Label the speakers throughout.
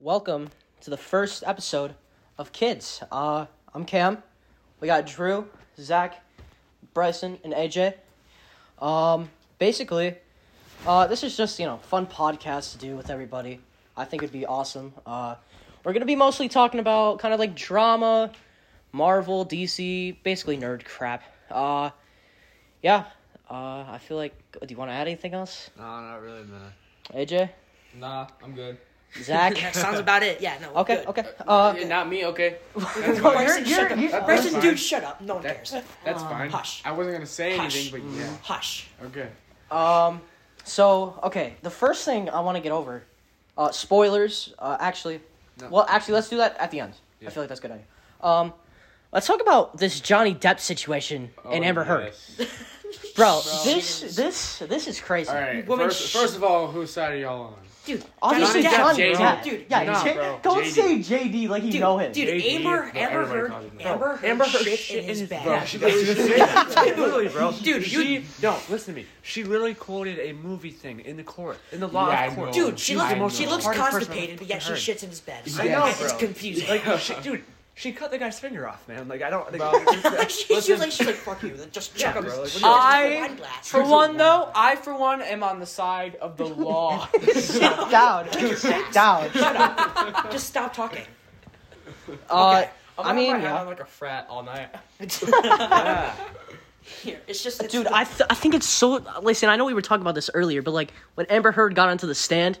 Speaker 1: Welcome to the first episode of Kids. Uh, I'm Cam. We got Drew, Zach, Bryson, and AJ. Um, basically, uh, this is just you know fun podcast to do with everybody. I think it'd be awesome. Uh, we're gonna be mostly talking about kind of like drama, Marvel, DC, basically nerd crap. Uh, yeah. Uh, I feel like. Do you want to add anything else,
Speaker 2: No, not really, man.
Speaker 1: AJ,
Speaker 3: Nah, I'm good.
Speaker 1: Zach?
Speaker 4: That sounds about it. Yeah, no.
Speaker 1: Okay,
Speaker 4: good.
Speaker 1: okay. Uh,
Speaker 3: Yeah, not me, okay.
Speaker 4: Bryson,
Speaker 1: Well, you're-
Speaker 4: shut
Speaker 1: you're-
Speaker 4: up.
Speaker 1: you're-
Speaker 4: Bryson,
Speaker 3: fine.
Speaker 4: dude, shut up. No one cares.
Speaker 3: That's fine.
Speaker 4: hush.
Speaker 3: I wasn't gonna say
Speaker 4: Hush.
Speaker 3: anything, but yeah.
Speaker 4: Hush.
Speaker 3: Okay.
Speaker 1: Um. So okay, the first thing I want to get over, uh, spoilers. Uh, actually,
Speaker 2: No.
Speaker 1: well, actually, let's do that at the end. I feel like that's a good idea. Um, let's talk about this Johnny Depp situation
Speaker 2: Oh,
Speaker 1: and
Speaker 3: Oh,
Speaker 1: Amber Heard, bro. This this this is crazy.
Speaker 3: All right.
Speaker 4: Woman,
Speaker 3: first,
Speaker 4: sh-
Speaker 3: first of all, whose side are y'all on?
Speaker 4: Dude,
Speaker 1: Obviously,
Speaker 4: Johnny Depp,
Speaker 1: Johnny
Speaker 3: JD.
Speaker 1: Depp,
Speaker 4: Dude,
Speaker 1: yeah,
Speaker 3: nah,
Speaker 1: J-
Speaker 3: bro,
Speaker 1: don't
Speaker 3: JD.
Speaker 1: say JD like you
Speaker 4: dude,
Speaker 1: know him.
Speaker 4: dude,
Speaker 3: JD,
Speaker 4: Amber,
Speaker 3: bro,
Speaker 4: Amber
Speaker 3: everybody
Speaker 4: Heard,
Speaker 3: calls him that.
Speaker 4: Amber Heard,
Speaker 5: Amber Heard
Speaker 4: shit,
Speaker 5: shit
Speaker 4: in his bag.
Speaker 3: Bro, she- that's-
Speaker 5: literally, bro.
Speaker 4: Dude,
Speaker 5: she,
Speaker 4: you-
Speaker 5: no, listen to me. She literally quoted a movie thing in the court, in the law
Speaker 3: Yeah, I
Speaker 5: of court.
Speaker 3: know.
Speaker 4: Dude, she
Speaker 3: She's
Speaker 4: looks,
Speaker 3: the most
Speaker 4: she looks
Speaker 5: retarded person I've
Speaker 4: constipated, but yet she
Speaker 5: heard.
Speaker 4: shits in his bed.
Speaker 3: I know,
Speaker 4: it's
Speaker 3: bro.
Speaker 4: confusing.
Speaker 5: Like, she, dude, she cut the guy's finger off, man. Like, I don't. Like,
Speaker 4: Like, she, she was like, she's like, fuck you, just chuck him.
Speaker 5: bro, like, what
Speaker 4: She
Speaker 5: the-
Speaker 4: has
Speaker 6: I-
Speaker 4: wine glass.
Speaker 6: For one, though, I for one am on the side of the law.
Speaker 1: sit down, dude, sit down.
Speaker 4: Just stop talking.
Speaker 1: Uh,
Speaker 4: Okay.
Speaker 1: I mean, yeah.
Speaker 6: like a frat all night.
Speaker 4: Here, it's just, it's
Speaker 1: Dude,
Speaker 4: the-
Speaker 1: I, th- I think it's so. Listen, I know we were talking about this earlier, but like when Amber Heard got onto the stand,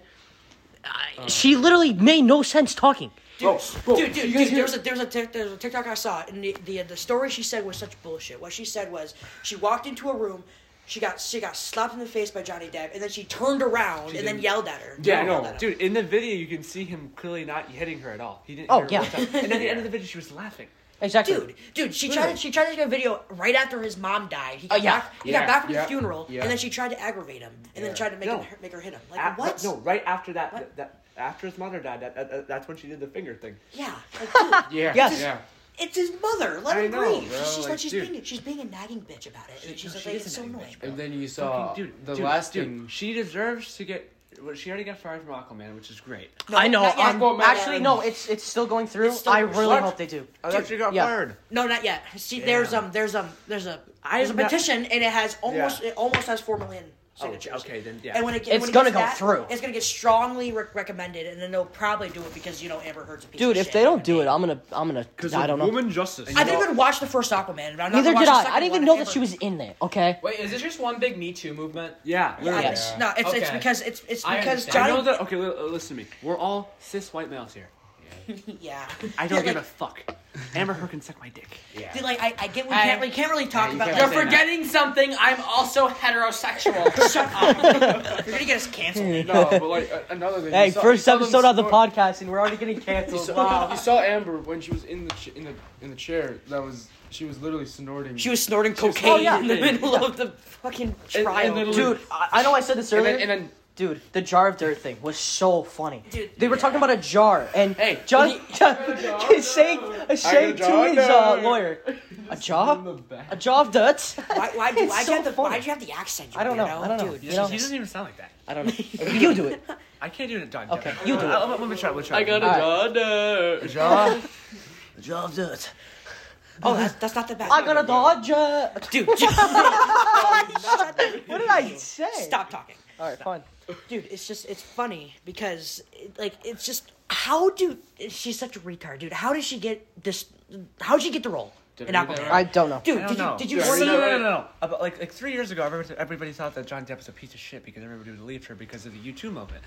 Speaker 1: I, she literally made no sense talking.
Speaker 3: Bro, bro,
Speaker 4: Dude, dude,
Speaker 3: you
Speaker 4: dude
Speaker 3: guys
Speaker 4: there
Speaker 3: hear-
Speaker 4: was a there was a, tic- there was a TikTok I saw, and the, the the story she said was such bullshit. What she said was she walked into a room, she got she got slapped in the face by Johnny Depp, and then she turned around and then yelled at her.
Speaker 3: Yeah, I
Speaker 4: Yelled
Speaker 3: know.
Speaker 4: at him.
Speaker 5: Dude, in the video, you can see him clearly not hitting her at all. He didn't.
Speaker 1: Oh,
Speaker 5: hit her
Speaker 1: yeah.
Speaker 5: one time. And at the end of the video, she was laughing.
Speaker 1: Exactly.
Speaker 4: Dude, dude, she tried to, she tried to take a video right after his mom died. He got
Speaker 1: Oh, yeah.
Speaker 4: back, he
Speaker 3: Yeah,
Speaker 4: got back from
Speaker 3: yeah,
Speaker 4: the funeral,
Speaker 3: yeah. Ah,
Speaker 4: and then she tried to aggravate him, and then tried to make
Speaker 5: No.
Speaker 4: him, make her hit him. Like
Speaker 5: At-
Speaker 4: what?
Speaker 5: No, right after that,
Speaker 4: What?
Speaker 5: that after his mother died, that, that, that's when she did the finger thing.
Speaker 4: Yeah, like, dude,
Speaker 3: Yeah.
Speaker 1: Yes.
Speaker 3: Yeah.
Speaker 4: it's his mother. Let
Speaker 3: I
Speaker 4: him
Speaker 3: know,
Speaker 4: breathe.
Speaker 3: bro,
Speaker 4: She's
Speaker 3: like,
Speaker 4: like, she's
Speaker 3: dude.
Speaker 4: being she's being a nagging bitch about it. and she's
Speaker 5: no,
Speaker 4: like,
Speaker 5: she
Speaker 4: it's
Speaker 5: is a
Speaker 4: so
Speaker 5: nagging
Speaker 4: annoying.
Speaker 3: And then you
Speaker 2: Uh,
Speaker 3: saw
Speaker 5: Fucking dude,
Speaker 3: the
Speaker 5: dude,
Speaker 3: last
Speaker 5: dude,
Speaker 3: thing.
Speaker 5: She deserves to get. well, She already got fired from Aquaman, which is great.
Speaker 1: I know.
Speaker 4: not yet.
Speaker 1: I'm-
Speaker 4: Not yet.
Speaker 1: actually, no. It's it's still going through.
Speaker 4: It's still-
Speaker 1: I really
Speaker 4: What?
Speaker 1: hope they do.
Speaker 5: I
Speaker 4: Dude,
Speaker 5: thought she got
Speaker 1: yeah.
Speaker 5: fired.
Speaker 4: No, not yet. See, there's
Speaker 5: Damn.
Speaker 4: um, there's um, there's a there's a
Speaker 5: am not-
Speaker 4: petition, and it has almost it almost has four million signatures.
Speaker 5: okay, then, yeah.
Speaker 4: And when it, get-
Speaker 1: It's
Speaker 4: when it
Speaker 1: gonna
Speaker 4: gets
Speaker 1: go
Speaker 4: that,
Speaker 1: through.
Speaker 4: It's gonna get strongly re- recommended, and then they'll probably do it because you know Amber Heard's a piece of
Speaker 1: Dude, if
Speaker 4: shit,
Speaker 1: they
Speaker 4: you know
Speaker 1: don't
Speaker 4: what
Speaker 1: do
Speaker 4: mean?
Speaker 1: it, I'm gonna I'm gonna. I
Speaker 5: of
Speaker 1: don't know.
Speaker 5: Woman justice.
Speaker 4: I didn't even watch the first Aquaman. but I'm not
Speaker 1: Neither
Speaker 4: gonna watch
Speaker 1: did
Speaker 4: the
Speaker 1: I.
Speaker 4: second
Speaker 1: I didn't even
Speaker 4: one
Speaker 1: know
Speaker 4: if
Speaker 1: that she
Speaker 4: Amber-
Speaker 1: was in there. Okay.
Speaker 6: Wait, is this just one big Me Too movement?
Speaker 5: Yeah, literally.
Speaker 4: Yeah, it's- No, it's it's
Speaker 6: Okay.
Speaker 4: because it's it's
Speaker 6: I
Speaker 4: because
Speaker 6: understand.
Speaker 4: Johnny.
Speaker 5: I know that. Okay, li- uh, listen to me. We're all cis white males here.
Speaker 4: Yeah.
Speaker 5: I don't
Speaker 4: Yeah,
Speaker 5: give
Speaker 4: like-
Speaker 5: a fuck. Amber Heard can suck my dick.
Speaker 3: Yeah.
Speaker 4: Dude, like I, I get we
Speaker 6: I-
Speaker 4: can't we can't really talk
Speaker 3: you
Speaker 4: about.
Speaker 3: can't
Speaker 6: You're
Speaker 4: Like,
Speaker 3: say
Speaker 6: forgetting something. I'm also heterosexual. Shut up.
Speaker 4: you're gonna get us
Speaker 1: Mm.
Speaker 4: canceled.
Speaker 3: No, but like a- another thing.
Speaker 1: Hey,
Speaker 3: you saw-
Speaker 1: first
Speaker 3: you saw them
Speaker 1: episode of the
Speaker 3: snort-
Speaker 1: podcast, and we're already getting
Speaker 3: You
Speaker 1: canceled.
Speaker 3: saw,
Speaker 1: Wow.
Speaker 3: you saw Amber when she was in the ch- in the in the chair. That was she was literally snorting.
Speaker 4: She was snorting
Speaker 3: was-
Speaker 4: cocaine
Speaker 1: Oh, yeah.
Speaker 4: in the middle of the fucking
Speaker 3: and
Speaker 4: trial.
Speaker 3: literally-
Speaker 1: Dude, I, I know I said this
Speaker 3: And
Speaker 1: earlier.
Speaker 3: then, and then
Speaker 1: Dude, the jar of dirt thing was so funny.
Speaker 4: Dude,
Speaker 1: they were talking about a jar, and
Speaker 3: Hey,
Speaker 1: John, John uh, Shake, Shake to
Speaker 3: jar of
Speaker 1: his uh,
Speaker 3: dirt.
Speaker 1: lawyer, a
Speaker 3: in
Speaker 1: jar,
Speaker 3: the back.
Speaker 1: a jar of dirt.
Speaker 4: Why, why, do,
Speaker 1: It's
Speaker 4: why'd,
Speaker 1: so
Speaker 4: you have the,
Speaker 1: funny.
Speaker 4: why'd you have the accent? You
Speaker 1: I don't know.
Speaker 4: weirdo?
Speaker 1: I don't know.
Speaker 4: Dude,
Speaker 1: You know,
Speaker 5: He doesn't even sound like that.
Speaker 1: I don't know. you do it.
Speaker 5: I can't do it. Done.
Speaker 1: Okay, you do it.
Speaker 5: Uh, let me try. Let me try.
Speaker 6: I got a
Speaker 1: Alright.
Speaker 6: daughter.
Speaker 5: job.
Speaker 1: Jar of dirt.
Speaker 4: oh, that's, that's not the bad.
Speaker 1: I got a dodge.
Speaker 4: Dude, just-
Speaker 1: What did I say?
Speaker 4: stop talking.
Speaker 1: All right, fine.
Speaker 4: Dude, it's just, it's funny because, it, like, it's just, how do, she's such a retard, dude. How did she get this, how'd she get the role
Speaker 3: Did
Speaker 4: in
Speaker 3: I read that
Speaker 4: Aquaman?
Speaker 3: right?
Speaker 1: I don't know.
Speaker 4: Dude,
Speaker 5: I don't
Speaker 4: did you,
Speaker 5: know.
Speaker 4: did you
Speaker 3: Yeah, I
Speaker 5: No,
Speaker 4: see?
Speaker 5: no,
Speaker 3: know.
Speaker 5: no, no, no. About, like, like three years ago, everybody, everybody thought that John Depp was a piece of shit because everybody believed her because of the U two moment.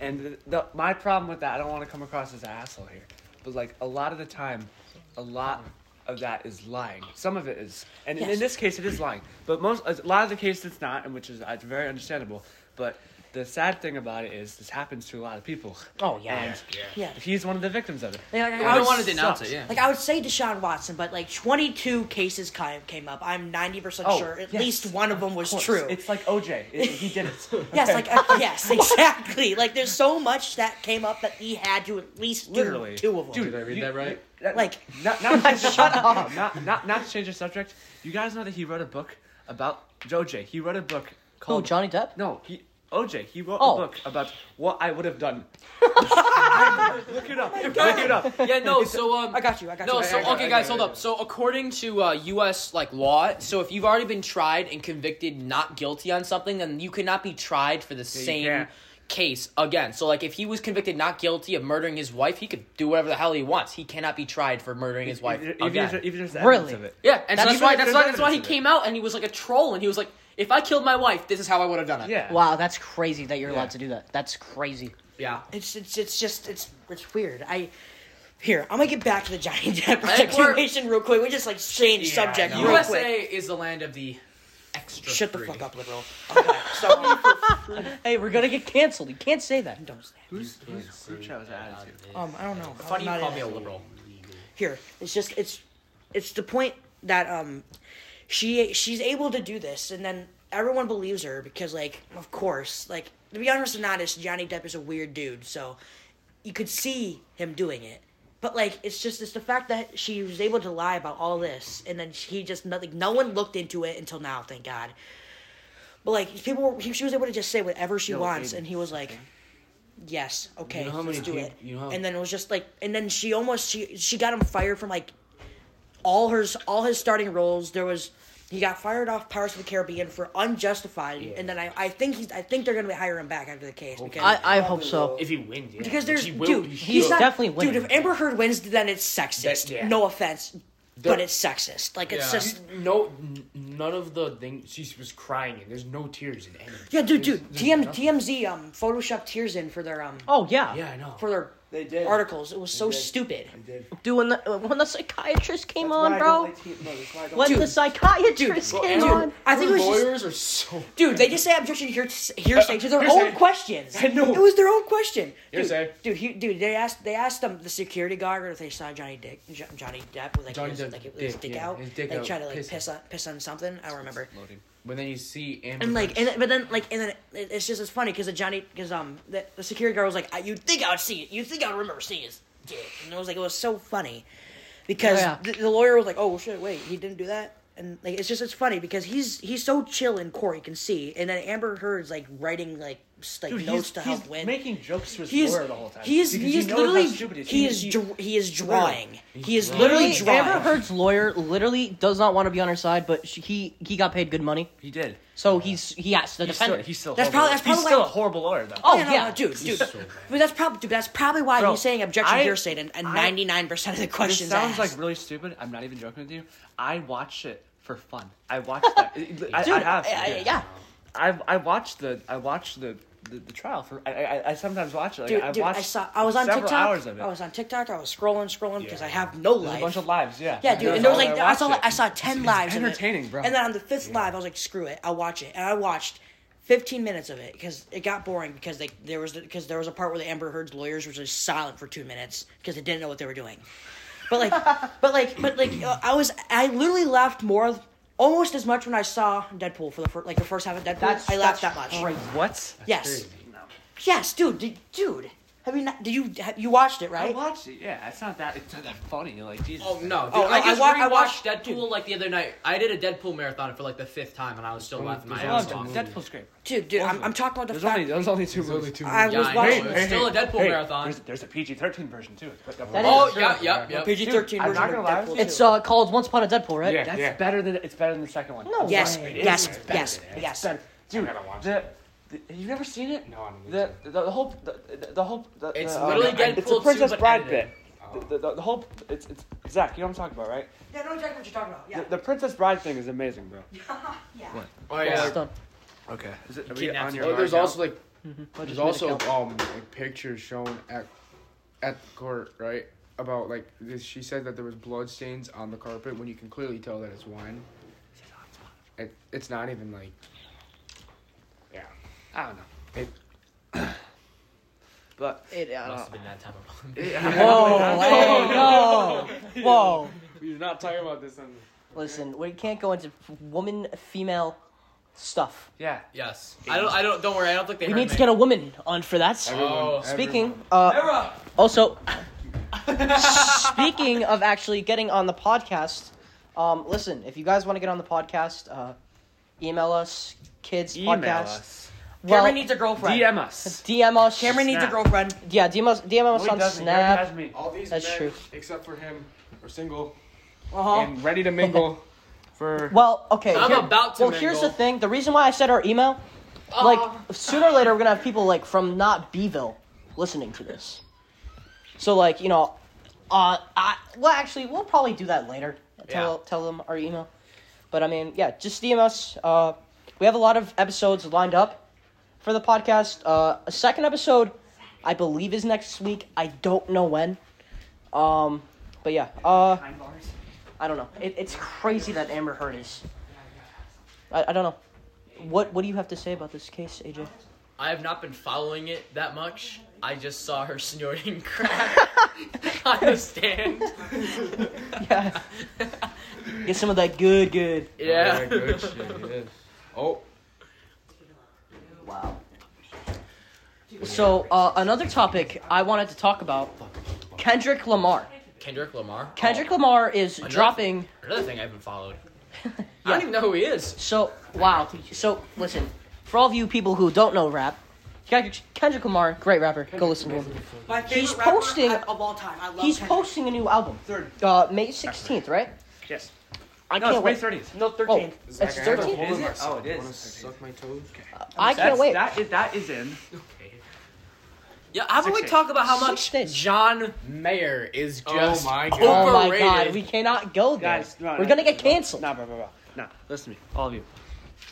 Speaker 5: And the, the, my problem with that, I don't want to come across as an asshole here, but like a lot of the time, a lot of that is lying. Some of it is, and in,
Speaker 4: Yes.
Speaker 5: in this case, it is lying. But most, a lot of the cases, it's not, and which is uh, very understandable. But the sad thing about it is, this happens to a lot of people.
Speaker 1: Oh, yeah.
Speaker 5: And
Speaker 4: Yeah.
Speaker 5: He's one of the victims of it.
Speaker 4: Like,
Speaker 6: I don't
Speaker 4: would
Speaker 6: want to denounce
Speaker 5: sucks.
Speaker 6: it. Yeah.
Speaker 4: Like I would say Deshaun Watson, but like 22 cases came came up. I'm 90%
Speaker 5: Oh,
Speaker 4: sure at
Speaker 5: yes.
Speaker 4: least one of them was
Speaker 5: Of course.
Speaker 4: true.
Speaker 5: It's like OJ. It- he did it.
Speaker 4: yes, like uh, yes, exactly. Like there's so much that came up that he had to at least do
Speaker 5: Literally.
Speaker 4: two of them.
Speaker 5: Dude,
Speaker 3: Did I read
Speaker 5: you-
Speaker 3: that right?
Speaker 5: That-
Speaker 4: Like-
Speaker 5: not, not to change the, shut up. Not, not, not to change the subject. You guys know that he wrote a book about OJ. He wrote a book
Speaker 1: Who,
Speaker 5: called
Speaker 1: Johnny Depp?
Speaker 5: No, he OJ. He wrote
Speaker 1: Oh.
Speaker 5: a book about what I would have done. Look it up. Look it up.
Speaker 6: Yeah, no. So um,
Speaker 4: I got you. I got
Speaker 6: No,
Speaker 4: you.
Speaker 6: so
Speaker 4: I got you.
Speaker 6: okay,
Speaker 5: I
Speaker 6: guys,
Speaker 5: got
Speaker 6: hold
Speaker 5: it.
Speaker 6: up. So according to uh, U.S. like law, so if you've already been tried and convicted not guilty on something, then you cannot be tried for the
Speaker 5: you
Speaker 6: same
Speaker 5: can't.
Speaker 6: case again. So like, if he was convicted not guilty of murdering his wife, he could do whatever the hell he wants. He cannot be tried for murdering his wife
Speaker 2: Oh,
Speaker 5: Even
Speaker 6: again.
Speaker 5: if there's- even if there's the
Speaker 1: Really?
Speaker 5: evidence of it.
Speaker 6: yeah, and so
Speaker 5: That's-
Speaker 6: that's
Speaker 5: even
Speaker 6: why
Speaker 5: if
Speaker 6: that's
Speaker 5: there's
Speaker 6: why that's why he
Speaker 5: evidence of it.
Speaker 6: came out and he was like a troll and he was like, if I killed my wife, this is how I would have done it.
Speaker 5: Yeah.
Speaker 1: Wow, that's crazy that you're
Speaker 5: Yeah.
Speaker 1: allowed to do that. That's crazy.
Speaker 6: yeah.
Speaker 4: It's it's it's just it's it's weird. I here I'm gonna get back to the Johnny Depp
Speaker 6: I think we're-
Speaker 4: situation real quick. We just like change
Speaker 5: Yeah,
Speaker 4: subject
Speaker 5: I know.
Speaker 4: real quick.
Speaker 6: USA is the land of the extra.
Speaker 4: Shut the
Speaker 6: free.
Speaker 4: fuck up, liberal. Okay, so
Speaker 1: Hey, we're gonna get canceled. You can't say that.
Speaker 4: don't snap.
Speaker 5: Who's who's group chat was added to?
Speaker 4: Um, I don't know. I'm
Speaker 6: Funny you
Speaker 4: not
Speaker 6: call
Speaker 4: in
Speaker 6: me
Speaker 4: it.
Speaker 6: a liberal.
Speaker 4: here. It's just it's it's the point that um she she's able to do this, and then everyone believes her because like of course like to be honest and honest, Johnny Depp is a weird dude, so you could see him doing it. But like it's just it's the fact that she was able to lie about all this, and then he just nothing. No one looked into it until now, thank God. But like people, were, she was able to just say whatever she wants,
Speaker 5: Aiden.
Speaker 4: and he was like, "Yes, okay,
Speaker 3: You know how
Speaker 4: let's
Speaker 3: many
Speaker 4: do
Speaker 3: peop-
Speaker 4: it."
Speaker 3: you know how-
Speaker 4: and then it was just like, and then she almost she she got him fired from like all her all his starting roles. There was he got fired off Pirates of the Caribbean for unjustified, and then I, I think he's I think they're gonna hire him back after the case because
Speaker 1: I, I hope so.
Speaker 6: If he wins, yeah.
Speaker 4: because there's
Speaker 6: Which he will,
Speaker 4: dude,
Speaker 6: he
Speaker 4: he's
Speaker 6: should.
Speaker 1: not- definitely
Speaker 4: dude.
Speaker 1: winning.
Speaker 4: If Amber Heard wins, then it's sexist.
Speaker 6: That- yeah.
Speaker 4: No offense, but it's sexist. Like it's just
Speaker 6: no, n- none of the things she was crying in. There's no tears in any.
Speaker 4: yeah, dude, dude.
Speaker 6: There's
Speaker 4: TM,
Speaker 6: nothing.
Speaker 4: TMZ um Photoshop tears in for their um
Speaker 1: Oh yeah.
Speaker 6: Yeah, I know.
Speaker 4: for their
Speaker 2: They did.
Speaker 4: articles. It was so
Speaker 2: did.
Speaker 4: stupid.
Speaker 2: They did.
Speaker 1: Dude, when the, when the psychiatrist came
Speaker 2: That's why
Speaker 1: on,
Speaker 2: I
Speaker 1: bro.
Speaker 2: don't like teen- no, that's why I don't
Speaker 1: when
Speaker 2: like-
Speaker 1: the psychiatrist
Speaker 6: Well,
Speaker 1: came
Speaker 6: and-
Speaker 1: on.
Speaker 4: I think it
Speaker 6: her
Speaker 4: was just-
Speaker 6: lawyers are so.
Speaker 4: Dude, they just say objection here hearsay to their
Speaker 6: Hearsay.
Speaker 4: own questions.
Speaker 6: Uh, I know.
Speaker 4: It was their own question. Dude,
Speaker 6: Hearsay.
Speaker 4: Dude, he, dude, they asked they asked them the security guard if they saw Johnny Dick Jo- Johnny Depp with like
Speaker 6: Johnny
Speaker 4: his,
Speaker 6: Depp-
Speaker 4: like, his
Speaker 6: Dick,
Speaker 4: dick
Speaker 6: yeah,
Speaker 4: out.
Speaker 6: his dick
Speaker 4: like
Speaker 6: out,
Speaker 4: trying to like
Speaker 6: piss.
Speaker 4: piss, on piss on something. I don't remember.
Speaker 6: Loading. But then you see Amber.
Speaker 4: And like, and but then like, and then it- it's just it's funny because the Johnny because um the, the security guard was like, I, you'd think I'd see it, you'd think I'd remember seeing his dick, and it was like it was so funny because
Speaker 1: Oh, yeah.
Speaker 4: the, the lawyer was like, oh well, shit, wait, he didn't do that, and like it's just it's funny because he's he's so chill in court, you can see, and then Amber Heard's like writing like s- like
Speaker 5: Dude,
Speaker 4: notes
Speaker 5: he's,
Speaker 4: to
Speaker 5: he's
Speaker 4: help win.
Speaker 5: making jokes to his
Speaker 4: he is,
Speaker 5: lawyer the whole time.
Speaker 4: he is,
Speaker 5: because
Speaker 4: he is
Speaker 5: knows
Speaker 4: literally,
Speaker 5: how stupid it is.
Speaker 4: he is, dr- he is drawing. He is literally
Speaker 1: Literally,
Speaker 4: drawing.
Speaker 1: Amber Heard's lawyer literally does not want to be on her side, but she, he he got paid good money,
Speaker 5: He did.
Speaker 1: so he's he has to
Speaker 5: He's
Speaker 1: defend
Speaker 5: still,
Speaker 1: her.
Speaker 5: he's still.
Speaker 4: That's
Speaker 5: horrible.
Speaker 4: probably- that's
Speaker 5: he's
Speaker 4: probably
Speaker 5: still
Speaker 4: why-
Speaker 5: a horrible lawyer though.
Speaker 1: Oh,
Speaker 4: yeah, no,
Speaker 1: yeah.
Speaker 4: no, dude, dude. but that's probably, dude, that's probably why
Speaker 5: Bro,
Speaker 4: he's saying objection
Speaker 5: I-
Speaker 4: hearsay and
Speaker 5: I-
Speaker 4: ninety nine percent of the
Speaker 5: This
Speaker 4: questions. asked.
Speaker 5: sounds like really stupid. I'm not even joking with you. I watch it for fun. I watch that. I, I have.
Speaker 1: I- I- yeah.
Speaker 5: I I watched the I watched the the, the trial for I, I I sometimes watch it. Like,
Speaker 4: Dude,
Speaker 5: I
Speaker 4: dude,
Speaker 5: watched
Speaker 4: I saw. I was on
Speaker 5: several
Speaker 4: TikTok.
Speaker 5: hours of it.
Speaker 4: I was on TikTok. I was scrolling, scrolling because I have no
Speaker 5: There's
Speaker 4: life.
Speaker 5: a bunch of lives, yeah.
Speaker 4: yeah, dude,
Speaker 5: That's
Speaker 4: and there was
Speaker 5: all
Speaker 4: like I,
Speaker 5: watched
Speaker 4: saw
Speaker 5: it.
Speaker 4: like, I saw ten lives. of it.
Speaker 5: entertaining, bro.
Speaker 4: And then on the fifth live, I was like, "Screw it, I'll watch it." And I watched fifteen minutes of it because it got boring because they there was because there was a part where the Amber Heard's lawyers were just silent for two minutes because they didn't know what they were doing. But like, but like, but like, uh, I was I literally laughed more. Almost as much when I saw Deadpool for the first, like the first half of Deadpool,
Speaker 1: That's
Speaker 4: I laughed
Speaker 1: that's
Speaker 4: that much.
Speaker 1: Crazy.
Speaker 5: What?
Speaker 4: Yes, yes, dude, did, dude. Have you not? Did you have, you watched it
Speaker 5: I
Speaker 4: right?
Speaker 5: watched it. Yeah, it's not that. It's not that funny. Like Jesus.
Speaker 6: Oh no! Dude,
Speaker 4: Oh,
Speaker 6: I
Speaker 4: I
Speaker 6: just
Speaker 4: wa- I
Speaker 6: rewatched
Speaker 4: watched-
Speaker 6: Deadpool like the other night. I did a Deadpool marathon for like the fifth time, and I was still laughing my
Speaker 5: I loved
Speaker 6: ass off.
Speaker 5: him. Deadpool's great.
Speaker 4: Dude, dude, I'm, I'm talking about the
Speaker 5: There's
Speaker 4: fact.
Speaker 5: only there's only two
Speaker 3: There's only
Speaker 5: movies.
Speaker 3: two.
Speaker 4: I
Speaker 3: movies.
Speaker 6: Yeah,
Speaker 4: was
Speaker 6: I know.
Speaker 4: watching.
Speaker 6: It's still a Deadpool
Speaker 5: Hey,
Speaker 6: marathon.
Speaker 5: There's, there's a PG-13 version too.
Speaker 1: That
Speaker 6: Oh
Speaker 1: is
Speaker 6: yeah, yeah, yeah.
Speaker 4: PG thirteen
Speaker 5: I'm
Speaker 4: version
Speaker 5: not gonna lie
Speaker 4: of Deadpool.
Speaker 5: with you.
Speaker 1: It's uh, called Once Upon a Deadpool, right?
Speaker 5: That's better than it's better than the second one.
Speaker 1: No
Speaker 4: yes,
Speaker 1: way.
Speaker 4: yes,
Speaker 5: It's better
Speaker 4: yes,
Speaker 5: than it. It's
Speaker 4: yes.
Speaker 5: better. Dude, the, the, you've never seen it?
Speaker 2: No, I don't
Speaker 5: The
Speaker 2: think
Speaker 5: the, the whole the, the- the whole the,
Speaker 6: It's
Speaker 5: the, uh,
Speaker 6: literally Deadpool
Speaker 5: It's
Speaker 6: 2,
Speaker 5: a
Speaker 6: but
Speaker 5: Princess Bride bit.
Speaker 6: edited.
Speaker 5: The, the, the whole it's it's Zach. You know what I'm talking about, right?
Speaker 4: Yeah, no, exactly what you're talking about.
Speaker 5: The, the Princess Bride thing is amazing, bro.
Speaker 6: Oh
Speaker 1: Well,
Speaker 6: yeah.
Speaker 1: it's done.
Speaker 5: Okay. Is it, are we
Speaker 6: Kidnaps
Speaker 5: on your
Speaker 6: him.
Speaker 5: hard
Speaker 3: there's
Speaker 5: now?
Speaker 3: also like
Speaker 1: I just
Speaker 3: there's
Speaker 1: made a
Speaker 3: also
Speaker 1: count.
Speaker 3: um like pictures shown at at the court right about like this. She said that there was blood stains on the carpet when you can clearly tell that it's wine. It, it's not even like
Speaker 5: I don't know. It, but
Speaker 1: It, I don't
Speaker 6: Must
Speaker 1: know.
Speaker 6: have been that type of
Speaker 1: Whoa, hey, Oh, no. Whoa.
Speaker 3: we're not talking about this. On
Speaker 1: Listen, we can't go into woman, female stuff.
Speaker 5: yeah,
Speaker 6: Yes. I don't. I don't. Don't worry. I don't think they.
Speaker 1: We
Speaker 6: heard
Speaker 1: need to
Speaker 6: me.
Speaker 1: get a woman on for that.
Speaker 6: Oh.
Speaker 1: Speaking, uh, also, speaking of actually getting on the podcast, um, listen, if you guys want to get on the podcast, uh, email us, kids
Speaker 5: email
Speaker 1: podcast
Speaker 5: us.
Speaker 1: Well,
Speaker 4: Cameron needs a girlfriend.
Speaker 5: DM us.
Speaker 1: DM us.
Speaker 4: Cameron needs a
Speaker 5: Snap.
Speaker 4: girlfriend.
Speaker 1: Yeah, DM us. DM us
Speaker 5: No, he
Speaker 1: on
Speaker 5: doesn't. He
Speaker 1: Snap.
Speaker 5: already has me.
Speaker 3: All these
Speaker 1: That's
Speaker 3: men,
Speaker 1: true.
Speaker 3: except for him, are single
Speaker 4: Uh huh.
Speaker 3: and ready to mingle for.
Speaker 1: Well, okay.
Speaker 6: I'm about to
Speaker 1: Well, here's
Speaker 6: mingle. Ah.
Speaker 1: the thing. The reason why I said our email, like sooner or later, we're gonna have people like from not Beeville listening to this. So like you know, uh, I well actually we'll probably do that later. Tell
Speaker 6: Yeah.
Speaker 1: tell them our email, but I mean yeah, just DM us. Uh, we have a lot of episodes lined up for the podcast. Uh, a second episode, I believe, is next week. I don't know when. Um, but yeah. Uh. I don't know. It, it's crazy that Amber Heard is. I, I don't know. What What do you have to say about this case, AJ?
Speaker 6: I have not been following it that much. I just saw her snorting crack on the stand.
Speaker 3: Oh,
Speaker 1: Yeah. Get some of that good, good.
Speaker 6: Yeah.
Speaker 3: good shit, yes. Oh,
Speaker 1: Wow. So uh, another topic I wanted to talk about: Kendrick Lamar.
Speaker 6: Kendrick Lamar.
Speaker 1: Kendrick Lamar is dropping.
Speaker 6: Another thing I haven't followed. I don't even know who he is.
Speaker 1: So wow. So listen, for all of you people who don't know rap, Kendrick, Kendrick Lamar, great rapper. Go listen to him.
Speaker 4: My favorite
Speaker 1: He's
Speaker 4: rapper
Speaker 1: posting-
Speaker 4: of all time. I love
Speaker 1: He's
Speaker 4: Kendrick.
Speaker 1: posting a new album.
Speaker 5: Third.
Speaker 1: Uh, May sixteenth, right?
Speaker 5: Yes.
Speaker 1: I
Speaker 5: No,
Speaker 1: can't
Speaker 5: it's
Speaker 1: wait.
Speaker 5: May thirtieth.
Speaker 4: No,
Speaker 1: Oh,
Speaker 4: 13.
Speaker 1: it's
Speaker 3: Zach, I have a
Speaker 1: 13?
Speaker 3: hole in
Speaker 5: Is
Speaker 3: my
Speaker 5: it? Oh, it
Speaker 3: sock.
Speaker 5: is.
Speaker 3: Wanna Suck my toes.
Speaker 1: I can't wait.
Speaker 5: That is, that is in.
Speaker 6: Yeah, how about we
Speaker 5: Six
Speaker 6: talk about how
Speaker 1: Six
Speaker 6: much
Speaker 1: days.
Speaker 6: John Mayer is
Speaker 3: Oh
Speaker 6: just
Speaker 3: my God.
Speaker 1: oh my
Speaker 6: overrated?
Speaker 1: god, we cannot go there.
Speaker 5: Guys, no,
Speaker 1: We're
Speaker 5: no,
Speaker 1: gonna get
Speaker 5: no.
Speaker 1: canceled.
Speaker 5: Nah, bro, bro, bro. Nah, listen to me, all of you.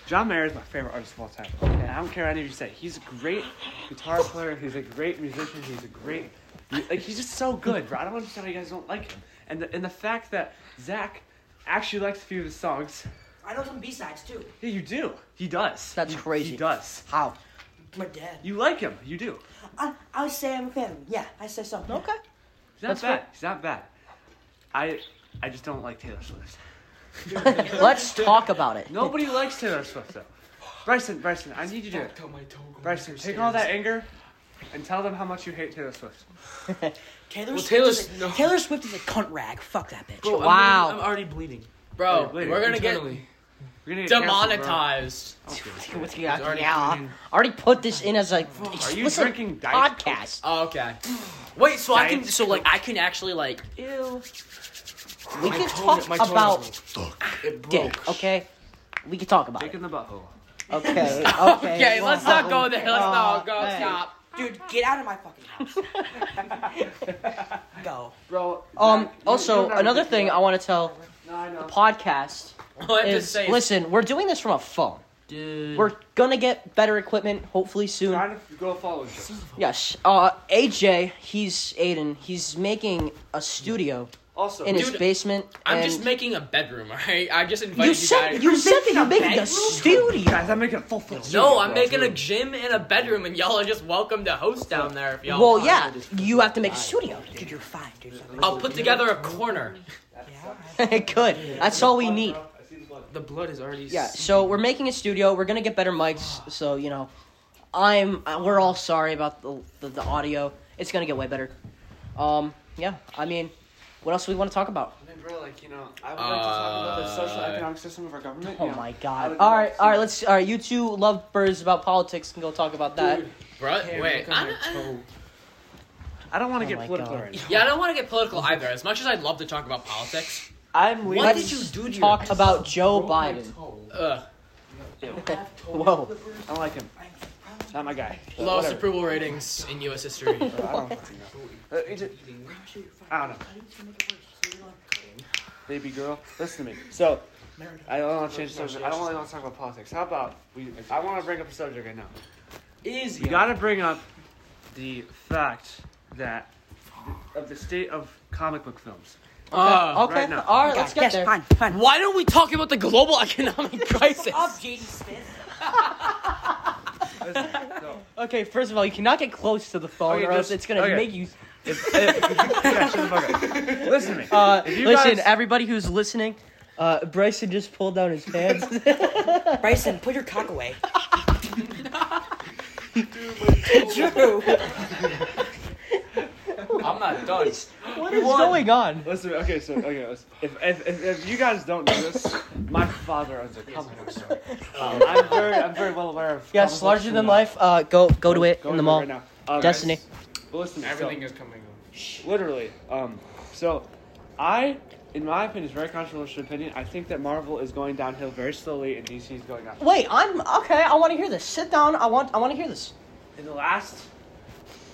Speaker 5: John Mayer is my favorite artist of all time. And I don't care what any of you say. He's a great guitar player. He's a great musician. He's a great, like he's just so good, bro. I don't understand why you guys don't like him. And the, and the fact that Zach actually likes a few of his songs.
Speaker 4: I know some B sides too.
Speaker 5: Yeah, you do. He does.
Speaker 1: That's
Speaker 5: He-
Speaker 1: crazy.
Speaker 5: He does.
Speaker 1: How?
Speaker 4: My dad.
Speaker 5: You like him. You do.
Speaker 4: I, I would say I'm a fan of him. Yeah, I say so.
Speaker 1: Okay.
Speaker 5: He's not
Speaker 1: That's
Speaker 5: bad.
Speaker 1: fair.
Speaker 5: He's not bad. I I just don't like Taylor Swift.
Speaker 1: Let's talk about it.
Speaker 5: Nobody likes Taylor Swift though. Bryson, Bryson, I need you to
Speaker 3: Tell my toe. go
Speaker 5: Bryson,
Speaker 3: upstairs.
Speaker 5: take all that anger and tell them how much you hate Taylor Swift.
Speaker 4: Taylor,
Speaker 6: Well,
Speaker 4: Swift
Speaker 6: Taylor's-
Speaker 4: is a,
Speaker 6: no.
Speaker 4: Taylor Swift is a cunt rag. Fuck that bitch.
Speaker 6: Bro, I'm
Speaker 1: Wow.
Speaker 6: already- I'm already bleeding. Bro,
Speaker 5: Bleeding
Speaker 6: we're gonna
Speaker 3: internally.
Speaker 5: We're gonna
Speaker 6: get
Speaker 5: get
Speaker 6: demonetized.
Speaker 1: What's yeah,
Speaker 6: already
Speaker 1: yeah. already put this in as a
Speaker 5: Canceled, bro. Are you
Speaker 1: explicit
Speaker 5: drinking Diet Coke?
Speaker 1: podcast.
Speaker 6: Oh, okay. Wait, so I can
Speaker 5: Diet
Speaker 6: so like I can actually like ew.
Speaker 1: We
Speaker 3: My
Speaker 1: can
Speaker 3: toe-
Speaker 1: talk
Speaker 3: my toe
Speaker 1: about
Speaker 3: broke. It broke.
Speaker 1: dick, okay? We can talk about
Speaker 5: Dick
Speaker 1: it.
Speaker 5: in the butthole.
Speaker 1: Okay. Okay.
Speaker 6: Okay, let's not go there. Let's
Speaker 1: Oh,
Speaker 6: not go.
Speaker 1: man.
Speaker 6: Stop.
Speaker 4: Dude, get out of my fucking house. Go.
Speaker 5: Bro.
Speaker 1: Um. Also, another thing um, I want to tell
Speaker 5: No, I know.
Speaker 1: podcast
Speaker 6: All I have to
Speaker 1: is
Speaker 6: say is,
Speaker 1: listen. We're doing this from a phone.
Speaker 6: dude.
Speaker 1: We're gonna get better equipment hopefully soon.
Speaker 5: Trying to go follow you.
Speaker 1: Yes. Uh, AJ, he's Aiden. He's making a studio
Speaker 5: Also,
Speaker 1: in his
Speaker 6: Dude,
Speaker 1: basement.
Speaker 6: I'm
Speaker 1: and
Speaker 6: just making a bedroom, alright? I just invited
Speaker 1: You
Speaker 6: you,
Speaker 1: said
Speaker 6: guys.
Speaker 1: you said that
Speaker 4: making
Speaker 1: you're
Speaker 4: a
Speaker 1: making a
Speaker 4: bedroom?
Speaker 1: studio.
Speaker 5: guys, I'm making a full film.
Speaker 6: no, I'm making a gym and a bedroom, and y'all are just welcome to host down there if y'all.
Speaker 1: Well,
Speaker 6: want.
Speaker 1: yeah, you have to make a studio.
Speaker 4: Dude, you're fine, dude.
Speaker 6: I'll put together a corner.
Speaker 1: Good. That's all we need.
Speaker 6: The blood is already.
Speaker 1: Yeah. So we're making a studio. We're gonna get better mics. So you know, I'm. uh, We're all sorry about the the, the audio. It's gonna get way better. Um. Yeah. I mean, what else do we want to talk about?
Speaker 5: Bro, like you know, I would like to talk about the social
Speaker 6: Uh,
Speaker 5: economic system of our government.
Speaker 1: Oh
Speaker 5: you know.
Speaker 1: my
Speaker 5: I
Speaker 1: God.
Speaker 5: would
Speaker 1: All
Speaker 5: love
Speaker 1: right.
Speaker 5: to see
Speaker 1: All right.
Speaker 5: that.
Speaker 1: Let's. All right. You two love birds about politics can go talk about that.
Speaker 6: Bro, wait.
Speaker 3: Look on
Speaker 6: I'm,
Speaker 3: my toe.
Speaker 5: I don't want
Speaker 1: Oh
Speaker 5: to
Speaker 1: my
Speaker 5: get political
Speaker 1: God.
Speaker 5: right now.
Speaker 6: yeah, I don't want to get political either. As much as I'd love to talk about politics,
Speaker 5: I'm leaving.
Speaker 1: Let's
Speaker 6: did you do to your
Speaker 1: talk
Speaker 6: ass?
Speaker 1: about Joe
Speaker 3: Broke my
Speaker 1: Biden.
Speaker 3: toe.
Speaker 6: ugh,
Speaker 1: Whoa.
Speaker 5: I don't like him. Not my guy. But
Speaker 6: lowest
Speaker 5: whatever.
Speaker 6: approval ratings in U.S. history.
Speaker 5: Bro, I don't fucking know. Uh, it just- I don't know. Baby girl, listen to me. So, I don't want to change the subject. I don't want to talk about politics. How about we? I want to bring up a subject right now.
Speaker 6: Easy.
Speaker 5: We got to bring up the fact that of the state of comic book films.
Speaker 6: Uh,
Speaker 1: Okay.
Speaker 5: right now.
Speaker 1: all right. Let's get
Speaker 4: yes,
Speaker 1: there.
Speaker 4: fine, fine.
Speaker 6: why don't we talk about the global economic crisis?
Speaker 4: Up, JD Smith.
Speaker 5: Listen, so,
Speaker 1: Okay. First of all, you cannot get close to the phone,
Speaker 5: Okay,
Speaker 1: or else
Speaker 5: just-
Speaker 1: it's gonna
Speaker 5: okay.
Speaker 1: make you.
Speaker 5: if, if- yeah, shut the fuck up. Listen to me.
Speaker 1: Uh,
Speaker 5: If you
Speaker 1: listen,
Speaker 5: guys-
Speaker 1: everybody who's listening. Uh, Bryson just pulled down his pants.
Speaker 4: Bryson, put your cock away.
Speaker 6: I'm not done.
Speaker 1: What is going on?
Speaker 5: Listen, okay, so okay, listen. If, if, if, if you guys don't know this, my father owns a comic book store. Um, I'm very I'm very well aware of.
Speaker 1: Yeah,
Speaker 5: comic books
Speaker 1: Larger
Speaker 5: and
Speaker 1: Than
Speaker 5: all.
Speaker 1: Life. Uh, go go to it
Speaker 5: Go
Speaker 1: in
Speaker 5: into
Speaker 1: the
Speaker 5: it
Speaker 1: mall.
Speaker 5: right now. Um,
Speaker 1: Destiny.
Speaker 5: But listen,
Speaker 3: Everything
Speaker 5: so-
Speaker 3: is coming up.
Speaker 5: literally. Um, so I, in my opinion, it's a very controversial opinion. I think that Marvel is going downhill very slowly, and DC is going up.
Speaker 1: Wait, I'm okay. I want to hear this. Sit down. I want I want to hear this.
Speaker 5: In the last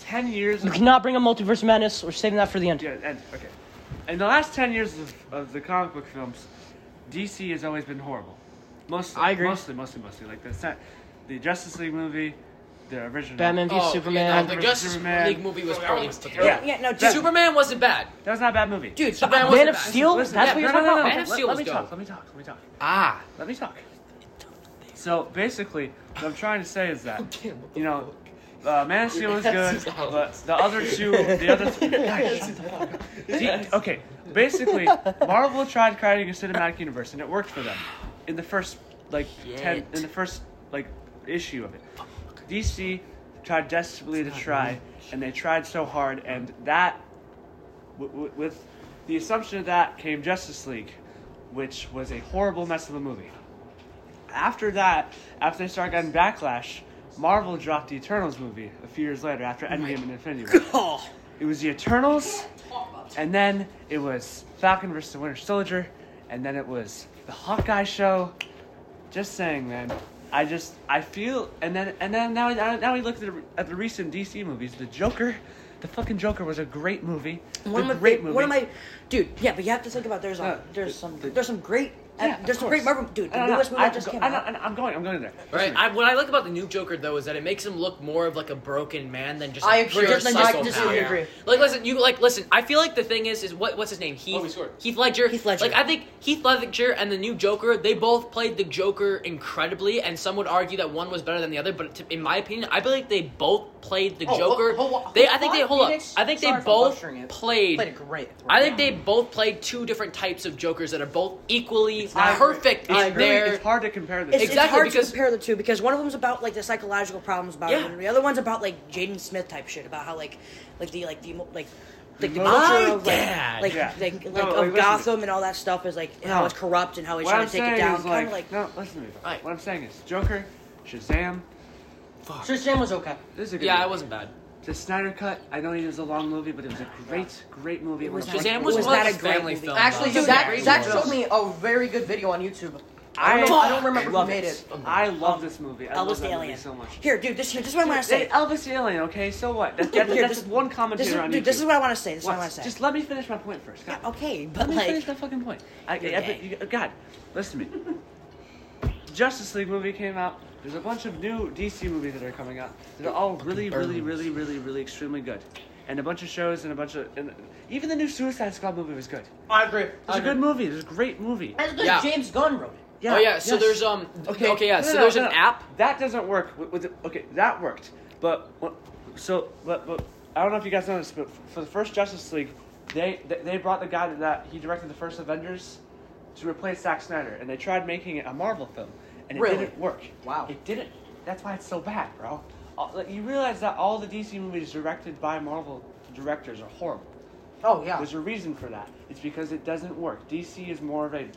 Speaker 5: ten years,
Speaker 1: We
Speaker 5: of,
Speaker 1: cannot bring a multiverse madness. We're saving that for the end.
Speaker 5: yeah, and, okay, in the last ten years of, of the comic book films, DC has always been horrible. Mostly,
Speaker 1: I agree.
Speaker 5: Mostly, mostly, mostly. Like the se- the Justice League movie, the original
Speaker 1: Batman v
Speaker 6: Oh,
Speaker 1: Superman.
Speaker 6: yeah, no, the
Speaker 5: versus
Speaker 6: Justice
Speaker 5: Superman.
Speaker 6: League movie was poorly put together.
Speaker 4: Yeah, yeah, no, dude.
Speaker 6: Superman wasn't bad,
Speaker 5: That was not a bad movie.
Speaker 6: dude. Superman
Speaker 1: Man
Speaker 6: wasn't
Speaker 1: of
Speaker 6: bad.
Speaker 1: Steel?
Speaker 5: Listen,
Speaker 1: That's
Speaker 5: yeah,
Speaker 1: what you're
Speaker 5: no,
Speaker 1: talking
Speaker 5: no, no,
Speaker 1: about?
Speaker 5: no,
Speaker 6: Man of
Speaker 5: let-
Speaker 6: Steel
Speaker 5: let
Speaker 6: was
Speaker 5: me talk.
Speaker 6: dope.
Speaker 5: Let me talk. Let me talk.
Speaker 6: Ah,
Speaker 5: Let me talk. So basically, what I'm trying to say is that you know, uh, Man of Steel is good, but the other two, the other th- Guys, shut the fuck up. D- okay, basically, Marvel tried creating a cinematic universe and it worked for them in the first like ten
Speaker 6: Shit.
Speaker 5: in the first like issue of it. DC tried desperately to try, and they tried so hard, and that w- w- with the assumption of that came Justice League, which was a horrible mess of a movie. After that, after they started getting backlash, Marvel dropped the Eternals movie a few years later after Endgame and Infinity War.
Speaker 4: Oh,
Speaker 5: It was the Eternals, and then it was Falcon versus the Winter Soldier, and then it was the Hawkeye show. Just saying, man. I just I feel, and then and then now now now we look at the, at the recent DC movies. The Joker, the fucking Joker was a great movie.
Speaker 4: one
Speaker 5: The
Speaker 4: of my
Speaker 5: great
Speaker 4: fa-
Speaker 5: movie.
Speaker 4: one of my dude. Yeah, but you have to think about there's a,
Speaker 5: No,
Speaker 4: there's
Speaker 5: the-
Speaker 4: some
Speaker 5: the-
Speaker 4: there's some great
Speaker 5: Yeah, of
Speaker 4: there's some great
Speaker 5: course.
Speaker 4: Marvel dude. The
Speaker 5: I know,
Speaker 4: newest movie
Speaker 5: I
Speaker 4: that just
Speaker 5: go-
Speaker 4: came
Speaker 5: I know,
Speaker 4: out.
Speaker 5: and I'm going. I'm going there.
Speaker 6: right. I, what I like about the new Joker though is that it makes him look more of like a broken man than just
Speaker 1: I
Speaker 6: a
Speaker 1: agree.
Speaker 6: pure
Speaker 1: Just- I
Speaker 6: psychopath.
Speaker 1: completely agree.
Speaker 6: Like listen, you like listen. I feel like the thing is, is what what's his name? Heath
Speaker 5: Oh, we scored.
Speaker 6: Heath Ledger.
Speaker 4: Heath Ledger.
Speaker 6: Like I think Heath Ledger and the new Joker, they both played the Joker incredibly, and some would argue that one was better than the other. But to, in my opinion, I believe they both played the
Speaker 1: Oh,
Speaker 6: Joker.
Speaker 1: oh, oh, oh,
Speaker 6: they, I think they
Speaker 1: Joaquin
Speaker 6: hold up.
Speaker 1: Phoenix?
Speaker 6: I think they
Speaker 1: Sorry for
Speaker 6: both
Speaker 1: butchering it.
Speaker 6: played.
Speaker 1: Played it great.
Speaker 6: I think they both played two different types of Jokers that are both equally
Speaker 5: I agree.
Speaker 6: perfect
Speaker 5: It's
Speaker 6: in
Speaker 5: really-
Speaker 6: their.
Speaker 5: It's hard to compare the
Speaker 4: It's,
Speaker 5: two.
Speaker 4: it's
Speaker 6: Exactly,
Speaker 4: hard
Speaker 6: because-
Speaker 4: to compare the two because one of them's about like the psychological problems about
Speaker 6: Yeah.
Speaker 4: it, and the other one's about like Jaden Smith type shit about how like like the like the emo- like like the
Speaker 5: My
Speaker 4: culture of like
Speaker 6: dad.
Speaker 4: like
Speaker 5: Yeah.
Speaker 4: like, like
Speaker 5: No, like,
Speaker 4: of
Speaker 5: listen.
Speaker 4: Gotham and all that stuff is like how
Speaker 5: No.
Speaker 4: it's corrupt and how he's
Speaker 5: What
Speaker 4: trying
Speaker 5: I'm
Speaker 4: to take it
Speaker 5: saying
Speaker 4: down.
Speaker 5: is
Speaker 4: Kind
Speaker 5: like,
Speaker 4: of like
Speaker 5: no, listen to me.
Speaker 6: Alright.
Speaker 5: What I'm saying is Joker, Shazam.
Speaker 1: Sure, Sam was okay.
Speaker 5: This is a good
Speaker 6: yeah,
Speaker 5: movie.
Speaker 6: it wasn't bad.
Speaker 5: The Snyder Cut. I know it was a long movie, but it was a great, great movie. It
Speaker 4: was
Speaker 5: won a bunch
Speaker 6: Shazam
Speaker 5: of
Speaker 6: was,
Speaker 4: was
Speaker 6: one
Speaker 4: not
Speaker 6: of
Speaker 4: a
Speaker 6: those
Speaker 4: great
Speaker 6: family
Speaker 4: movie.
Speaker 6: films.
Speaker 1: Actually,
Speaker 6: Dude,
Speaker 1: Zach,
Speaker 6: it
Speaker 1: Zach
Speaker 6: was.
Speaker 1: showed me a very good video on YouTube. I
Speaker 5: I-
Speaker 1: don't, I don't remember who
Speaker 5: Love
Speaker 1: made it.
Speaker 5: it. I
Speaker 6: Um,
Speaker 5: love this movie. I
Speaker 4: Elvis
Speaker 5: love
Speaker 4: the
Speaker 5: that
Speaker 4: Alien.
Speaker 5: movie so much.
Speaker 4: Here, dude, this here, this is what I want to
Speaker 5: Hey,
Speaker 4: say.
Speaker 5: Elvis the Alien. Okay, so what? That, that,
Speaker 4: Here,
Speaker 5: that's
Speaker 4: this-
Speaker 5: just one
Speaker 4: This
Speaker 5: commentator
Speaker 4: is,
Speaker 5: on
Speaker 4: dude,
Speaker 5: YouTube.
Speaker 4: this is what I want to say. This is what I
Speaker 5: What?
Speaker 4: want to say.
Speaker 5: Just let me finish my point first. God.
Speaker 4: okay,
Speaker 5: Let
Speaker 4: but
Speaker 5: me
Speaker 4: like
Speaker 5: finish that fucking point. I, I,
Speaker 4: You're
Speaker 5: I,
Speaker 4: gay.
Speaker 5: you, God, listen to me. Justice League movie came out. There's a bunch of new DC movies that are coming out. They're all really, really, really, really, really extremely good. And a bunch of shows and a bunch of and even the new Suicide Squad movie was good.
Speaker 1: I agree.
Speaker 5: It's a good movie. It's a great movie.
Speaker 1: That's good.
Speaker 6: Yeah.
Speaker 1: James Gunn wrote it.
Speaker 6: Oh yeah, so
Speaker 5: yes.
Speaker 6: there's um okay, okay yeah,
Speaker 5: No,
Speaker 6: so
Speaker 5: no,
Speaker 6: there's
Speaker 5: no,
Speaker 6: an
Speaker 5: no.
Speaker 6: app.
Speaker 5: that doesn't work. With, with the- okay, that worked, but what- so but, but I don't know if you guys know this, but for the first Justice League, they they, they brought the guy that he directed the first Avengers to replace Zack Snyder, and they tried making it a Marvel film, and it
Speaker 1: Really?
Speaker 5: didn't work.
Speaker 1: Wow.
Speaker 5: it didn't. That's why it's so bad, bro. All, like, you realize that all the DC movies directed by Marvel directors are horrible.
Speaker 1: Oh yeah.
Speaker 5: There's a reason for that. It's because it doesn't work. DC is more of a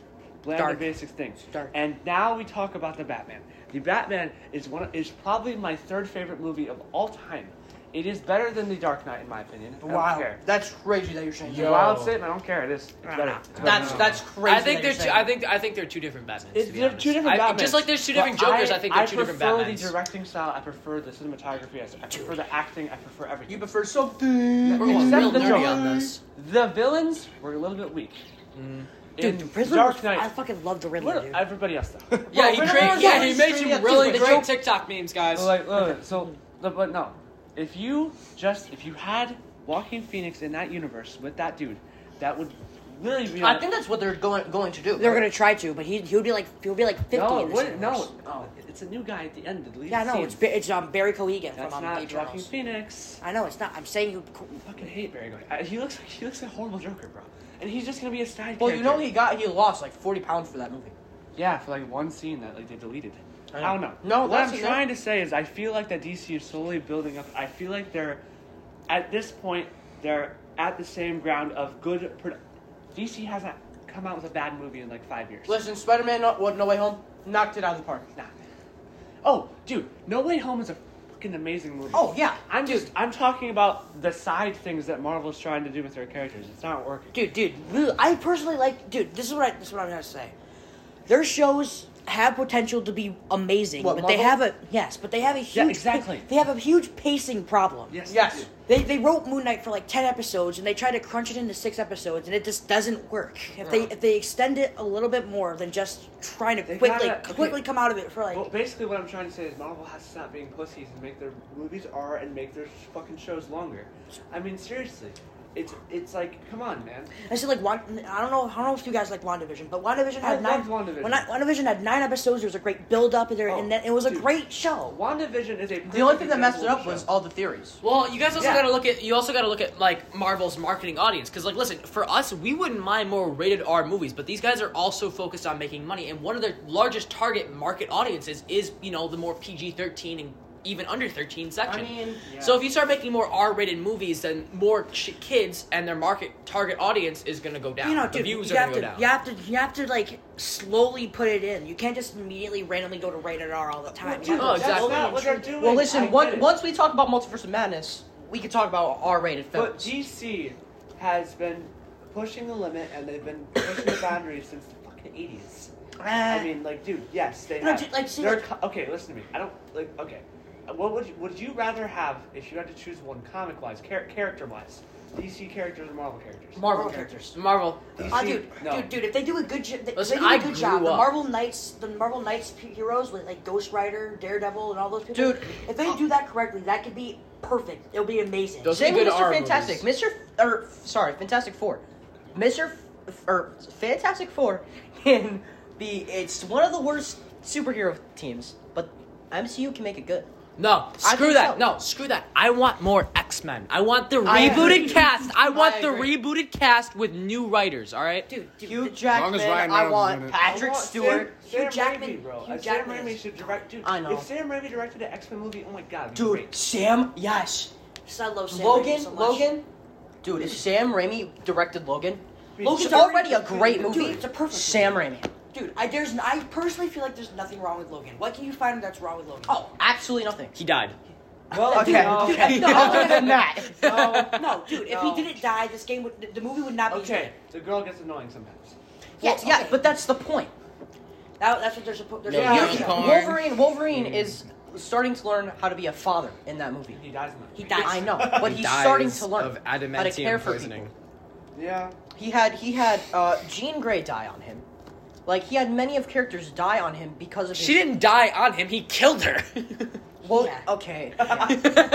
Speaker 5: bland
Speaker 4: Dark.
Speaker 5: and basic thing.
Speaker 4: dark.
Speaker 5: And now we talk about the Batman. The Batman is one of- is probably my third favorite movie of all time. It is better than The Dark Knight in my opinion. I don't
Speaker 1: Wow.
Speaker 5: care.
Speaker 1: That's crazy that you're saying.
Speaker 5: It's a
Speaker 1: that.
Speaker 3: Yo.
Speaker 5: wild statement. I don't care. It is. It's better. It's better.
Speaker 1: That's that's crazy.
Speaker 6: I think
Speaker 1: that you're
Speaker 6: they're two,
Speaker 1: saying
Speaker 6: I
Speaker 1: that.
Speaker 6: think I think they're two different Batmans.
Speaker 5: It's,
Speaker 6: to be
Speaker 5: they're
Speaker 6: honest.
Speaker 5: two different
Speaker 6: I,
Speaker 5: Batmans.
Speaker 6: just like there's two different
Speaker 5: But
Speaker 6: Jokers, I, think they're two different
Speaker 5: prefer the
Speaker 6: Batmans.
Speaker 5: directing style. I prefer the cinematography. I, I prefer the acting. I prefer everything.
Speaker 1: you prefer something.
Speaker 6: We're going real
Speaker 5: the
Speaker 6: nerdy
Speaker 5: Joker.
Speaker 6: on this.
Speaker 5: the villains were a little bit weak.
Speaker 4: dude, the
Speaker 5: In
Speaker 4: Riddler.
Speaker 5: Dark
Speaker 4: was-
Speaker 5: Knight.
Speaker 4: I fucking love the Riddler,
Speaker 5: What-
Speaker 4: dude.
Speaker 5: everybody else though.
Speaker 6: Yeah, he
Speaker 1: Riddler
Speaker 6: created.
Speaker 1: was
Speaker 6: Yeah,
Speaker 1: on
Speaker 6: he
Speaker 1: the
Speaker 6: made
Speaker 1: street,
Speaker 6: some
Speaker 1: yeah,
Speaker 6: really
Speaker 1: too, but
Speaker 6: great
Speaker 1: Joker-
Speaker 6: TikTok memes, guys.
Speaker 5: Well, like, look, so, no, but no, if you just if you had Walking Phoenix in that universe with that dude, that would literally be.
Speaker 1: I think that's what they're going going to do.
Speaker 4: They're gonna try to, but he he would be like he would be like fifty.
Speaker 5: no,
Speaker 4: in
Speaker 5: it
Speaker 4: this
Speaker 5: wouldn't-
Speaker 4: universe.
Speaker 5: no, oh, it's a new guy at the end of the lead
Speaker 4: Yeah, no,
Speaker 5: scene.
Speaker 4: it's Ba- it's um, Barry Cohegan
Speaker 5: that's
Speaker 4: from um,
Speaker 5: not
Speaker 4: the
Speaker 5: Walking
Speaker 4: Eternals.
Speaker 5: Phoenix.
Speaker 4: I know it's not. I'm saying you.
Speaker 5: I fucking hate Barry Gordy. Uh, He looks like he looks like a horrible Joker, bro. And he's just gonna be a side.
Speaker 1: Well, you know
Speaker 5: character.
Speaker 1: he got he lost like forty pounds for that movie.
Speaker 5: Yeah, for like one scene that like they deleted.
Speaker 1: I
Speaker 5: I,
Speaker 1: know.
Speaker 5: don't know.
Speaker 1: No,
Speaker 5: what
Speaker 1: that's
Speaker 5: I'm
Speaker 1: okay.
Speaker 5: trying to say is I feel like that DC is slowly building up. I feel like they're at this point they're at the same ground of good. Pro- DC hasn't come out with a bad movie in like five years.
Speaker 1: Listen, Spider Man no, What- no Way Home knocked it out of the park.
Speaker 5: Nah. Oh, dude, No Way Home is a fucking amazing movie.
Speaker 1: Oh, yeah.
Speaker 5: I'm just I'm talking about the side things that Marvel's trying to do with their characters. It's not working.
Speaker 4: dude, dude. really- I personally like, dude. This is what I, this is what I'm gonna say. Their shows have potential to be amazing,
Speaker 1: What,
Speaker 4: but they have
Speaker 1: Marvel?
Speaker 4: a yes, but they have a huge
Speaker 5: Yeah, exactly.
Speaker 4: They have a huge pacing problem.
Speaker 1: Yes.
Speaker 4: They, they wrote Moon Knight for like ten episodes, and they tried to crunch it into six episodes, and it just doesn't work. If they if they extend it a little bit more than just trying to
Speaker 5: Uh-huh. They
Speaker 4: quickly
Speaker 5: gotta- okay.
Speaker 4: quickly come out of it for like
Speaker 5: Well, basically, what I'm trying to say is Marvel has to stop being pussies and make their movies are and make their fucking shows longer. I mean, seriously, it's it's like, come on, man.
Speaker 4: I said like one. I don't know. I don't know if you guys like WandaVision, but WandaVision
Speaker 5: I
Speaker 4: had nine.
Speaker 5: loved WandaVision.
Speaker 4: When I, WandaVision had nine episodes, there was a great build up there,
Speaker 5: Oh,
Speaker 4: and then it was a
Speaker 5: dude.
Speaker 4: great show.
Speaker 5: WandaVision is a
Speaker 1: The only thing that messed it up was all the theories.
Speaker 6: Well, you guys also
Speaker 5: Yeah.
Speaker 6: gotta look at you also gotta look at like Marvel's marketing audience because like listen for us we wouldn't mind more rated R movies but these guys are also focused on making money and one of their largest target market audiences is you know the more PG thirteen and even under thirteen section.
Speaker 1: mean,
Speaker 6: so
Speaker 5: yeah.
Speaker 6: if you start making more R rated movies, then more ch- kids and their market target audience is gonna go down.
Speaker 4: You know,
Speaker 6: the
Speaker 4: dude, you
Speaker 6: views are
Speaker 4: have to,
Speaker 6: gonna go down.
Speaker 4: you have to, you have to like slowly put it in. You can't just immediately randomly go to rated R all the time. You
Speaker 5: Dude,
Speaker 6: Oh,
Speaker 4: have to-
Speaker 5: that's
Speaker 6: exactly.
Speaker 5: not what they're doing.
Speaker 1: Well,
Speaker 5: I
Speaker 1: listen.
Speaker 5: get
Speaker 1: One,
Speaker 5: it.
Speaker 1: once we talk about Multiverse of Madness, we can talk about R-rated
Speaker 5: But
Speaker 1: films.
Speaker 5: DC has been pushing the limit and they've been pushing the boundaries since the fucking 80s. I mean, like, dude, yes, they
Speaker 4: No,
Speaker 5: have.
Speaker 4: dude, like, see,
Speaker 5: they're
Speaker 4: like-
Speaker 5: co- okay, listen to me. I don't like. Okay, what would you, would you rather have if you had to choose one comic wise, char- character wise, DC characters or Marvel characters?
Speaker 1: Marvel
Speaker 4: Okay.
Speaker 1: characters.
Speaker 6: Marvel.
Speaker 5: DC
Speaker 4: Ah, dude,
Speaker 5: no.
Speaker 4: dude, dude! If they do a good, jo- they,
Speaker 6: Listen,
Speaker 4: if they do
Speaker 6: I
Speaker 4: a good job.
Speaker 6: grew
Speaker 4: The
Speaker 6: up.
Speaker 4: Marvel Knights, the Marvel Knights heroes with like Ghost Rider, Daredevil, and all those people.
Speaker 1: Dude.
Speaker 4: if they do that correctly, that could be perfect. It'll be amazing.
Speaker 6: Those-
Speaker 1: Same with
Speaker 6: Good
Speaker 1: Mr.
Speaker 6: R
Speaker 1: Fantastic.
Speaker 6: movies.
Speaker 1: Mr. F- Or sorry, Fantastic Four. Mr. F- or Fantastic Four can be. It's one of the worst superhero teams, but MCU can make it good.
Speaker 6: No,
Speaker 1: I
Speaker 6: screw
Speaker 1: think
Speaker 6: that.
Speaker 1: so.
Speaker 6: No, screw that. I want more X Men. I want the
Speaker 1: I
Speaker 6: rebooted
Speaker 1: agree.
Speaker 6: cast. I want the
Speaker 1: agree.
Speaker 6: rebooted cast with new writers. All right.
Speaker 4: dude, dude,
Speaker 1: Hugh
Speaker 4: the-
Speaker 1: Jackman.
Speaker 3: As long as Ryan
Speaker 1: I
Speaker 3: Reynolds
Speaker 1: want
Speaker 3: is in it.
Speaker 5: I
Speaker 1: Patrick
Speaker 5: want
Speaker 1: Stewart.
Speaker 5: Sam, Sam
Speaker 4: Hugh Jackman-
Speaker 5: Raimi, bro.
Speaker 4: Hugh
Speaker 5: If
Speaker 4: Jackman
Speaker 5: Sam Raimi
Speaker 4: is-
Speaker 5: should direct. Dude,
Speaker 1: I know.
Speaker 5: If Sam Raimi directed an X Men movie, oh my god, it'd be
Speaker 1: Dude,
Speaker 5: great.
Speaker 1: Sam. Yes.
Speaker 4: I love Sam Raimi
Speaker 1: Logan.
Speaker 4: so much.
Speaker 1: Logan. Dude, if Sam Raimi directed Logan,
Speaker 5: Dude,
Speaker 1: Logan's
Speaker 4: Sam
Speaker 1: already a
Speaker 4: Raimi's
Speaker 1: great
Speaker 4: dude,
Speaker 1: movie.
Speaker 4: it's a perfect
Speaker 1: Sam
Speaker 4: movie.
Speaker 1: Raimi.
Speaker 4: Dude, I there's I personally feel like there's nothing wrong with Logan. What can you find that's wrong with Logan?
Speaker 1: Oh, absolutely nothing.
Speaker 6: He died.
Speaker 5: Well,
Speaker 1: Okay.
Speaker 5: no,
Speaker 1: okay.
Speaker 4: no.
Speaker 1: Other than that.
Speaker 5: no,
Speaker 4: no, dude, if
Speaker 5: No.
Speaker 4: he didn't die, this game would the movie would not be
Speaker 5: Okay, the girl gets annoying sometimes.
Speaker 1: Yes,
Speaker 4: Well,
Speaker 1: yeah,
Speaker 4: okay.
Speaker 1: but that's the point.
Speaker 4: That, that's what they're supposed. They're
Speaker 5: Yeah.
Speaker 4: supposed to
Speaker 6: Unicorn.
Speaker 4: show.
Speaker 1: Wolverine, Wolverine is starting to learn how to be a father in that movie.
Speaker 5: He dies in that.
Speaker 4: He
Speaker 5: movie.
Speaker 4: died.
Speaker 1: I know, but
Speaker 2: He
Speaker 1: he's
Speaker 2: dies
Speaker 1: starting to learn
Speaker 2: of
Speaker 1: how to care
Speaker 2: adamantium
Speaker 1: for
Speaker 2: poisoning.
Speaker 1: people.
Speaker 5: Yeah.
Speaker 1: He had he had uh, Jean Grey die on him. Like he had many of characters die on him because of.
Speaker 6: She
Speaker 1: his,
Speaker 6: didn't die on him. He killed her.
Speaker 4: Oh,
Speaker 1: Well,
Speaker 4: Yeah.
Speaker 1: okay.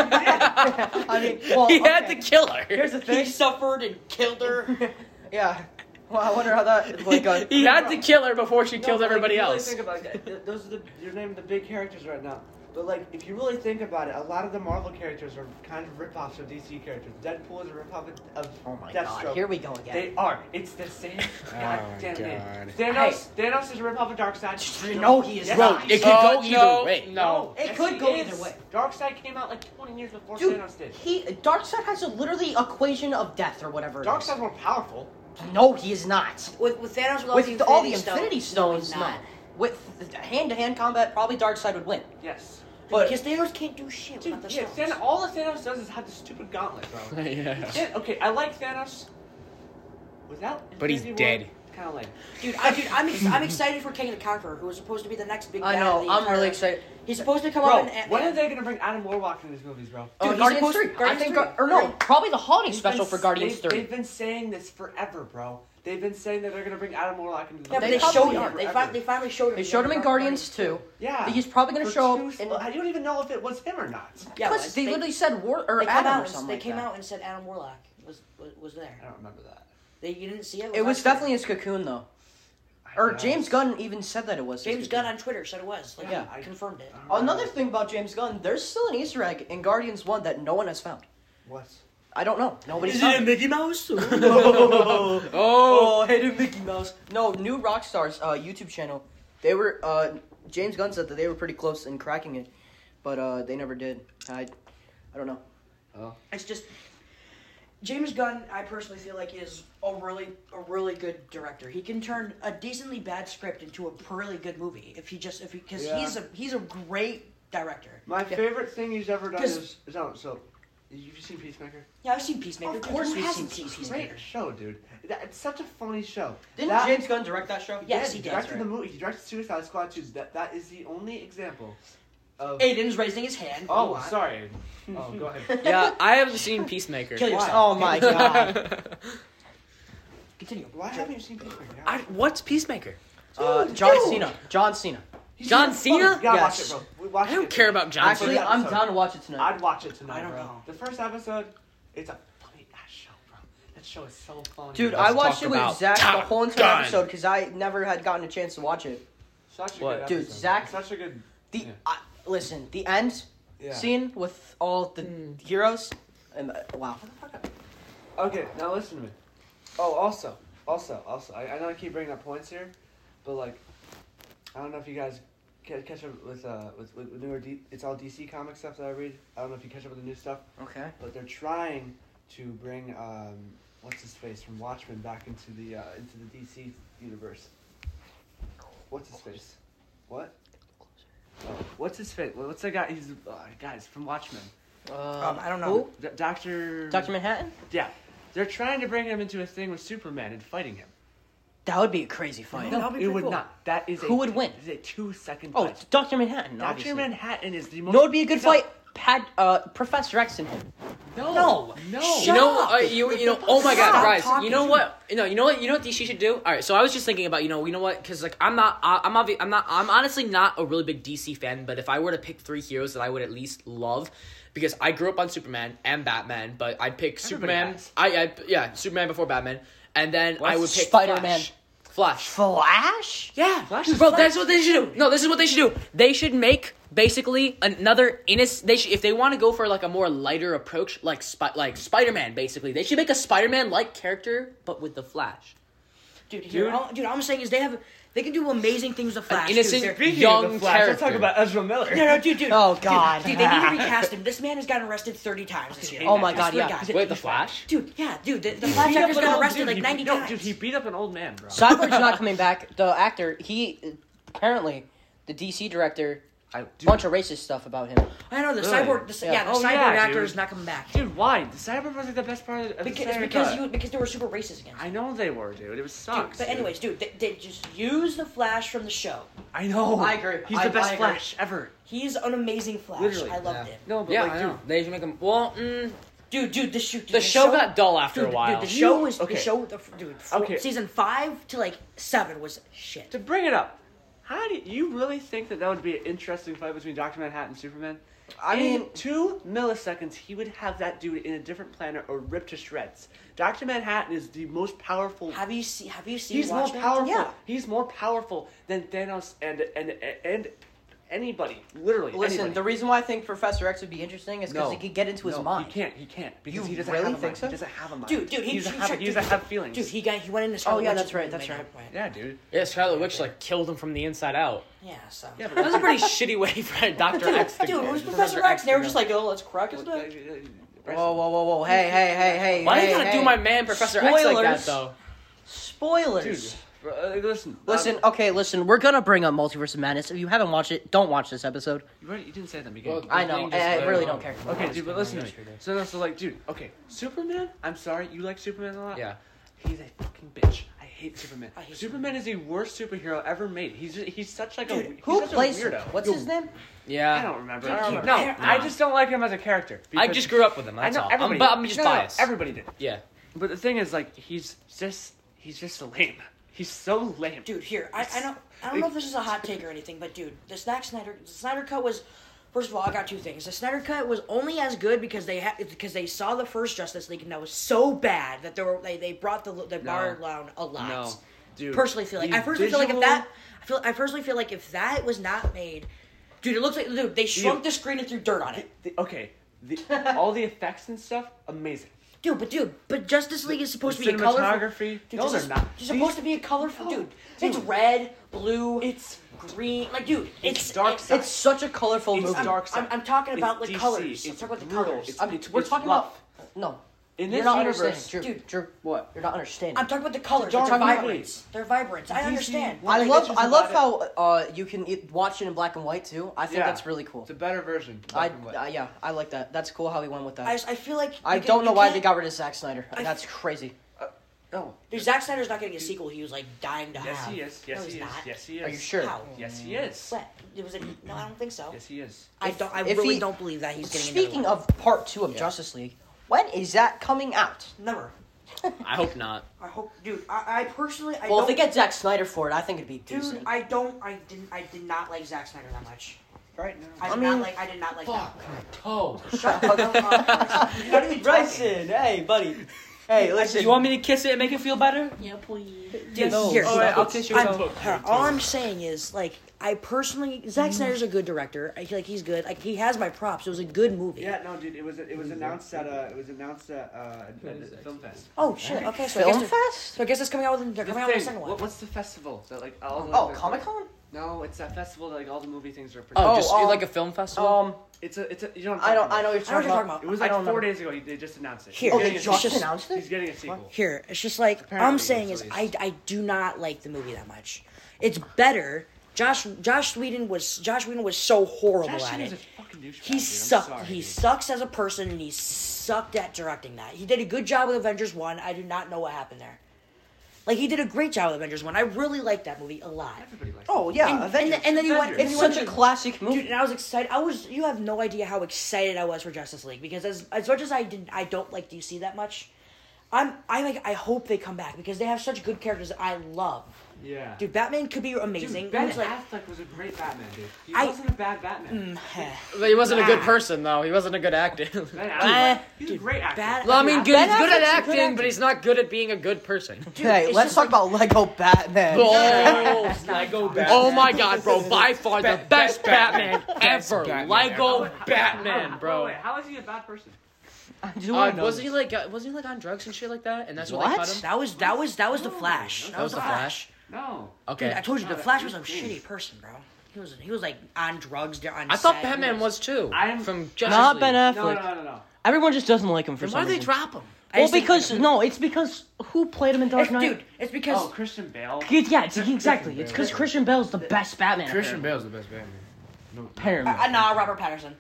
Speaker 6: I
Speaker 1: mean, well,
Speaker 6: he had to
Speaker 1: okay.
Speaker 6: kill her.
Speaker 1: Here's the
Speaker 4: He
Speaker 1: thing.
Speaker 4: suffered and killed her.
Speaker 1: Yeah. Well, I wonder how that like. Uh,
Speaker 6: he had to kill her before she
Speaker 5: No,
Speaker 6: killed
Speaker 5: but,
Speaker 6: everybody
Speaker 5: like, if you
Speaker 6: else.
Speaker 5: Really think about it, th- those are the you're naming the big characters right now. But like, if you really think about it, a lot of the Marvel characters are kind of rip-offs of DC characters. Deadpool is a rip-off of- of
Speaker 1: oh my
Speaker 5: Deathstroke.
Speaker 1: god! Here we go again. Oh
Speaker 5: They are. It's the same goddamn
Speaker 3: God.
Speaker 5: name. Thanos. Thanos is a rip-off of Darkseid.
Speaker 1: You know he is
Speaker 5: Yes.
Speaker 1: not.
Speaker 2: it could
Speaker 6: Oh,
Speaker 2: go either
Speaker 6: no,
Speaker 2: way.
Speaker 6: No.
Speaker 1: It
Speaker 5: Yes,
Speaker 1: could
Speaker 5: he
Speaker 1: go
Speaker 5: is.
Speaker 1: either way.
Speaker 5: Darkseid came out like 20 years before
Speaker 1: Dude,
Speaker 5: Thanos did.
Speaker 1: he Darkseid has a literally equation of death or whatever. it is.
Speaker 5: Darkseid's more powerful.
Speaker 1: No, he is not.
Speaker 4: with, with Thanos, with, all,
Speaker 1: With
Speaker 4: the
Speaker 1: the- all the
Speaker 4: Stone,
Speaker 1: Infinity
Speaker 4: no, he's
Speaker 1: Stones, no.
Speaker 4: not.
Speaker 1: With hand to hand combat, probably Darkseid would win.
Speaker 5: Yes.
Speaker 1: But
Speaker 4: because Thanos can't do shit
Speaker 5: Dude,
Speaker 4: without the
Speaker 5: yeah,
Speaker 4: stones.
Speaker 5: Thanos, all that Thanos does is have the stupid gauntlet, bro.
Speaker 2: yeah.
Speaker 5: Yeah, okay, I like Thanos. Without
Speaker 2: But he's dead.
Speaker 5: Kind of like.
Speaker 4: Dude, I, dude, I'm ex- I'm excited for King of the Conqueror, who was supposed to be the next big.
Speaker 1: I
Speaker 4: bad
Speaker 1: know,
Speaker 4: of the
Speaker 1: I'm
Speaker 4: entire-
Speaker 1: really excited.
Speaker 4: He's supposed to come
Speaker 5: Bro,
Speaker 4: out in Ant-Man.
Speaker 5: when are they gonna bring Adam Warlock in these movies, bro?
Speaker 1: Uh,
Speaker 4: Oh, he's
Speaker 1: Guardians
Speaker 4: supposed-
Speaker 1: Three. I
Speaker 4: Guardians
Speaker 1: think,
Speaker 4: three.
Speaker 1: Gar- or no,
Speaker 4: Guardians-
Speaker 1: probably the holiday
Speaker 5: Oh, They've
Speaker 1: special
Speaker 5: been-
Speaker 1: for Guardians
Speaker 5: they've,
Speaker 1: Three.
Speaker 5: They've been saying this forever, bro. They've been saying that they're gonna bring Adam Warlock into the
Speaker 4: Yeah, but
Speaker 1: They
Speaker 4: they,
Speaker 1: probably
Speaker 4: showed him.
Speaker 1: are.
Speaker 4: They, fi- they finally showed him.
Speaker 1: They
Speaker 4: in
Speaker 1: showed him in Guardians Two.
Speaker 5: Yeah.
Speaker 1: He's probably gonna
Speaker 5: For
Speaker 1: show
Speaker 5: two
Speaker 1: up.
Speaker 5: sl-
Speaker 1: in-
Speaker 5: I don't even know if it was him or not.
Speaker 4: Yeah,
Speaker 1: Plus,
Speaker 4: was-
Speaker 1: they, literally said War or
Speaker 4: they came
Speaker 1: Adam
Speaker 4: out.
Speaker 1: or
Speaker 4: and-
Speaker 1: something.
Speaker 4: they
Speaker 1: like
Speaker 4: came
Speaker 1: that.
Speaker 4: out and said Adam Warlock was was, was
Speaker 5: I
Speaker 4: there.
Speaker 5: don't remember that.
Speaker 4: They, you didn't see it.
Speaker 1: It was
Speaker 4: last year.
Speaker 1: definitely his cocoon though.
Speaker 5: I
Speaker 1: Or
Speaker 5: know.
Speaker 1: James Gunn even said that it was. his
Speaker 4: James
Speaker 1: cocoon.
Speaker 4: Gunn on Twitter said it was. Like,
Speaker 1: Yeah,
Speaker 4: he
Speaker 5: I-
Speaker 4: confirmed it.
Speaker 5: I don't know.
Speaker 1: Another thing about James Gunn, there's still an Easter egg in Guardians One that no one has found.
Speaker 5: What?
Speaker 1: I don't know. Nobody's found. it.
Speaker 6: Mickey Mouse?
Speaker 1: oh,
Speaker 6: oh.
Speaker 1: I hated Mickey Mouse. No, new Rockstar's uh, YouTube channel. They were uh, James Gunn said that they were pretty close in cracking it, but uh, they never did. I, I don't know.
Speaker 5: Oh.
Speaker 4: It's just James Gunn, I personally feel like is a really a really good director. He can turn a decently bad script into a really good movie if he just if he because
Speaker 5: Yeah.
Speaker 4: he's a he's a great director.
Speaker 5: My
Speaker 1: Yeah.
Speaker 5: favorite thing he's ever done
Speaker 4: 'Cause-
Speaker 5: is, is oh, so. You've seen Peacemaker?
Speaker 4: Yeah, I've seen Peacemaker. Dude, who hasn't seen Peacemaker?
Speaker 5: Great show, dude. That, it's such a funny show.
Speaker 1: Didn't
Speaker 5: That-
Speaker 1: James Gunn direct that show?
Speaker 4: Yes,
Speaker 5: he
Speaker 4: he did.
Speaker 5: directed the movie. He directed Suicide Squad 2. That that is the only example of.
Speaker 4: Aiden's raising his hand. Go
Speaker 5: oh,
Speaker 4: on.
Speaker 5: sorry. Oh, go ahead.
Speaker 6: yeah, I haven't seen Peacemaker.
Speaker 4: Kill yourself.
Speaker 1: Oh my god.
Speaker 4: Continue.
Speaker 5: Why haven't you seen Peacemaker?
Speaker 6: I, what's Peacemaker?
Speaker 1: Uh, John Cena. John Cena.
Speaker 5: He's
Speaker 6: John
Speaker 5: in the fucking-
Speaker 6: Cena?
Speaker 5: Yeah,
Speaker 1: Yes.
Speaker 5: watch it, bro. We watch
Speaker 6: I
Speaker 5: it.
Speaker 6: don't care about John
Speaker 1: Actually,
Speaker 5: Actually,
Speaker 6: Cena.
Speaker 1: I'm
Speaker 5: episode.
Speaker 1: down to watch it tonight.
Speaker 5: I'd watch it tonight.
Speaker 4: I don't
Speaker 5: bro.
Speaker 4: know.
Speaker 5: The first episode, it's a funny ass show, bro. That show is so funny.
Speaker 1: Dude,
Speaker 5: bro.
Speaker 1: I watched
Speaker 6: talk
Speaker 1: it with
Speaker 6: about
Speaker 1: Zach the
Speaker 6: Top
Speaker 1: whole entire
Speaker 6: Gun.
Speaker 1: episode because I never had gotten a chance to watch it.
Speaker 5: such a
Speaker 6: What?
Speaker 5: good
Speaker 1: Dude,
Speaker 5: episode.
Speaker 1: Zach-
Speaker 5: Such a good.
Speaker 1: The
Speaker 5: Yeah.
Speaker 1: I listen, the end
Speaker 5: Yeah.
Speaker 1: scene with all the heroes. And, uh, wow.
Speaker 5: Okay, now listen to me. Oh, also, also, also, I, I know I keep bringing up points here, but like, I don't know if you guys ca- catch up with uh with, with with newer D- it's all DC comic stuff that I read. I don't know if you catch up with the new stuff,
Speaker 1: Okay.
Speaker 5: but they're trying to bring um what's his face from Watchmen back into the uh, into the DC universe. What's his face? What? Oh, what's his face? What's the guy? He's uh, guys from Watchmen.
Speaker 4: Um, I don't know.
Speaker 1: Who?
Speaker 5: D- Doctor.
Speaker 1: Dr. Manhattan?
Speaker 5: Yeah. They're trying to bring him into a thing with Superman and fighting him.
Speaker 1: That would be a crazy fight.
Speaker 5: No, it would not. That is a,
Speaker 1: Who would win?
Speaker 5: It's a two second
Speaker 1: Oh,
Speaker 5: fight.
Speaker 1: Dr. Manhattan.
Speaker 5: Doctor
Speaker 1: obviously.
Speaker 5: Manhattan is the most.
Speaker 1: No, it'd be a good
Speaker 5: No,
Speaker 1: fight. Pat, uh, Professor X and him.
Speaker 5: No,
Speaker 4: No.
Speaker 5: no.
Speaker 6: you
Speaker 4: Shut
Speaker 6: know,
Speaker 4: up.
Speaker 6: uh, you you know. Oh my God,
Speaker 4: Stop
Speaker 6: Bryce. You
Speaker 4: talking
Speaker 6: know
Speaker 4: to
Speaker 6: what? No, you know what? You know what she should do. All right. So I was just thinking about you know you know what because like I'm not I, I'm obvi- I'm not I'm honestly not a really big DC fan, but if I were to pick three heroes that I would at least love. Because I grew up on Superman and Batman, but I'd pick Superman.
Speaker 5: has.
Speaker 6: I, I yeah, Superman before Batman, and then I would pick
Speaker 1: Spider-Man.
Speaker 6: Flash. Flash.
Speaker 1: Flash?
Speaker 6: Yeah,
Speaker 5: Flash is
Speaker 6: bro,
Speaker 5: Flash.
Speaker 6: that's what they should do. No, this is what they should do. They should make basically another innocent. They should, if they want to go for like a more lighter approach, like Spi- like Spider Man. Basically, they should make a Spider Man like character, but with the Flash,
Speaker 4: Dude, here,
Speaker 5: Dude.
Speaker 4: All, dude, all I'm saying is they have they can do amazing things with the Flash. dude.
Speaker 6: innocent-
Speaker 4: They're-
Speaker 5: Speaking
Speaker 6: Young
Speaker 5: of the Flash, let's talk
Speaker 6: character.
Speaker 5: about Ezra Miller.
Speaker 4: No, no, dude, dude.
Speaker 1: Oh,
Speaker 4: Dude,
Speaker 1: God.
Speaker 4: Dude, they need to recast him. This man has gotten arrested 30 times this year.
Speaker 1: Oh, my
Speaker 4: I
Speaker 1: God,
Speaker 4: swear to
Speaker 1: yeah.
Speaker 6: with the Flash.
Speaker 4: Dude, yeah, dude, the, the Flash actor's got arrested like 90
Speaker 5: no,
Speaker 4: times.
Speaker 5: Dude, he beat up an old man, bro.
Speaker 1: Cyborg's not coming back. The actor, he apparently, the DC director,
Speaker 5: I, dude,
Speaker 1: bunch of racist stuff about him.
Speaker 4: I know, the
Speaker 5: Really?
Speaker 4: cyborg, the,
Speaker 1: Yeah.
Speaker 4: yeah. the
Speaker 5: Oh,
Speaker 4: cyborg
Speaker 5: yeah,
Speaker 4: actor
Speaker 5: dude.
Speaker 4: is not coming back.
Speaker 5: dude, why? The Cyber was like the best part of the of the
Speaker 4: Because,
Speaker 5: Snyder
Speaker 4: because,
Speaker 5: Cut.
Speaker 4: you, because they were super racist against him.
Speaker 5: I know they were, dude. It was sucks.
Speaker 4: But
Speaker 5: dude.
Speaker 4: anyways, dude, they, they just use the Flash from the show.
Speaker 5: I know.
Speaker 1: I agree.
Speaker 5: He's
Speaker 1: I-
Speaker 5: the best
Speaker 1: I agree.
Speaker 5: Flash ever.
Speaker 4: He's an amazing Flash.
Speaker 5: Literally,
Speaker 4: I loved him.
Speaker 5: No, but
Speaker 6: yeah,
Speaker 5: like,
Speaker 6: I
Speaker 5: dude,
Speaker 6: know. They should make them. Well, mm,
Speaker 4: Dude, dude, the shoot.
Speaker 6: the, show, got dull after a
Speaker 4: dude,
Speaker 6: while.
Speaker 4: Dude, the show
Speaker 5: You-
Speaker 4: was
Speaker 5: okay.
Speaker 4: the show. The, dude, four,
Speaker 5: Okay.
Speaker 4: season five to like seven was shit.
Speaker 5: to bring it up, how do you, you really think that that would be an interesting fight between Doctor Manhattan and Superman? I mean,
Speaker 1: mean-
Speaker 5: two milliseconds, he would have that dude in a different planet or ripped to shreds. Doctor Manhattan is the most powerful.
Speaker 4: Have you seen? Have you seen?
Speaker 5: He's more
Speaker 4: Watchmen?
Speaker 5: powerful.
Speaker 4: Yeah.
Speaker 5: He's more powerful than Thanos and and and anybody. Literally.
Speaker 1: Listen,
Speaker 5: anybody.
Speaker 1: the reason why I think Professor X would be interesting is because
Speaker 5: No.
Speaker 1: he could get into his
Speaker 5: No,
Speaker 1: mind.
Speaker 5: He can't. He can't because
Speaker 1: You
Speaker 5: he doesn't
Speaker 1: really
Speaker 5: have a
Speaker 1: think
Speaker 5: mind.
Speaker 1: so?
Speaker 5: He doesn't have a mind.
Speaker 4: Dude, dude, he,
Speaker 5: he doesn't have.
Speaker 4: tried-
Speaker 5: He doesn't
Speaker 4: dude,
Speaker 5: have feelings.
Speaker 4: Dude, he got he went into. Scarlet
Speaker 1: yeah,
Speaker 4: Witch's
Speaker 1: that's right,
Speaker 4: room
Speaker 1: that's
Speaker 4: and
Speaker 1: right.
Speaker 4: got-
Speaker 5: yeah, dude.
Speaker 6: yeah, Scarlet Witch like killed him from the inside out.
Speaker 4: Yeah, so.
Speaker 5: Yeah,
Speaker 6: That
Speaker 5: but
Speaker 6: was a pretty shitty way for Doctor X. to
Speaker 4: Dude,
Speaker 6: go.
Speaker 4: it was Professor X. They were just like, oh, let's crack his
Speaker 5: Whoa,
Speaker 4: neck.
Speaker 1: Whoa, whoa, whoa, whoa! Hey, hey, hey, hey!
Speaker 6: Why
Speaker 1: hey,
Speaker 6: do you gotta
Speaker 1: hey.
Speaker 6: do my man Professor X like that
Speaker 1: Spoilers.
Speaker 6: though?
Speaker 1: spoilers?
Speaker 5: Dude, uh, listen.
Speaker 1: Listen, okay, listen. We're gonna bring up Multiverse of Madness. If you haven't watched it, don't watch this episode.
Speaker 5: You, already, you didn't say that again.
Speaker 6: Well,
Speaker 1: I
Speaker 6: Then
Speaker 1: know.
Speaker 6: just
Speaker 1: I, I
Speaker 6: let it
Speaker 1: really
Speaker 6: go.
Speaker 1: don't care.
Speaker 5: Okay, dude, but listen to me. So, no, so like, dude, okay, Superman. I'm sorry, you like Superman a lot.
Speaker 6: Yeah.
Speaker 5: He's a fucking bitch. I hate Superman.
Speaker 4: I hate
Speaker 5: Superman is the worst superhero ever made. He's just, he's such like a
Speaker 4: Dude,
Speaker 5: he's
Speaker 1: Who
Speaker 5: such a
Speaker 1: plays him?
Speaker 5: weirdo.
Speaker 1: What's his name?
Speaker 6: Yeah.
Speaker 5: I don't remember.
Speaker 4: Dude,
Speaker 5: no,
Speaker 4: you-
Speaker 5: no,
Speaker 4: No.
Speaker 5: I just don't like him as a character.
Speaker 6: I
Speaker 5: because-
Speaker 6: just grew up with him.
Speaker 5: I
Speaker 6: That's
Speaker 5: know
Speaker 6: all.
Speaker 5: everybody.
Speaker 6: I'm, but
Speaker 5: did.
Speaker 6: I'm just
Speaker 5: No, no, no,
Speaker 6: biased.
Speaker 5: everybody did.
Speaker 6: yeah.
Speaker 5: But the thing is, like, he's just he's just lame. He's so lame.
Speaker 4: Dude, here, I, I don't, I don't know if this is a hot take or anything, but dude, the Snack Snyder, the Snyder Cut was. First of all, I got two things. The Snyder Cut was only as good because they had because they saw the first Justice League and that was so bad that they were they, they brought the the bar down a lot.
Speaker 5: No. Dude,
Speaker 4: personally feel like
Speaker 5: the
Speaker 4: I personally feel like if
Speaker 5: visual-
Speaker 4: that I feel I personally feel like if that was not made, dude, it looks like dude they shrunk the screen and threw dirt on it.
Speaker 5: The- okay, the, all the effects and stuff, amazing.
Speaker 4: Dude, but dude, but Justice League is supposed
Speaker 5: the
Speaker 4: to be a colorful.
Speaker 5: cinematography.
Speaker 4: Dude,
Speaker 5: No,
Speaker 4: this
Speaker 5: they're
Speaker 4: is-
Speaker 5: not.
Speaker 4: It's
Speaker 5: These-
Speaker 4: supposed to be a colorful,
Speaker 5: No,
Speaker 4: dude. It's
Speaker 5: dude.
Speaker 4: red, blue,
Speaker 5: It's-
Speaker 4: green. Like, dude, it's,
Speaker 5: dark
Speaker 4: it's-
Speaker 5: side.
Speaker 1: It's such a colorful
Speaker 5: It's
Speaker 1: movie.
Speaker 5: dark side.
Speaker 4: I'm- I'm talking about, like,
Speaker 5: DC,
Speaker 4: colors. I'm
Speaker 5: It's
Speaker 4: talking about the
Speaker 5: brutal,
Speaker 4: colors.
Speaker 5: It's,
Speaker 1: I'm-
Speaker 5: it's,
Speaker 1: we're
Speaker 5: it's
Speaker 1: talking
Speaker 5: rough.
Speaker 1: about no.
Speaker 5: in
Speaker 1: You're
Speaker 5: this
Speaker 1: not
Speaker 5: universe,
Speaker 1: understanding, Drew.
Speaker 4: Dude.
Speaker 1: Drew,
Speaker 5: what?
Speaker 1: you're not understanding.
Speaker 4: I'm talking about the colors.
Speaker 5: dark
Speaker 4: They're
Speaker 5: movie.
Speaker 4: vibrant. They're vibrant. I
Speaker 5: DC
Speaker 4: understand.
Speaker 5: one
Speaker 1: I
Speaker 5: thing
Speaker 1: love
Speaker 5: that's
Speaker 1: I love
Speaker 5: about
Speaker 1: how uh you can e- watch it in black and white too. I think
Speaker 5: Yeah.
Speaker 1: that's really cool.
Speaker 5: It's a better version.
Speaker 1: I,
Speaker 5: black and white.
Speaker 1: I yeah, I like that. That's cool how he went with that.
Speaker 4: I,
Speaker 1: I,
Speaker 4: just, I feel like you can-
Speaker 1: don't know
Speaker 4: you
Speaker 1: why
Speaker 4: can't-
Speaker 1: they got rid of Zack Snyder.
Speaker 4: I-
Speaker 1: That's crazy.
Speaker 5: no.
Speaker 4: Dude, Zack Snyder's not getting a sequel. He was like dying to
Speaker 5: Yes,
Speaker 4: have.
Speaker 5: he is. Yes,
Speaker 4: no, he's
Speaker 5: he is.
Speaker 4: Not.
Speaker 5: Yes, he is.
Speaker 1: Are you sure?
Speaker 4: How?
Speaker 5: Yes, he is.
Speaker 4: What? It was a, no, I don't think so.
Speaker 5: Yes, he is.
Speaker 4: I don't. I
Speaker 1: If
Speaker 4: really
Speaker 1: he-
Speaker 4: don't believe that he's getting. another
Speaker 1: Speaking
Speaker 4: one.
Speaker 1: of part two of Justice League, when is that coming out?
Speaker 4: never.
Speaker 6: I hope not.
Speaker 4: I hope, dude. I, I personally, I
Speaker 1: well, if
Speaker 4: don't
Speaker 1: they get Zack Snyder for it, I think it'd be
Speaker 4: Dude,
Speaker 1: decent.
Speaker 4: I don't. I didn't. I did not like Zack Snyder that much.
Speaker 5: Right
Speaker 4: I
Speaker 5: now.
Speaker 1: I
Speaker 4: did not
Speaker 1: mean-
Speaker 4: like. I did not like.
Speaker 6: Fuck. Oh.
Speaker 4: That. Shut the fuck up. You're not even talking.
Speaker 1: hey buddy, hey listen.
Speaker 6: You want me to kiss it and make it feel better?
Speaker 2: Yeah, please.
Speaker 4: Dude,
Speaker 1: No.
Speaker 4: here.
Speaker 1: All right,
Speaker 6: I'll kiss your
Speaker 4: I'm-
Speaker 6: toe.
Speaker 4: here, all I'm saying is, like, I personally, Zack Snyder's a good director. I feel like he's good. Like, he has my props. It was a good movie.
Speaker 5: Yeah, no, dude. It was it was announced at uh it was announced at uh at the
Speaker 6: Twenty-six.
Speaker 5: film fest.
Speaker 4: Oh shit. Okay, so I guess
Speaker 1: Film
Speaker 4: they're,
Speaker 1: Fest?
Speaker 4: so I guess it's coming out. With, they're
Speaker 5: The
Speaker 4: coming out with a
Speaker 5: thing,
Speaker 4: second one.
Speaker 5: what- what's the festival that like all the,
Speaker 1: Oh,
Speaker 5: the-
Speaker 1: Comic Con?
Speaker 5: No, it's that festival that like all the movie things are.
Speaker 6: Oh,
Speaker 1: Oh,
Speaker 6: just
Speaker 1: um,
Speaker 6: like a film festival.
Speaker 1: Um,
Speaker 5: it's a it's a you know. What I'm
Speaker 1: I don't
Speaker 5: talking
Speaker 1: I know what
Speaker 5: about.
Speaker 1: you're
Speaker 4: I
Speaker 1: talking
Speaker 4: know what you're talking
Speaker 1: about.
Speaker 4: about.
Speaker 5: It was
Speaker 1: I
Speaker 5: like
Speaker 1: don't
Speaker 5: four
Speaker 1: remember.
Speaker 5: days ago. he- They just announced it.
Speaker 4: Here.
Speaker 1: Oh,
Speaker 5: He's
Speaker 1: they
Speaker 5: getting a
Speaker 1: just
Speaker 5: sequel.
Speaker 1: announced
Speaker 5: He's
Speaker 1: it.
Speaker 5: getting a sequel.
Speaker 4: Here, it's just like
Speaker 5: Apparently,
Speaker 4: I'm saying
Speaker 5: it's
Speaker 4: is
Speaker 5: at
Speaker 4: I, I do not like the movie that much. It's better. Josh Josh Whedon was Josh Whedon was so horrible
Speaker 5: Josh
Speaker 4: at
Speaker 5: Whedon's
Speaker 4: it.
Speaker 5: a fucking douchebag. dude.
Speaker 4: He
Speaker 5: I'm
Speaker 4: sucked.
Speaker 5: sorry,
Speaker 4: he
Speaker 5: dude.
Speaker 4: sucks as a person, and he sucked at directing that. He did a good job with Avengers One. I do not know what happened there. Like he did a great job with Avengers One. I really liked that movie a lot.
Speaker 5: Everybody likes.
Speaker 1: Oh
Speaker 5: it.
Speaker 1: yeah,
Speaker 4: And, and,
Speaker 1: Avengers.
Speaker 4: and then he went.
Speaker 5: Avengers.
Speaker 4: and he
Speaker 1: it's
Speaker 4: went
Speaker 1: such a
Speaker 4: to-
Speaker 1: classic movie.
Speaker 4: Dude, and I was excited. I was. You have no idea how excited I was for Justice League because as as much as I did, I don't like DC that much. I'm. I like. I hope they come back because they have such good characters. that I love.
Speaker 5: Yeah.
Speaker 4: Dude, Batman could be
Speaker 5: Dude,
Speaker 4: amazing.
Speaker 5: Ben
Speaker 4: He's like,
Speaker 5: Affleck was a great Batman, dude. He
Speaker 4: I-
Speaker 5: wasn't a bad Batman.
Speaker 6: But he wasn't a good
Speaker 4: Ah.
Speaker 6: person though. He wasn't a good actor.
Speaker 5: Ben
Speaker 6: Eh.
Speaker 5: Affleck, he's a great actor.
Speaker 4: bad-
Speaker 6: Well, I
Speaker 4: Ben
Speaker 6: mean, good, he's good at
Speaker 4: Affleck's a good
Speaker 6: acting, but he's not good at being a good person.
Speaker 1: hey,
Speaker 4: it's
Speaker 1: let's
Speaker 4: just
Speaker 1: talk about Lego Batman.
Speaker 6: Oh,
Speaker 5: Lego
Speaker 6: oh my God, bro! By far the best Batman ever.
Speaker 3: Batman
Speaker 6: Lego
Speaker 5: Wait, how-
Speaker 6: Batman,
Speaker 5: how-
Speaker 6: bro.
Speaker 5: wait, how is he a bad person?
Speaker 1: Do
Speaker 6: Uh,
Speaker 1: I know
Speaker 6: wasn't he
Speaker 1: this?
Speaker 6: like uh, wasn't he like on drugs and shit like that? And that's what, they
Speaker 1: What?
Speaker 6: cut him.
Speaker 4: That was that was that was the Flash. That, was the Flash.
Speaker 5: No.
Speaker 6: Okay.
Speaker 4: I told you the
Speaker 5: No,
Speaker 4: Flash was
Speaker 5: that's
Speaker 4: a
Speaker 5: Bruce Wayne.
Speaker 4: shitty person, bro. He was he was like on drugs. They're on.
Speaker 6: I thought
Speaker 4: set.
Speaker 6: Batman was too.
Speaker 5: I'm-
Speaker 6: from Justice
Speaker 1: Not
Speaker 6: League.
Speaker 1: Ben
Speaker 5: No, no,
Speaker 1: Affleck.
Speaker 5: no, no, no.
Speaker 1: Everyone just doesn't like him for
Speaker 6: Then
Speaker 1: some
Speaker 6: why did they
Speaker 1: reason.
Speaker 6: drop him?
Speaker 4: I
Speaker 1: well,
Speaker 4: just think-
Speaker 1: because no, it's because who played him in Dark
Speaker 4: It's-
Speaker 1: Knight?
Speaker 4: dude, it's because
Speaker 5: Oh, Christian Bale.
Speaker 1: It's- yeah, it's, exactly. It's because Christian Bale's the best Batman.
Speaker 3: Christian Bale's the best Batman. No,
Speaker 1: apparently.
Speaker 4: uh, nah, Robert Patterson.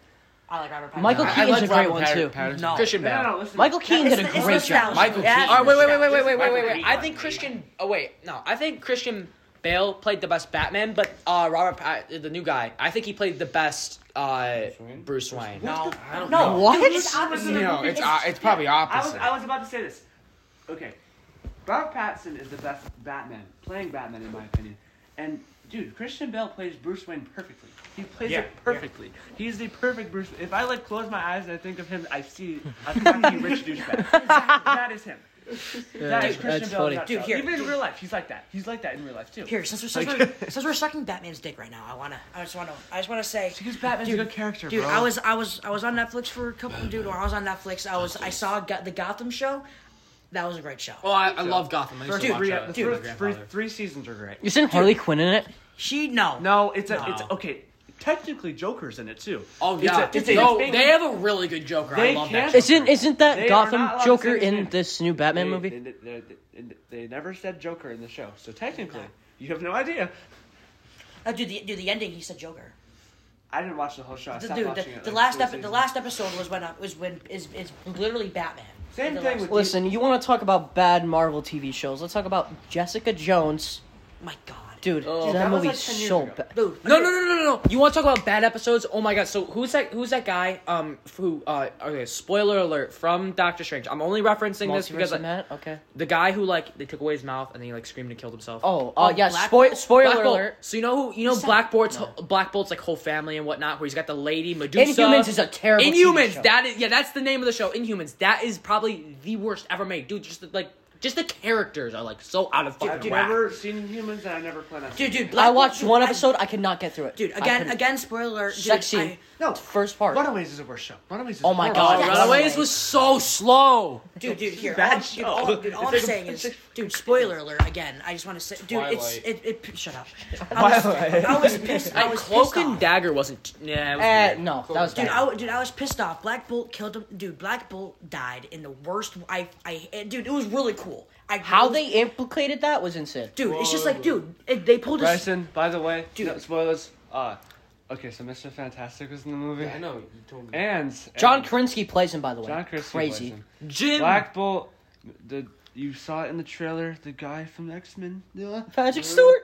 Speaker 4: I like Robert Patterson.
Speaker 1: Michael
Speaker 3: I- I
Speaker 1: Keaton's
Speaker 3: like
Speaker 1: a great
Speaker 3: Robert
Speaker 1: one
Speaker 3: Patter-
Speaker 1: too.
Speaker 3: Patterson.
Speaker 4: No.
Speaker 6: Christian
Speaker 5: No,
Speaker 6: Bale.
Speaker 5: no, no, listen.
Speaker 1: Michael
Speaker 5: That-
Speaker 1: Keaton did
Speaker 4: it's-
Speaker 1: a
Speaker 4: it's
Speaker 1: great
Speaker 4: nostalgia.
Speaker 1: job.
Speaker 3: Michael
Speaker 4: Yeah,
Speaker 3: Keaton.
Speaker 6: All right, wait, wait, wait, wait, wait, wait, wait,
Speaker 5: Michael
Speaker 6: wait, wait.
Speaker 5: Keaton.
Speaker 6: I think Christian. Oh wait, no. I think Christian Bale played the best Batman, but uh, Robert, Pat- the new guy, I think he played the best uh,
Speaker 3: Wayne?
Speaker 6: Bruce Wayne.
Speaker 4: No,
Speaker 5: I don't
Speaker 4: no,
Speaker 5: know.
Speaker 1: What?
Speaker 4: Dude, it's opposite.
Speaker 3: No, it's uh, it's probably
Speaker 5: I was,
Speaker 3: opposite.
Speaker 5: I was about to say this. Okay. Robert Pattinson is the best Batman, playing Batman in my opinion. And dude, Christian Bale plays Bruce Wayne perfectly. He plays
Speaker 3: Yeah,
Speaker 5: it perfectly. He's the perfect Bruce. If I like close my eyes and I think of him, I see a fucking rich douchebag. that is him. That is
Speaker 1: Dude,
Speaker 5: Christian
Speaker 1: that's
Speaker 5: Bale. in
Speaker 1: funny.
Speaker 5: a
Speaker 4: Dude,
Speaker 5: nutshell.
Speaker 4: here.
Speaker 5: Even in real life, he's like that. He's like that in real life too.
Speaker 4: Here, since we're, since, we're, since we're sucking Batman's dick right now, I wanna, I just wanna, I just wanna say,
Speaker 5: Because Batman's
Speaker 4: Dude,
Speaker 5: a good character,
Speaker 4: dude,
Speaker 5: bro.
Speaker 4: I was, I was, I was on Netflix for a couple, dude, when I was on Netflix, I was, I saw Go- the Gotham show. That was a great show.
Speaker 6: Oh, I, I love Gotham. I used to
Speaker 5: Dude,
Speaker 6: watch
Speaker 5: three,
Speaker 6: that.
Speaker 5: the
Speaker 6: Dude, my
Speaker 5: first three,
Speaker 6: grandfather.
Speaker 5: three seasons are great.
Speaker 1: Isn't Harley Quinn in it?
Speaker 4: She no,
Speaker 5: No, it's a,
Speaker 4: No.
Speaker 5: it's okay. Technically, Joker's in it too.
Speaker 6: Oh
Speaker 5: It's
Speaker 6: yeah,
Speaker 5: a- it's a-
Speaker 6: no,
Speaker 5: it's a-
Speaker 6: they have a really good Joker.
Speaker 5: They
Speaker 6: I love
Speaker 5: can't-
Speaker 6: that. Joker.
Speaker 1: Isn't isn't that
Speaker 5: They are not allowed
Speaker 1: Gotham
Speaker 5: to
Speaker 1: Joker
Speaker 5: say his name.
Speaker 1: in this new Batman
Speaker 5: they,
Speaker 1: movie?
Speaker 5: They, they, they- they never said Joker in the show, so technically, you have no idea.
Speaker 4: Uh, dude, the, dude, the ending, he said Joker.
Speaker 5: I didn't watch the whole show. I
Speaker 4: The,
Speaker 5: stopped
Speaker 4: dude, the,
Speaker 5: watching it.
Speaker 4: the
Speaker 5: like,
Speaker 4: last
Speaker 5: four
Speaker 4: epi- the
Speaker 5: seasons.
Speaker 4: last episode was when, uh, was when is is literally Batman.
Speaker 5: Same
Speaker 4: The
Speaker 5: thing
Speaker 4: last-
Speaker 5: with-
Speaker 1: Listen, you want to talk about bad Marvel TV shows? Let's talk about Jessica Jones,
Speaker 4: my God,
Speaker 1: dude.
Speaker 6: Oh,
Speaker 1: that,
Speaker 5: that was
Speaker 1: movie's
Speaker 5: like 10 years
Speaker 1: so
Speaker 5: ago.
Speaker 1: bad.
Speaker 4: dude,
Speaker 6: No, no, no, no, no, no. You want to talk about bad episodes? Oh my god. So who's that? Who's that guy? Um, who? Uh, okay. Spoiler alert from Doctor Strange. I'm only referencing this
Speaker 1: Multiverse of
Speaker 6: because like,
Speaker 1: Matt? Okay.
Speaker 6: the guy who like they took away his mouth and then he like screamed and killed himself.
Speaker 1: Oh,
Speaker 4: Oh,
Speaker 1: uh, yeah.
Speaker 4: Black
Speaker 1: Spoil-
Speaker 4: Bolt?
Speaker 1: spoiler
Speaker 6: Black Bolt.
Speaker 1: alert.
Speaker 6: So you know who? You know
Speaker 4: Who's that?
Speaker 6: Black Bolt's Black Bolt's like whole family and whatnot, where he's got the lady Medusa.
Speaker 1: Inhumans is a terrible TV
Speaker 6: Inhumans.
Speaker 1: show.
Speaker 6: That is yeah. That's the name of the show. Inhumans. That is probably the worst ever made, dude. Just like Just the characters are like so out of
Speaker 5: I've
Speaker 6: fucking whack.
Speaker 5: never seen humans and I never plan on
Speaker 4: dude, dude.
Speaker 1: I watched
Speaker 4: dude,
Speaker 1: one
Speaker 4: I-
Speaker 1: episode. I could not get through it.
Speaker 4: dude,
Speaker 1: I
Speaker 4: again,
Speaker 1: couldn't.
Speaker 4: again. Spoiler. Dude,
Speaker 1: Sex scene.
Speaker 4: I-
Speaker 5: No,
Speaker 1: first part.
Speaker 5: Runaways is a worse show. Runaways is
Speaker 1: Oh my
Speaker 5: horrible.
Speaker 1: God.
Speaker 6: Oh,
Speaker 1: Yes.
Speaker 6: Runaways was so slow.
Speaker 4: dude, dude, here.
Speaker 5: bad
Speaker 4: all, dude, all,
Speaker 5: show.
Speaker 4: dude, all
Speaker 5: It's
Speaker 4: I'm
Speaker 5: like a-
Speaker 4: saying is, dude, spoiler alert again. I just want to say, dude, it's it, it. Shut up. I was,
Speaker 1: Twilight.
Speaker 4: I was pissed. I
Speaker 6: And
Speaker 4: was
Speaker 6: Cloak
Speaker 4: pissed
Speaker 6: and
Speaker 4: off.
Speaker 6: Dagger wasn't. Yeah, it was
Speaker 1: Eh,
Speaker 6: weird.
Speaker 1: no, that was
Speaker 4: Dude,
Speaker 1: bad.
Speaker 4: I, wa- dude, I was pissed off. Black Bolt killed him. Dude, Black Bolt died in the worst. I, I, it- dude, it was really cool. I
Speaker 1: How
Speaker 4: really-
Speaker 1: they implicated that was insane.
Speaker 4: dude? It's just like, dude, it, they pulled us.
Speaker 5: Bryson, by the way,
Speaker 4: Dude.
Speaker 5: no, spoilers. Uh, okay, so Mr. Fantastic was in the movie.
Speaker 3: I know you told me.
Speaker 5: And
Speaker 1: John
Speaker 5: and
Speaker 1: Krinsky plays him, by the way.
Speaker 5: John Christie
Speaker 1: Crazy.
Speaker 5: was in.
Speaker 6: Jim.
Speaker 5: Black Bolt. The you saw it in the trailer. The guy from X Men.
Speaker 1: Patrick Stewart.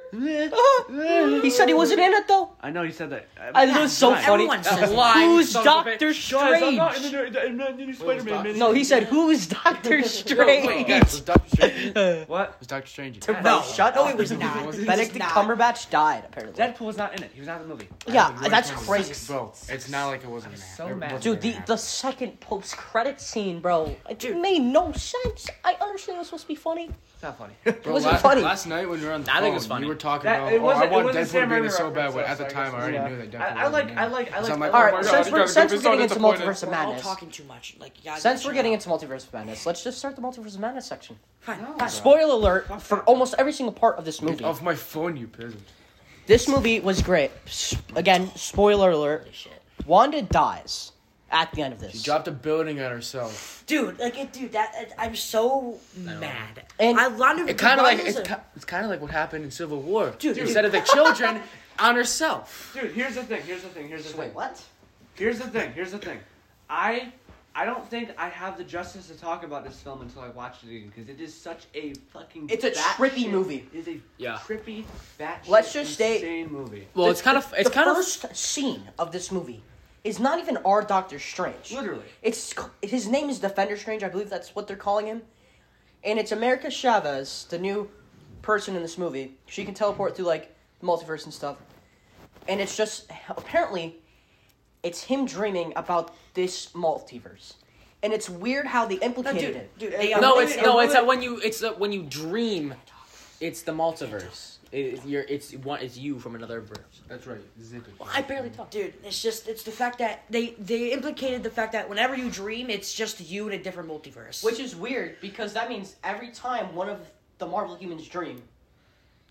Speaker 1: Ah, he said he wasn't in it though.
Speaker 5: I know you said that. Uh,
Speaker 1: I that was so
Speaker 5: Right.
Speaker 1: funny.
Speaker 4: Everyone says that.
Speaker 6: Lying
Speaker 1: Who's
Speaker 6: son of a
Speaker 1: Doctor
Speaker 6: bitch.
Speaker 5: Guys, I'm not in
Speaker 1: Strange?
Speaker 5: the, I'm not in the new Spider-Man.
Speaker 3: Doctor-
Speaker 5: man.
Speaker 1: No, he said who's Doctor
Speaker 3: Guys,
Speaker 1: Strange?
Speaker 3: Oh, was Doctor Strange? in it?
Speaker 5: What?
Speaker 3: Was Doctor Strange? in it?
Speaker 1: Bro, shut
Speaker 4: no,
Speaker 1: up.
Speaker 4: it was not. It was
Speaker 1: Benedict
Speaker 4: not.
Speaker 1: Cumberbatch died apparently.
Speaker 5: Deadpool was not in it. He was not in the movie.
Speaker 1: yeah,
Speaker 3: Right
Speaker 1: that's
Speaker 3: from the-
Speaker 1: crazy.
Speaker 3: Bro, it's not like it wasn't there.
Speaker 5: so
Speaker 3: It
Speaker 5: mad.
Speaker 3: wasn't
Speaker 1: Dude, the,
Speaker 3: gonna happen.
Speaker 1: the second post credit scene, bro, it made no sense. I understand it was supposed to be funny.
Speaker 5: It's not funny.
Speaker 3: Bro,
Speaker 1: wasn't
Speaker 3: last,
Speaker 1: funny.
Speaker 3: Last night when we were on the
Speaker 6: I
Speaker 3: phone,
Speaker 6: think it was funny.
Speaker 3: you were talking
Speaker 5: That-
Speaker 3: about,
Speaker 5: it
Speaker 3: oh, I
Speaker 5: wasn't- it
Speaker 3: want
Speaker 5: wasn't
Speaker 3: Deadpool
Speaker 5: Sam
Speaker 3: to be in
Speaker 5: Raimi
Speaker 3: it so bad.
Speaker 5: reference,
Speaker 3: But
Speaker 5: so
Speaker 3: at the
Speaker 5: I guess
Speaker 3: time, I already
Speaker 5: it's-
Speaker 3: knew that Deadpool
Speaker 5: I- I
Speaker 3: wasn't
Speaker 5: like-
Speaker 3: in
Speaker 5: I
Speaker 3: it.
Speaker 5: like- I
Speaker 3: So
Speaker 5: like
Speaker 3: I'm
Speaker 5: the-
Speaker 3: oh
Speaker 1: All
Speaker 3: my
Speaker 1: right,
Speaker 3: God,
Speaker 1: since we're,
Speaker 3: I'm
Speaker 1: since we're
Speaker 3: disappointed.
Speaker 1: getting into multiverse of
Speaker 4: We're all
Speaker 1: madness,
Speaker 4: talking too much. Like, you gotta
Speaker 1: since
Speaker 4: shut
Speaker 1: we're getting
Speaker 4: up.
Speaker 1: into multiverse of madness, let's just start the multiverse of madness section.
Speaker 4: fine, fine.
Speaker 1: Spoiler alert for almost every single part of this movie.
Speaker 3: Off my phone, you peasant.
Speaker 1: This movie was great. S- Again, spoiler alert.
Speaker 4: Holy shit.
Speaker 1: Wanda dies at the end of
Speaker 3: You
Speaker 1: this.
Speaker 3: dropped a building at ourselves.
Speaker 4: Dude, like, it, dude, that it, I'm so mad.
Speaker 1: And
Speaker 4: I wanted
Speaker 3: It kind of like
Speaker 4: Wanda's
Speaker 3: it's,
Speaker 4: a-
Speaker 3: ki- it's kind of like what happened in Civil War.
Speaker 4: Dude,
Speaker 3: instead of the children, on herself.
Speaker 5: Dude, here's the thing. Here's the thing. Here's the thing.
Speaker 1: what?
Speaker 5: Here's the thing. Here's the thing. I I don't think I have the justice to talk about this film until I watch it again because it is such a fucking.
Speaker 1: It's a
Speaker 5: batshit-
Speaker 1: trippy movie.
Speaker 5: It is a
Speaker 6: Yeah.
Speaker 5: trippy, batshit
Speaker 1: Let's just
Speaker 5: insane
Speaker 1: state-
Speaker 5: movie.
Speaker 6: Well, it's kind of. It's
Speaker 1: the
Speaker 6: kind of.
Speaker 1: first scene of this movie is not even our Doctor Strange.
Speaker 5: Literally.
Speaker 1: it's his name is Defender Strange. I believe that's what they're calling him, and it's America Chavez, the new person in this movie. She can teleport through like the multiverse and stuff, and it's just apparently it's him dreaming about this multiverse, and it's weird how they
Speaker 4: No,
Speaker 1: implicated
Speaker 4: dude,
Speaker 1: it.
Speaker 4: dude, they,
Speaker 6: No,
Speaker 4: they-
Speaker 5: it
Speaker 6: it's no, it's
Speaker 5: really-
Speaker 6: that when you it's that when you dream, it's the multiverse. It, it's- you're it's one it's you from another verse.
Speaker 3: That's right. Zip it.
Speaker 4: I barely talk, dude. It's just it's the fact that they they implicated the fact that whenever you dream, it's just you in a different multiverse.
Speaker 1: Which is weird because that means every time one of the Marvel humans dream,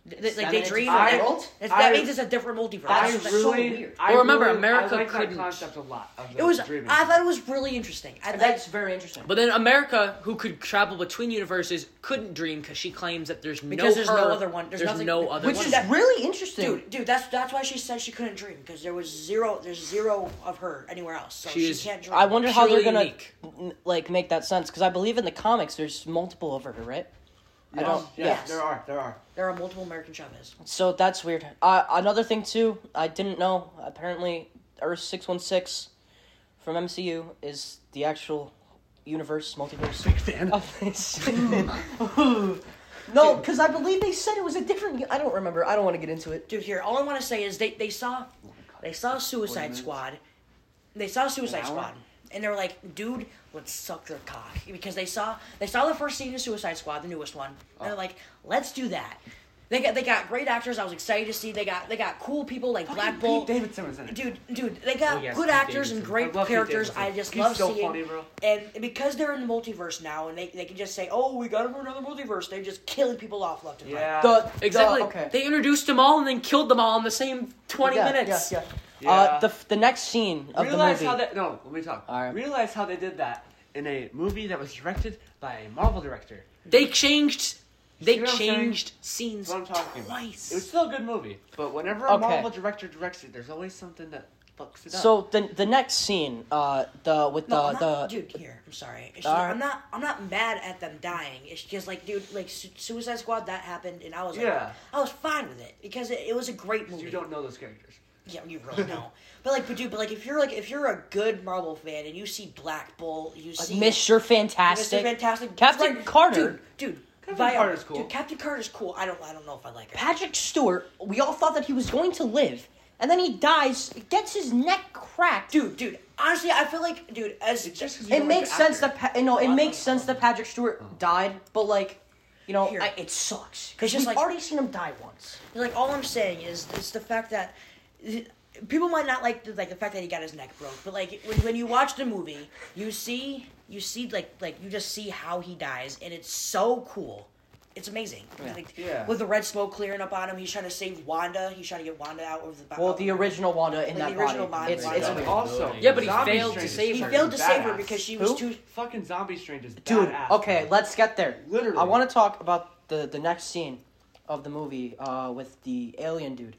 Speaker 4: Th- th-
Speaker 1: that
Speaker 4: like they
Speaker 1: means
Speaker 4: dream,
Speaker 1: I-
Speaker 4: it's- it's- that
Speaker 5: I-
Speaker 4: means it's a different multiverse.
Speaker 5: I
Speaker 1: That's so
Speaker 5: really.
Speaker 1: weird.
Speaker 5: I
Speaker 6: Well, remember,
Speaker 5: really-
Speaker 6: America
Speaker 5: I like
Speaker 6: couldn't-
Speaker 5: That concept a lot. Of
Speaker 4: it was.
Speaker 5: Dreaming.
Speaker 4: I thought it was really interesting. I like.
Speaker 1: that's very interesting.
Speaker 6: But then America, who could travel between universes, couldn't dream because she claims that there's no
Speaker 4: Because there's no
Speaker 6: her,
Speaker 4: other one- there's nothing-
Speaker 6: no other
Speaker 1: Which
Speaker 6: one.
Speaker 1: is really interesting.
Speaker 4: Dude, dude, that's that's why she said she couldn't dream because there was zero, there's zero of her anywhere else, so
Speaker 6: She
Speaker 4: she,
Speaker 6: is-
Speaker 4: can't dream.
Speaker 1: I wonder how they're
Speaker 6: Purely
Speaker 1: gonna
Speaker 6: unique.
Speaker 1: n- like make that sense because I believe in the comics there's multiple over her, right? I don't.
Speaker 5: yeah,
Speaker 4: yes.
Speaker 5: there are. There are.
Speaker 4: There are multiple American Chavez.
Speaker 1: So that's weird. Uh, another thing too, I didn't know. Apparently, Earth six one six from MCU is the actual universe multiverse
Speaker 5: fan.
Speaker 1: of this. no, because I believe they said it was a different. I don't remember. I don't want to get into it.
Speaker 4: Dude, here, all I want to say is they they saw,
Speaker 5: Oh
Speaker 4: they saw
Speaker 5: Forty
Speaker 4: Suicide
Speaker 5: minutes?
Speaker 4: Squad, they saw Suicide
Speaker 5: An hour?
Speaker 4: Squad, and they were like, dude, let's suck their cock because they saw they saw the first scene of Suicide Squad, the newest one. And
Speaker 5: Oh.
Speaker 4: they're like, let's do that. They got they got great actors. I was excited to see. They got they got cool people like Black Bolt.
Speaker 5: Pete Davidson was in it.
Speaker 4: Dude, dude, they got
Speaker 6: Oh, yes,
Speaker 4: good
Speaker 6: Pete
Speaker 4: actors and
Speaker 6: Davidson.
Speaker 5: I
Speaker 4: great
Speaker 5: love Pete
Speaker 4: characters.
Speaker 5: Davidson.
Speaker 4: I just
Speaker 5: He's
Speaker 4: love
Speaker 5: so
Speaker 4: seeing.
Speaker 5: funny, bro.
Speaker 4: And because they're in the multiverse now, and they, they can just say, "Oh, we got him for another multiverse." They're just killing people off left and right.
Speaker 5: Yeah.
Speaker 1: The
Speaker 6: exactly.
Speaker 1: the- okay.
Speaker 6: They introduced them all and then killed them all in the same twenty
Speaker 1: Yeah,
Speaker 6: minutes.
Speaker 1: Yeah, yeah.
Speaker 5: Yeah.
Speaker 1: Uh, the the next scene of
Speaker 5: Realize
Speaker 1: the movie.
Speaker 5: how that no, let me talk.
Speaker 1: All right.
Speaker 5: Realize how they did that in a movie that was directed by a Marvel director.
Speaker 6: They changed. They
Speaker 5: See what I'm saying?
Speaker 6: changed scenes
Speaker 5: That's what I'm talking about. It was
Speaker 6: twice.
Speaker 5: still a good movie, but whenever a
Speaker 1: Okay.
Speaker 5: Marvel director directs it, there's always something that fucks it up.
Speaker 1: So the the next scene, uh, the with
Speaker 4: No,
Speaker 1: the
Speaker 4: I'm not,
Speaker 1: the
Speaker 4: dude, here. I'm sorry. It's just,
Speaker 1: Alright.
Speaker 4: I'm not. I'm not mad at them dying. It's just like, dude, like Su- Suicide Squad that happened, and I was like,
Speaker 5: Yeah.
Speaker 4: I was fine with it because it, it was a great movie.
Speaker 5: you don't know those characters.
Speaker 4: Yeah, you really don't. but like, but dude, but like, if you're like, if you're a good Marvel fan and you see Black Bull, you see
Speaker 1: Mr. Fantastic.
Speaker 4: Mr. Fantastic,
Speaker 1: Captain
Speaker 4: right,
Speaker 1: Carter.
Speaker 4: dude, dude.
Speaker 5: Captain
Speaker 4: Viola,
Speaker 5: Carter's cool.
Speaker 4: Dude, Captain Carter's cool. I don't. I don't know if I like her.
Speaker 1: Patrick Stewart, we all thought that he was going to live, and then he dies, gets his neck cracked.
Speaker 4: dude, dude. Honestly, I feel like, dude, as
Speaker 5: It's just 'cause you
Speaker 1: it
Speaker 5: don't like
Speaker 1: makes
Speaker 5: the
Speaker 1: sense
Speaker 5: actor.
Speaker 1: Oh. that pa- no, it makes sense that Patrick Stewart died, but like You know,
Speaker 4: Here.
Speaker 1: I, it sucks.
Speaker 4: It's
Speaker 1: Because
Speaker 4: just
Speaker 1: we've
Speaker 4: like-
Speaker 1: already seen him die once.
Speaker 4: Like all I'm saying is, is the fact that people might not like the, like the fact that he got his neck broke, but like when, when you watch the movie, you see you see like like you just see how he dies, and it's so cool. It's amazing. Like,
Speaker 5: Yeah.
Speaker 4: With the red smoke clearing up on him, he's trying to save Wanda. He's trying to get Wanda out of the.
Speaker 1: Well, the original Wanda in
Speaker 4: Like
Speaker 1: that
Speaker 4: the original
Speaker 1: body.
Speaker 4: Wanda
Speaker 1: It's,
Speaker 4: Wanda.
Speaker 1: it's
Speaker 5: And
Speaker 1: an awesome.
Speaker 5: also,
Speaker 6: Yeah, but he
Speaker 5: Zombie
Speaker 6: failed to
Speaker 5: Strange is
Speaker 6: save
Speaker 4: he
Speaker 6: her.
Speaker 4: failed to save her
Speaker 5: badass.
Speaker 4: because she
Speaker 1: Who?
Speaker 4: was too.
Speaker 5: Fucking Zombie Strange is
Speaker 1: Dude,
Speaker 5: badass.
Speaker 1: okay, let's get there.
Speaker 5: Literally.
Speaker 1: I want to talk about the, the next scene of the movie uh, with the alien dude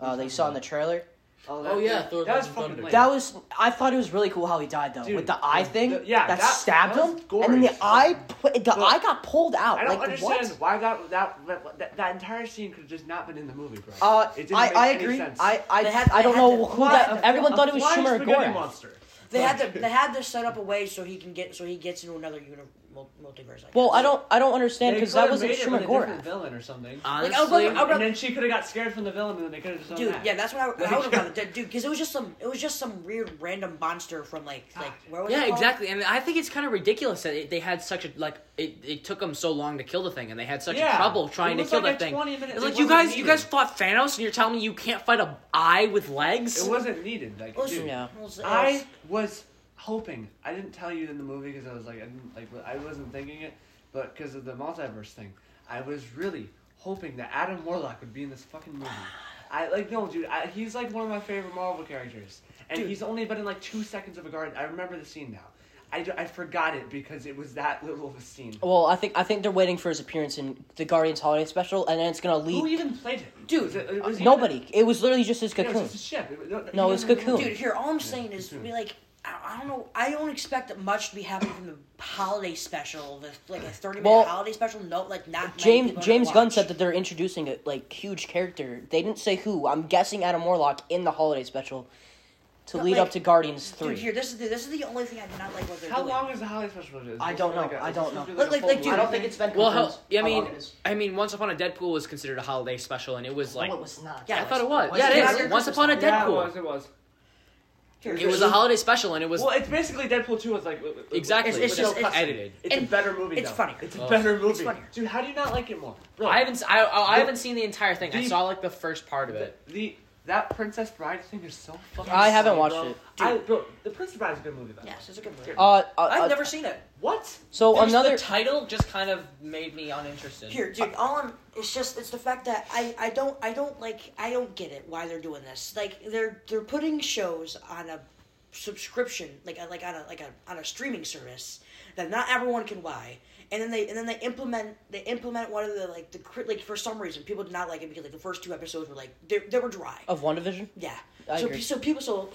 Speaker 1: uh, that you saw in the trailer.
Speaker 6: Oh, yeah, Thor
Speaker 5: that was
Speaker 6: Love and
Speaker 5: fucking
Speaker 6: Thunder.
Speaker 5: lame.
Speaker 1: That was, I thought it was really cool how he died though,
Speaker 5: Dude,
Speaker 1: with the eye thing.
Speaker 5: the- yeah,
Speaker 1: that,
Speaker 5: that-
Speaker 1: stabbed
Speaker 5: that
Speaker 1: him,
Speaker 5: was gory
Speaker 1: and then the
Speaker 5: as fuck.
Speaker 1: eye, pu- the
Speaker 5: Look,
Speaker 1: eye got pulled out.
Speaker 5: I don't
Speaker 1: like
Speaker 5: understand
Speaker 1: what?
Speaker 5: why that that, that that that entire scene could have just not been in the movie, bro.
Speaker 1: Uh,
Speaker 5: It didn't
Speaker 1: I,
Speaker 5: make
Speaker 1: I
Speaker 5: any
Speaker 1: agree.
Speaker 5: sense.
Speaker 1: I, I,
Speaker 4: They had to-
Speaker 1: I don't
Speaker 4: they had
Speaker 1: know
Speaker 4: to-
Speaker 1: who that.
Speaker 4: Fly-
Speaker 1: Everyone thought it was
Speaker 5: Flying
Speaker 1: Schumer and
Speaker 5: spaghetti
Speaker 1: Gorath.
Speaker 5: monster.
Speaker 4: They had to they had to set up a way so he can get so he gets into another uni- mul- multiverse. I
Speaker 1: Well,
Speaker 4: guess.
Speaker 1: I don't, I don't understand
Speaker 5: They
Speaker 1: because
Speaker 5: could've
Speaker 1: that wasn't
Speaker 5: made it
Speaker 1: Schumer
Speaker 5: with a different
Speaker 1: Gorath.
Speaker 5: villain or something. oh,
Speaker 6: Honestly,
Speaker 4: I'll go- I'll go-
Speaker 5: and then she could have got scared from the villain, and then they could have just done
Speaker 4: Dude,
Speaker 5: that.
Speaker 4: yeah, that's what I,
Speaker 5: Like-
Speaker 4: I would have done, dude. Because it was just some, it was just some weird random monster from like, like where was it
Speaker 6: yeah,
Speaker 4: called?
Speaker 6: exactly. And I think it's kind of ridiculous that it, they had such a like it, it took them so long to kill the thing and they had such
Speaker 5: Yeah.
Speaker 6: a trouble
Speaker 5: It
Speaker 6: trying to
Speaker 5: was
Speaker 6: kill
Speaker 5: like
Speaker 6: that
Speaker 5: a
Speaker 6: thing.
Speaker 5: 20 minute-
Speaker 6: It's
Speaker 5: it
Speaker 6: like you
Speaker 5: wasn't
Speaker 6: guys you
Speaker 5: needed.
Speaker 6: guys fought Thanos and you're telling me you can't fight a eye with legs?
Speaker 5: It wasn't needed. Like,
Speaker 4: Well, it's-
Speaker 5: dude,
Speaker 1: Yeah.
Speaker 4: well, it's- it was-
Speaker 5: I was hoping. I didn't tell you in the movie because I was like, I didn't, like I wasn't thinking it, but because of the multiverse thing, I was really hoping that Adam Warlock would be in this fucking movie. I like no, dude. I, he's like one of my favorite Marvel characters, and he's only been in like two seconds of a garden. I remember the scene now. I, d- I forgot it because it was that little of a scene.
Speaker 1: Well, I think, I think they're waiting for his appearance in the Guardians Holiday Special, and then it's gonna
Speaker 5: Who
Speaker 1: lead.
Speaker 5: even played it,
Speaker 4: Dude,
Speaker 5: Was it- it was even-
Speaker 1: Nobody. It was literally just his
Speaker 5: Yeah, it
Speaker 1: cocoon.
Speaker 5: was just a ship. It was-
Speaker 1: No, it was
Speaker 5: even-
Speaker 1: Cocoon.
Speaker 4: dude, here, all I'm saying is,
Speaker 5: me too.
Speaker 4: be like, I, I don't know, I don't expect much to be happening from the holiday special, the, like a 30 minute
Speaker 1: Well,
Speaker 4: holiday special. No, like not. many
Speaker 1: James
Speaker 4: people are
Speaker 1: James
Speaker 4: gonna
Speaker 1: Gunn
Speaker 4: watch.
Speaker 1: said that they're introducing a like huge character. They didn't say who. I'm guessing Adam Warlock in the holiday special to
Speaker 4: But,
Speaker 1: lead
Speaker 4: like,
Speaker 1: up to Guardians
Speaker 4: Dude, here,
Speaker 1: three.
Speaker 4: this is the, this is the only thing I do not like what they're
Speaker 5: How
Speaker 4: doing.
Speaker 5: long is the holiday special? Is
Speaker 1: I don't
Speaker 5: it like
Speaker 1: know.
Speaker 5: a-
Speaker 1: I
Speaker 5: is it
Speaker 1: don't
Speaker 5: supposed to
Speaker 1: know.
Speaker 5: be a
Speaker 4: Like-
Speaker 5: full
Speaker 4: like, dude,
Speaker 5: movie?
Speaker 4: I don't think
Speaker 1: it's been
Speaker 6: Well, hell, yeah, I mean, I mean, Once Upon a Deadpool was considered a holiday special, and it was like,
Speaker 5: Oh,
Speaker 1: was not.
Speaker 4: Yeah,
Speaker 6: I thought it
Speaker 4: Was
Speaker 6: was.
Speaker 4: it
Speaker 6: Yeah, it
Speaker 4: considered
Speaker 6: is. Once Upon a Deadpool.
Speaker 5: Yeah, it was. It was.
Speaker 4: Here,
Speaker 6: It was a holiday special, and it was
Speaker 5: Well, it's basically Deadpool 2 is like w- w- w-
Speaker 6: exactly.
Speaker 4: it's- it's
Speaker 6: but
Speaker 4: just- it's-
Speaker 6: edited.
Speaker 5: It's a
Speaker 4: and
Speaker 5: better movie.
Speaker 4: it's
Speaker 5: though.
Speaker 4: funnier.
Speaker 5: It's a
Speaker 6: Oh.
Speaker 5: better movie.
Speaker 4: funnier.
Speaker 5: Dude, how do you not like it more? Bro,
Speaker 6: I haven't. s- I, I- I
Speaker 5: The-
Speaker 6: haven't seen the entire thing. I
Speaker 5: the-
Speaker 6: saw like the first part of
Speaker 5: The,
Speaker 6: it.
Speaker 5: the that Princess Bride thing is so fucking.
Speaker 1: I haven't
Speaker 5: silly,
Speaker 1: watched
Speaker 5: bro.
Speaker 1: it.
Speaker 5: I, bro, the Princess Bride is a good movie though.
Speaker 4: Yes, it's a good movie.
Speaker 1: Uh, uh,
Speaker 6: I've
Speaker 1: uh,
Speaker 6: never seen it.
Speaker 5: What?
Speaker 1: So
Speaker 6: Just
Speaker 1: another.
Speaker 6: the title just kind of made me uninterested.
Speaker 4: Here, dude, all I'm it's just it's the fact that I I don't I don't like I don't get it why they're doing this. Like they're they're putting shows on a subscription like a, like on a like a on a streaming service that not everyone can buy. And then they and then they implement they implement one of the like the cri- like for some reason people did not like it because like the first two episodes were like they, they were dry.
Speaker 1: of WandaVision?
Speaker 4: yeah.
Speaker 1: Oh, I
Speaker 4: so
Speaker 1: agree.
Speaker 4: pe- so people so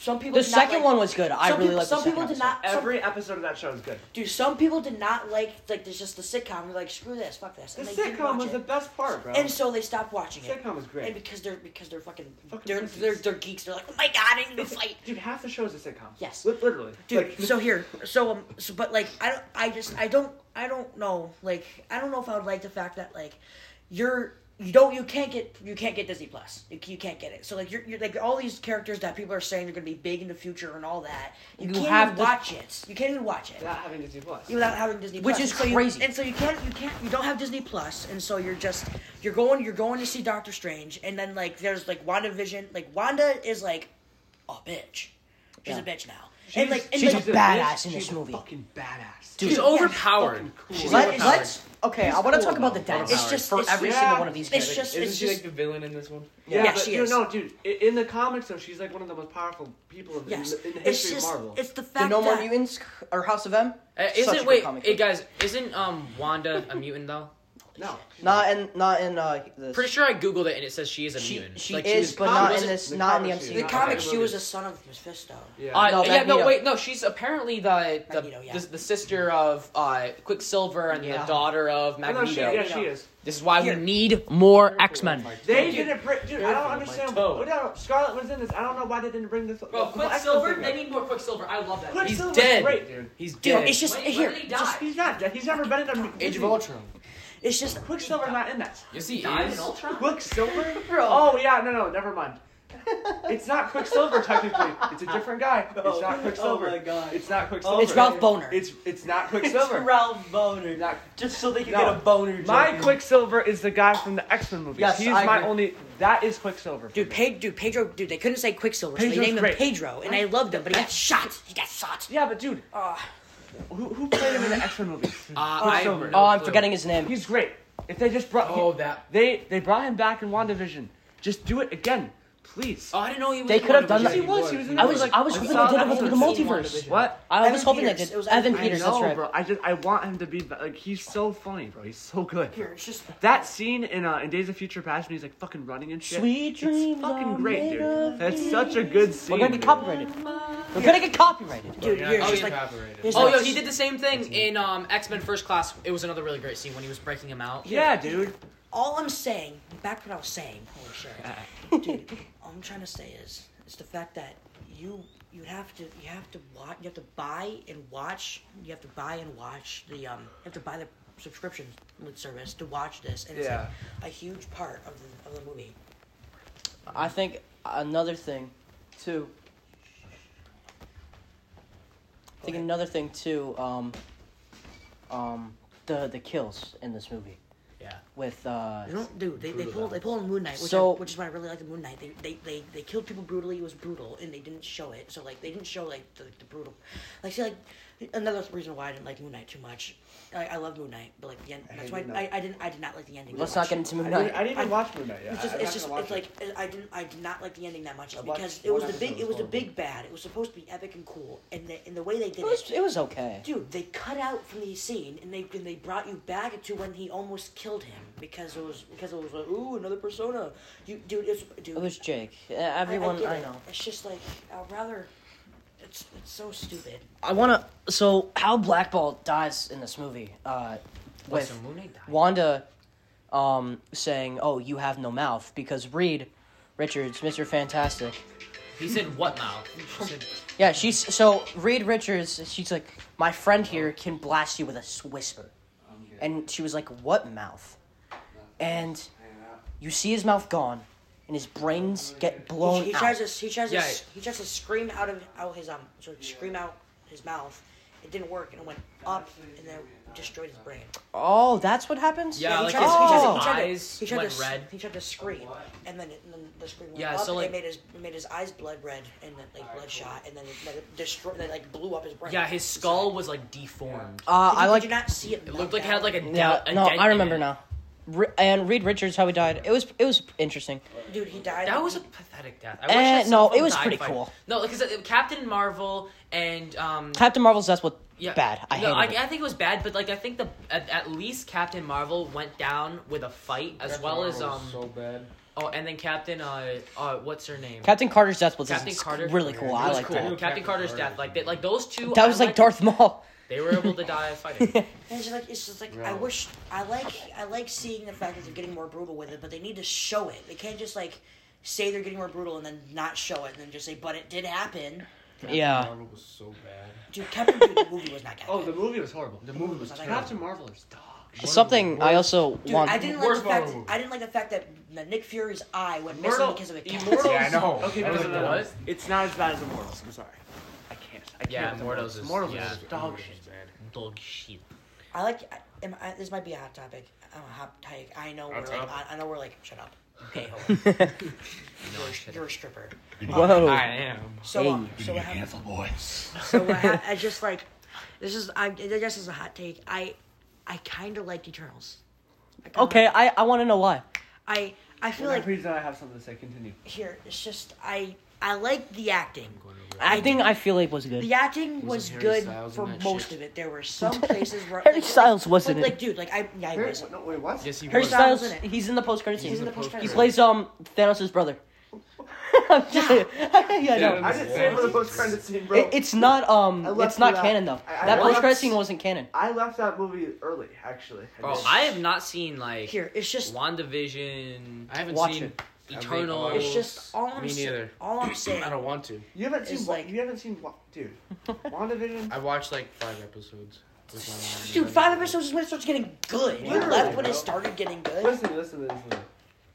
Speaker 4: some people
Speaker 1: The
Speaker 4: did not
Speaker 1: second
Speaker 4: like-
Speaker 1: one was good. I
Speaker 4: some
Speaker 1: really
Speaker 4: people,
Speaker 1: liked the
Speaker 4: some
Speaker 1: second
Speaker 4: people did
Speaker 1: episode.
Speaker 4: not some-
Speaker 5: Every episode of that show is good.
Speaker 4: Dude, some people did not like like there's just the sitcom. They're like, screw this, fuck this.
Speaker 5: The
Speaker 4: And they didn't
Speaker 5: sitcom
Speaker 4: watch
Speaker 5: was
Speaker 4: it.
Speaker 5: the best part, bro.
Speaker 4: And so they stopped watching it.
Speaker 5: sitcom was
Speaker 4: And
Speaker 5: great.
Speaker 4: because they're because they're fucking,
Speaker 5: Fucking
Speaker 4: they're,
Speaker 5: pussies.
Speaker 4: they're they're geeks. They're like, oh my god, I need to fight.
Speaker 5: Dude, half the show is a sitcom.
Speaker 4: Yes.
Speaker 5: Li- literally.
Speaker 4: Dude,
Speaker 5: Like,
Speaker 4: so here, so um, so but like I don't, I just I don't, I don't know. Like I don't know if I would like the fact that like you're you don't you can't get you can't get Disney Plus. You, you can't get it. So like you're, you're like all these characters that people are saying they're gonna be big in the future and all that. You,
Speaker 1: You
Speaker 4: can't
Speaker 1: have
Speaker 4: even
Speaker 1: to-
Speaker 4: watch it. You can't even watch it.
Speaker 5: not having Disney Plus.
Speaker 4: without having Disney
Speaker 1: Which
Speaker 4: Plus.
Speaker 1: is
Speaker 4: So you-
Speaker 1: crazy.
Speaker 4: and so you can't you can't you don't have Disney Plus and so you're just you're going you're going to see Doctor Strange and then like there's like WandaVision like Wanda is like a bitch. She's
Speaker 1: Yeah.
Speaker 4: a bitch now.
Speaker 5: She's-
Speaker 4: and like and
Speaker 1: she's
Speaker 4: like,
Speaker 1: a
Speaker 5: bitch,
Speaker 1: badass in this
Speaker 5: she's a
Speaker 1: movie.
Speaker 5: Fucking badass.
Speaker 6: She's
Speaker 4: Dude,
Speaker 6: overpowered.
Speaker 5: fucking cool.
Speaker 6: She's
Speaker 1: Let,
Speaker 6: overpowered.
Speaker 1: let's okay. I want to
Speaker 5: cool,
Speaker 1: talk about the
Speaker 5: though.
Speaker 1: downside
Speaker 4: it's just
Speaker 1: for
Speaker 4: it's,
Speaker 1: every
Speaker 4: yeah.
Speaker 5: yeah.
Speaker 1: single one of these
Speaker 4: It's
Speaker 1: characters.
Speaker 4: just
Speaker 2: Isn't
Speaker 4: it's
Speaker 2: she
Speaker 4: just
Speaker 2: like the villain in this one?
Speaker 4: Yeah,
Speaker 5: but
Speaker 4: she
Speaker 5: you
Speaker 4: is.
Speaker 5: know, dude, i- in the comics though, she's like one of the most powerful people in,
Speaker 4: yes.
Speaker 5: in the, in the
Speaker 4: It's
Speaker 5: history
Speaker 4: just
Speaker 5: of Marvel.
Speaker 4: it's the
Speaker 1: the
Speaker 4: fact
Speaker 1: No More
Speaker 4: that
Speaker 1: Mutants or House of M.
Speaker 6: Uh,
Speaker 1: Such a good
Speaker 6: isn't wait,
Speaker 1: comic
Speaker 6: hey
Speaker 1: book.
Speaker 6: guys, isn't um Wanda a mutant though?
Speaker 5: no,
Speaker 1: Not in not in uh. This.
Speaker 6: Pretty sure I googled it and it says she is a
Speaker 1: she
Speaker 6: mutant.
Speaker 1: she
Speaker 6: Like,
Speaker 1: is,
Speaker 6: was-
Speaker 1: but
Speaker 6: she
Speaker 1: not in
Speaker 6: wasn't-
Speaker 1: this.
Speaker 5: the
Speaker 1: Not in the
Speaker 5: comics
Speaker 4: the
Speaker 5: she is.
Speaker 1: MCU.
Speaker 5: Not
Speaker 4: comics
Speaker 5: that
Speaker 4: she was
Speaker 5: movie.
Speaker 4: a son of Mephisto.
Speaker 5: yeah.
Speaker 6: Uh,
Speaker 1: No,
Speaker 6: yeah,
Speaker 1: Magneto.
Speaker 6: no, wait, no. She's apparently the the,
Speaker 4: Magneto, yeah.
Speaker 6: the, the sister of uh, Quicksilver and
Speaker 1: Yeah.
Speaker 6: the daughter of Magneto.
Speaker 5: no, she, yeah, she is.
Speaker 6: This is why
Speaker 4: Here.
Speaker 6: we need more X Men.
Speaker 5: They didn't bring. Dude, I don't
Speaker 2: my
Speaker 5: understand.
Speaker 2: toe.
Speaker 5: Oh, no, Scarlet was in this. I don't know why they didn't bring this.
Speaker 6: Bro,
Speaker 5: the whole X-Men
Speaker 6: Quicksilver.
Speaker 5: thing
Speaker 6: They
Speaker 5: up.
Speaker 6: need more Quicksilver. I love that. He's
Speaker 5: Quicksilver's
Speaker 6: dead.
Speaker 5: Great, dude.
Speaker 6: He's
Speaker 4: Dude,
Speaker 6: dead.
Speaker 4: it's just
Speaker 6: When- when
Speaker 4: here.
Speaker 6: did he
Speaker 4: just-
Speaker 6: die?
Speaker 5: He's not dead. He's never been in a
Speaker 2: Age of
Speaker 5: Disney.
Speaker 2: Ultron.
Speaker 4: it's just
Speaker 5: Quicksilver's not in that.
Speaker 6: Yes, he Oh, is.
Speaker 5: Quicksilver?
Speaker 4: Bro.
Speaker 5: Oh yeah, no, no, never mind. It's not Quicksilver technically. It's a different guy.
Speaker 1: No.
Speaker 5: It's not Quicksilver.
Speaker 1: Oh my God.
Speaker 5: It's not Quicksilver.
Speaker 4: It's Ralph Boner.
Speaker 5: It's it's not
Speaker 1: It's
Speaker 5: Quicksilver.
Speaker 1: Ralph Boner.
Speaker 5: Not-
Speaker 1: just so they can
Speaker 5: No.
Speaker 1: get a boner.
Speaker 5: My
Speaker 1: joke in.
Speaker 5: Quicksilver is the guy from the X Men movies.
Speaker 1: Yes,
Speaker 5: He's
Speaker 1: I
Speaker 5: my
Speaker 1: agree.
Speaker 5: only. That is Quicksilver. for
Speaker 4: Dude,
Speaker 5: me.
Speaker 4: Pe- dude, Pedro, dude, they couldn't say Quicksilver, so
Speaker 5: Pedro's
Speaker 4: they named
Speaker 5: great.
Speaker 4: him Pedro, and I loved him, but he got shot. He got shot.
Speaker 5: Yeah, but dude, uh, who who played him in the X Men movies?
Speaker 6: Uh, I have
Speaker 5: Quicksilver.
Speaker 6: no
Speaker 1: Oh, I'm
Speaker 6: clue.
Speaker 1: forgetting his name.
Speaker 5: He's great. If they just brought.
Speaker 6: Oh, that-
Speaker 5: They they brought him back in WandaVision. Just do it again, please.
Speaker 6: Oh,
Speaker 4: Uh,
Speaker 6: I didn't know he was.
Speaker 1: They
Speaker 6: in
Speaker 1: could have done
Speaker 6: WandaVision.
Speaker 1: that.
Speaker 5: He was, he was in
Speaker 1: I was
Speaker 5: like-
Speaker 1: I was
Speaker 5: like,
Speaker 1: hoping they
Speaker 5: solid
Speaker 1: did it with the
Speaker 5: episodes.
Speaker 1: multiverse.
Speaker 5: What?
Speaker 1: I was
Speaker 4: Evan
Speaker 1: hoping they
Speaker 4: Peters.
Speaker 1: did.
Speaker 4: It was
Speaker 1: Evan
Speaker 4: Evan
Speaker 5: I
Speaker 1: Peters.
Speaker 5: know,
Speaker 1: That's right.
Speaker 5: bro. I just I want him to be ba- like he's so funny, bro. He's so good.
Speaker 4: Here, it's just
Speaker 5: That scene in uh, in Days of Future Past when he's like fucking running and shit.
Speaker 1: Sweet
Speaker 5: It's
Speaker 1: dreams
Speaker 5: fucking
Speaker 1: are
Speaker 5: great,
Speaker 1: made
Speaker 5: dude.
Speaker 1: of
Speaker 5: That's such a good scene.
Speaker 1: We're gonna get
Speaker 5: dude.
Speaker 1: copyrighted. We're gonna get copyrighted.
Speaker 4: dude,
Speaker 2: Yeah,
Speaker 4: here, it's
Speaker 2: oh,
Speaker 4: just
Speaker 2: yeah.
Speaker 4: like
Speaker 2: Operated.
Speaker 4: here's
Speaker 6: Oh,
Speaker 4: like-
Speaker 6: yo, he did the same thing in um, X Men First Class. It was another really great scene when he was breaking him out.
Speaker 5: Yeah, dude.
Speaker 4: All I'm saying, back to what I was saying. Holy
Speaker 6: Uh,
Speaker 4: shit, dude. All I'm trying to say is, it's the fact that you you have to you have to watch you have to buy and watch you have to buy and watch the um you have to buy the subscription service to watch this, and it's
Speaker 5: Yeah.
Speaker 4: like a huge part of the of the movie.
Speaker 1: I think another thing, too. I think
Speaker 4: Okay.
Speaker 1: another thing too. Um, um, the the kills in this movie
Speaker 6: Yeah.
Speaker 1: with uh,
Speaker 4: You know, dude, they, they pulled they pulled on Moon Knight, which,
Speaker 1: So-
Speaker 4: I, which is why I really like the Moon Knight. They, they they they killed people brutally. It was brutal, and they didn't show it. So like they didn't show like the, the brutal, like see like another reason why I didn't like Moon Knight too much. I, I love Moon Knight, but like the end. That's why
Speaker 5: hated
Speaker 4: I,
Speaker 5: Knight.
Speaker 4: I didn't I did not like the ending.
Speaker 1: let's
Speaker 4: that
Speaker 1: not
Speaker 4: much.
Speaker 1: get into Moon
Speaker 5: I didn't, I
Speaker 1: Knight.
Speaker 5: didn't even watch Moon Knight yet.
Speaker 4: It's
Speaker 5: I-
Speaker 4: just,
Speaker 5: I'm
Speaker 4: it's
Speaker 5: not
Speaker 4: just,
Speaker 5: gonna watch
Speaker 4: it's
Speaker 5: it.
Speaker 4: like I didn't, I did not like the ending that much
Speaker 5: I watched
Speaker 4: because it was
Speaker 5: one
Speaker 4: the big,
Speaker 5: episode,
Speaker 4: it was the
Speaker 5: horrible.
Speaker 4: big bad. It was supposed to be epic and cool, and the, and the way they did
Speaker 1: It was
Speaker 4: it,
Speaker 1: it was okay.
Speaker 4: dude, they cut out from the scene and they and they brought you back to when he almost killed him because it was because it was like ooh another persona. You dude, it's dude.
Speaker 1: It was Jake. Uh,
Speaker 4: I- I
Speaker 1: Everyone
Speaker 4: get
Speaker 1: I,
Speaker 4: it.
Speaker 1: know.
Speaker 4: It's just like I'd rather. It's it's so stupid.
Speaker 1: I wanna. So how Black Bolt dies in this movie? Uh, with
Speaker 6: Listen, Moon Knight died.
Speaker 1: Wanda um, saying, "Oh, you have no mouth," because Reed Richards, Mister Fantastic,
Speaker 6: He said what now? She said,
Speaker 1: yeah, she's so Reed Richards. She's like, "My friend here can blast you with a s- whisper," and she was like, "What mouth?" And you see his mouth gone, and his brains get blown
Speaker 4: He, he
Speaker 1: out.
Speaker 4: tries to he tries
Speaker 6: Yeah.
Speaker 4: to he tries to scream out of out his um so scream out his mouth. It didn't work, and it went up, and then destroyed his brain.
Speaker 1: oh, that's what happens.
Speaker 6: Yeah,
Speaker 4: he
Speaker 6: like
Speaker 4: tried
Speaker 6: his,
Speaker 1: to-
Speaker 6: his
Speaker 1: Oh.
Speaker 4: he tried to-
Speaker 6: eyes
Speaker 4: he tried to
Speaker 6: went
Speaker 4: s-
Speaker 6: red.
Speaker 4: He tried to scream, and then, it, and then the screen went
Speaker 6: Yeah,
Speaker 4: up.
Speaker 6: so, like-
Speaker 4: and it made his it made his eyes blood red and then, like bloodshot, and then it, then it destroyed. Then, like blew up his brain.
Speaker 6: Yeah, his skull was like deformed.
Speaker 1: Uh,
Speaker 4: Did you,
Speaker 1: I like
Speaker 4: Did you not see it?
Speaker 6: It looked like it had like a,
Speaker 1: Yeah,
Speaker 6: dent- a
Speaker 1: no,
Speaker 6: dent
Speaker 1: I
Speaker 6: in
Speaker 1: remember
Speaker 6: it.
Speaker 1: now. Re- and Reed Richards, how he died. It was it was interesting.
Speaker 4: dude. He died.
Speaker 6: That was a pathetic death.
Speaker 1: Eh,
Speaker 6: I wish that
Speaker 1: no,
Speaker 6: someone
Speaker 1: it was
Speaker 6: died
Speaker 1: pretty
Speaker 6: fighting-
Speaker 1: cool.
Speaker 6: No, because uh, Captain Marvel and um,
Speaker 1: Captain Marvel's that's what
Speaker 6: yeah,
Speaker 1: bad. I hated
Speaker 6: no, I,
Speaker 1: it.
Speaker 6: I think it was bad, but like I think the at, at least Captain Marvel went down with a fight as well as um.
Speaker 3: so bad.
Speaker 6: oh, and then Captain uh, uh what's her name?
Speaker 1: Captain Carter's death was
Speaker 6: Captain
Speaker 1: is
Speaker 6: Carter.
Speaker 1: really cool.
Speaker 6: It
Speaker 1: I
Speaker 6: was
Speaker 1: like
Speaker 6: cool.
Speaker 1: that.
Speaker 6: Captain, Carter's death, like they, like those two.
Speaker 1: That
Speaker 6: I
Speaker 1: was like
Speaker 6: liked-
Speaker 1: Darth Maul.
Speaker 6: They were able to die fighting.
Speaker 4: And it's just like it's just like I wish I like I like seeing the fact that they're getting more brutal with it, but they need to show it. They can't just like say they're getting more brutal and then not show it, and then just say, "But it did happen."
Speaker 1: Yeah.
Speaker 2: Marvel was so bad.
Speaker 4: Dude, Captain Dude, the movie was not Captain.
Speaker 5: Oh, the movie was horrible.
Speaker 2: The movie was
Speaker 4: Like,
Speaker 2: terrible.
Speaker 5: Captain Marvel is dog.
Speaker 1: Something I also
Speaker 4: Dude,
Speaker 1: want.
Speaker 4: I didn't like
Speaker 2: Worst
Speaker 4: the fact.
Speaker 2: Marvel movie.
Speaker 4: I didn't like the fact that that Nick Fury's eye went missing
Speaker 5: Immortal-
Speaker 4: because of a cat.
Speaker 5: Immortals.
Speaker 3: Yeah, I know.
Speaker 5: Okay,
Speaker 3: That
Speaker 5: no,
Speaker 3: was
Speaker 5: no, no, no.
Speaker 6: what?
Speaker 5: It's not as bad as Immortals. I'm sorry. I can't. I can't.
Speaker 6: Yeah,
Speaker 5: with
Speaker 6: Immortals is-
Speaker 5: Immortals
Speaker 6: yeah.
Speaker 5: dog shit.
Speaker 6: Dog shit.
Speaker 4: I like. I, am I, this might be a hot topic. I'm a hot take. I know we're
Speaker 2: Hot
Speaker 4: like. I,
Speaker 2: topic.
Speaker 4: I know we're like. Shut up. Okay, hold on.
Speaker 6: No, I
Speaker 4: You're
Speaker 6: shouldn't.
Speaker 4: a stripper.
Speaker 1: Whoa.
Speaker 6: I am.
Speaker 4: So um, so what happened? So what hap- I just like. This is. I, I guess it's a hot take. I. I kind of liked Eternals. I kinda
Speaker 1: okay,
Speaker 4: liked-
Speaker 1: I I want to know why.
Speaker 4: I. I feel
Speaker 5: Well,
Speaker 4: like
Speaker 5: that proves that I have something to say. Continue.
Speaker 4: here. It's just I. I like the acting.
Speaker 1: I think I feel like was good.
Speaker 4: The acting was
Speaker 2: Harry
Speaker 4: good
Speaker 2: Styles in
Speaker 4: for
Speaker 2: that
Speaker 4: most
Speaker 2: shit?
Speaker 4: of it. There were some places where
Speaker 1: Harry
Speaker 4: like-
Speaker 1: Styles
Speaker 4: like-
Speaker 1: wasn't in
Speaker 4: like,
Speaker 1: it.
Speaker 4: dude, like I, yeah, I was.
Speaker 5: No, wait, what?
Speaker 6: Yes, he
Speaker 1: Harry
Speaker 6: was.
Speaker 4: Styles
Speaker 1: Styles,
Speaker 4: in it.
Speaker 1: he's in the post credits
Speaker 4: He's in the
Speaker 1: scene.
Speaker 4: post
Speaker 1: He
Speaker 4: credits.
Speaker 1: plays um Thanos' brother. I'm just kidding. yeah, I know.
Speaker 5: I didn't say for the post credit scene, bro.
Speaker 1: It, it's not um,
Speaker 5: I left
Speaker 1: it's not
Speaker 5: it out.
Speaker 1: canon though.
Speaker 5: I- I
Speaker 1: that post
Speaker 5: left-
Speaker 1: credit scene wasn't canon.
Speaker 5: I left that movie early, actually. I
Speaker 6: Bro,
Speaker 5: did.
Speaker 6: I have not seen like
Speaker 4: Here, it's just
Speaker 6: WandaVision.
Speaker 2: I haven't
Speaker 1: Watch
Speaker 2: seen
Speaker 1: it.
Speaker 6: Eternal.
Speaker 2: I mean,
Speaker 4: It's just all I'm
Speaker 2: Me
Speaker 4: saying.
Speaker 2: neither.
Speaker 4: All I'm saying.
Speaker 2: I don't want to.
Speaker 5: you haven't
Speaker 4: it's
Speaker 5: seen like,
Speaker 4: like-
Speaker 5: you haven't seen Wa- dude. WandaVision.
Speaker 2: I watched like five episodes. with my mom.
Speaker 4: Dude, five episodes is when it starts getting good. You
Speaker 5: Literally,
Speaker 4: left when
Speaker 5: bro.
Speaker 4: it started getting good.
Speaker 5: Listen, listen, listen.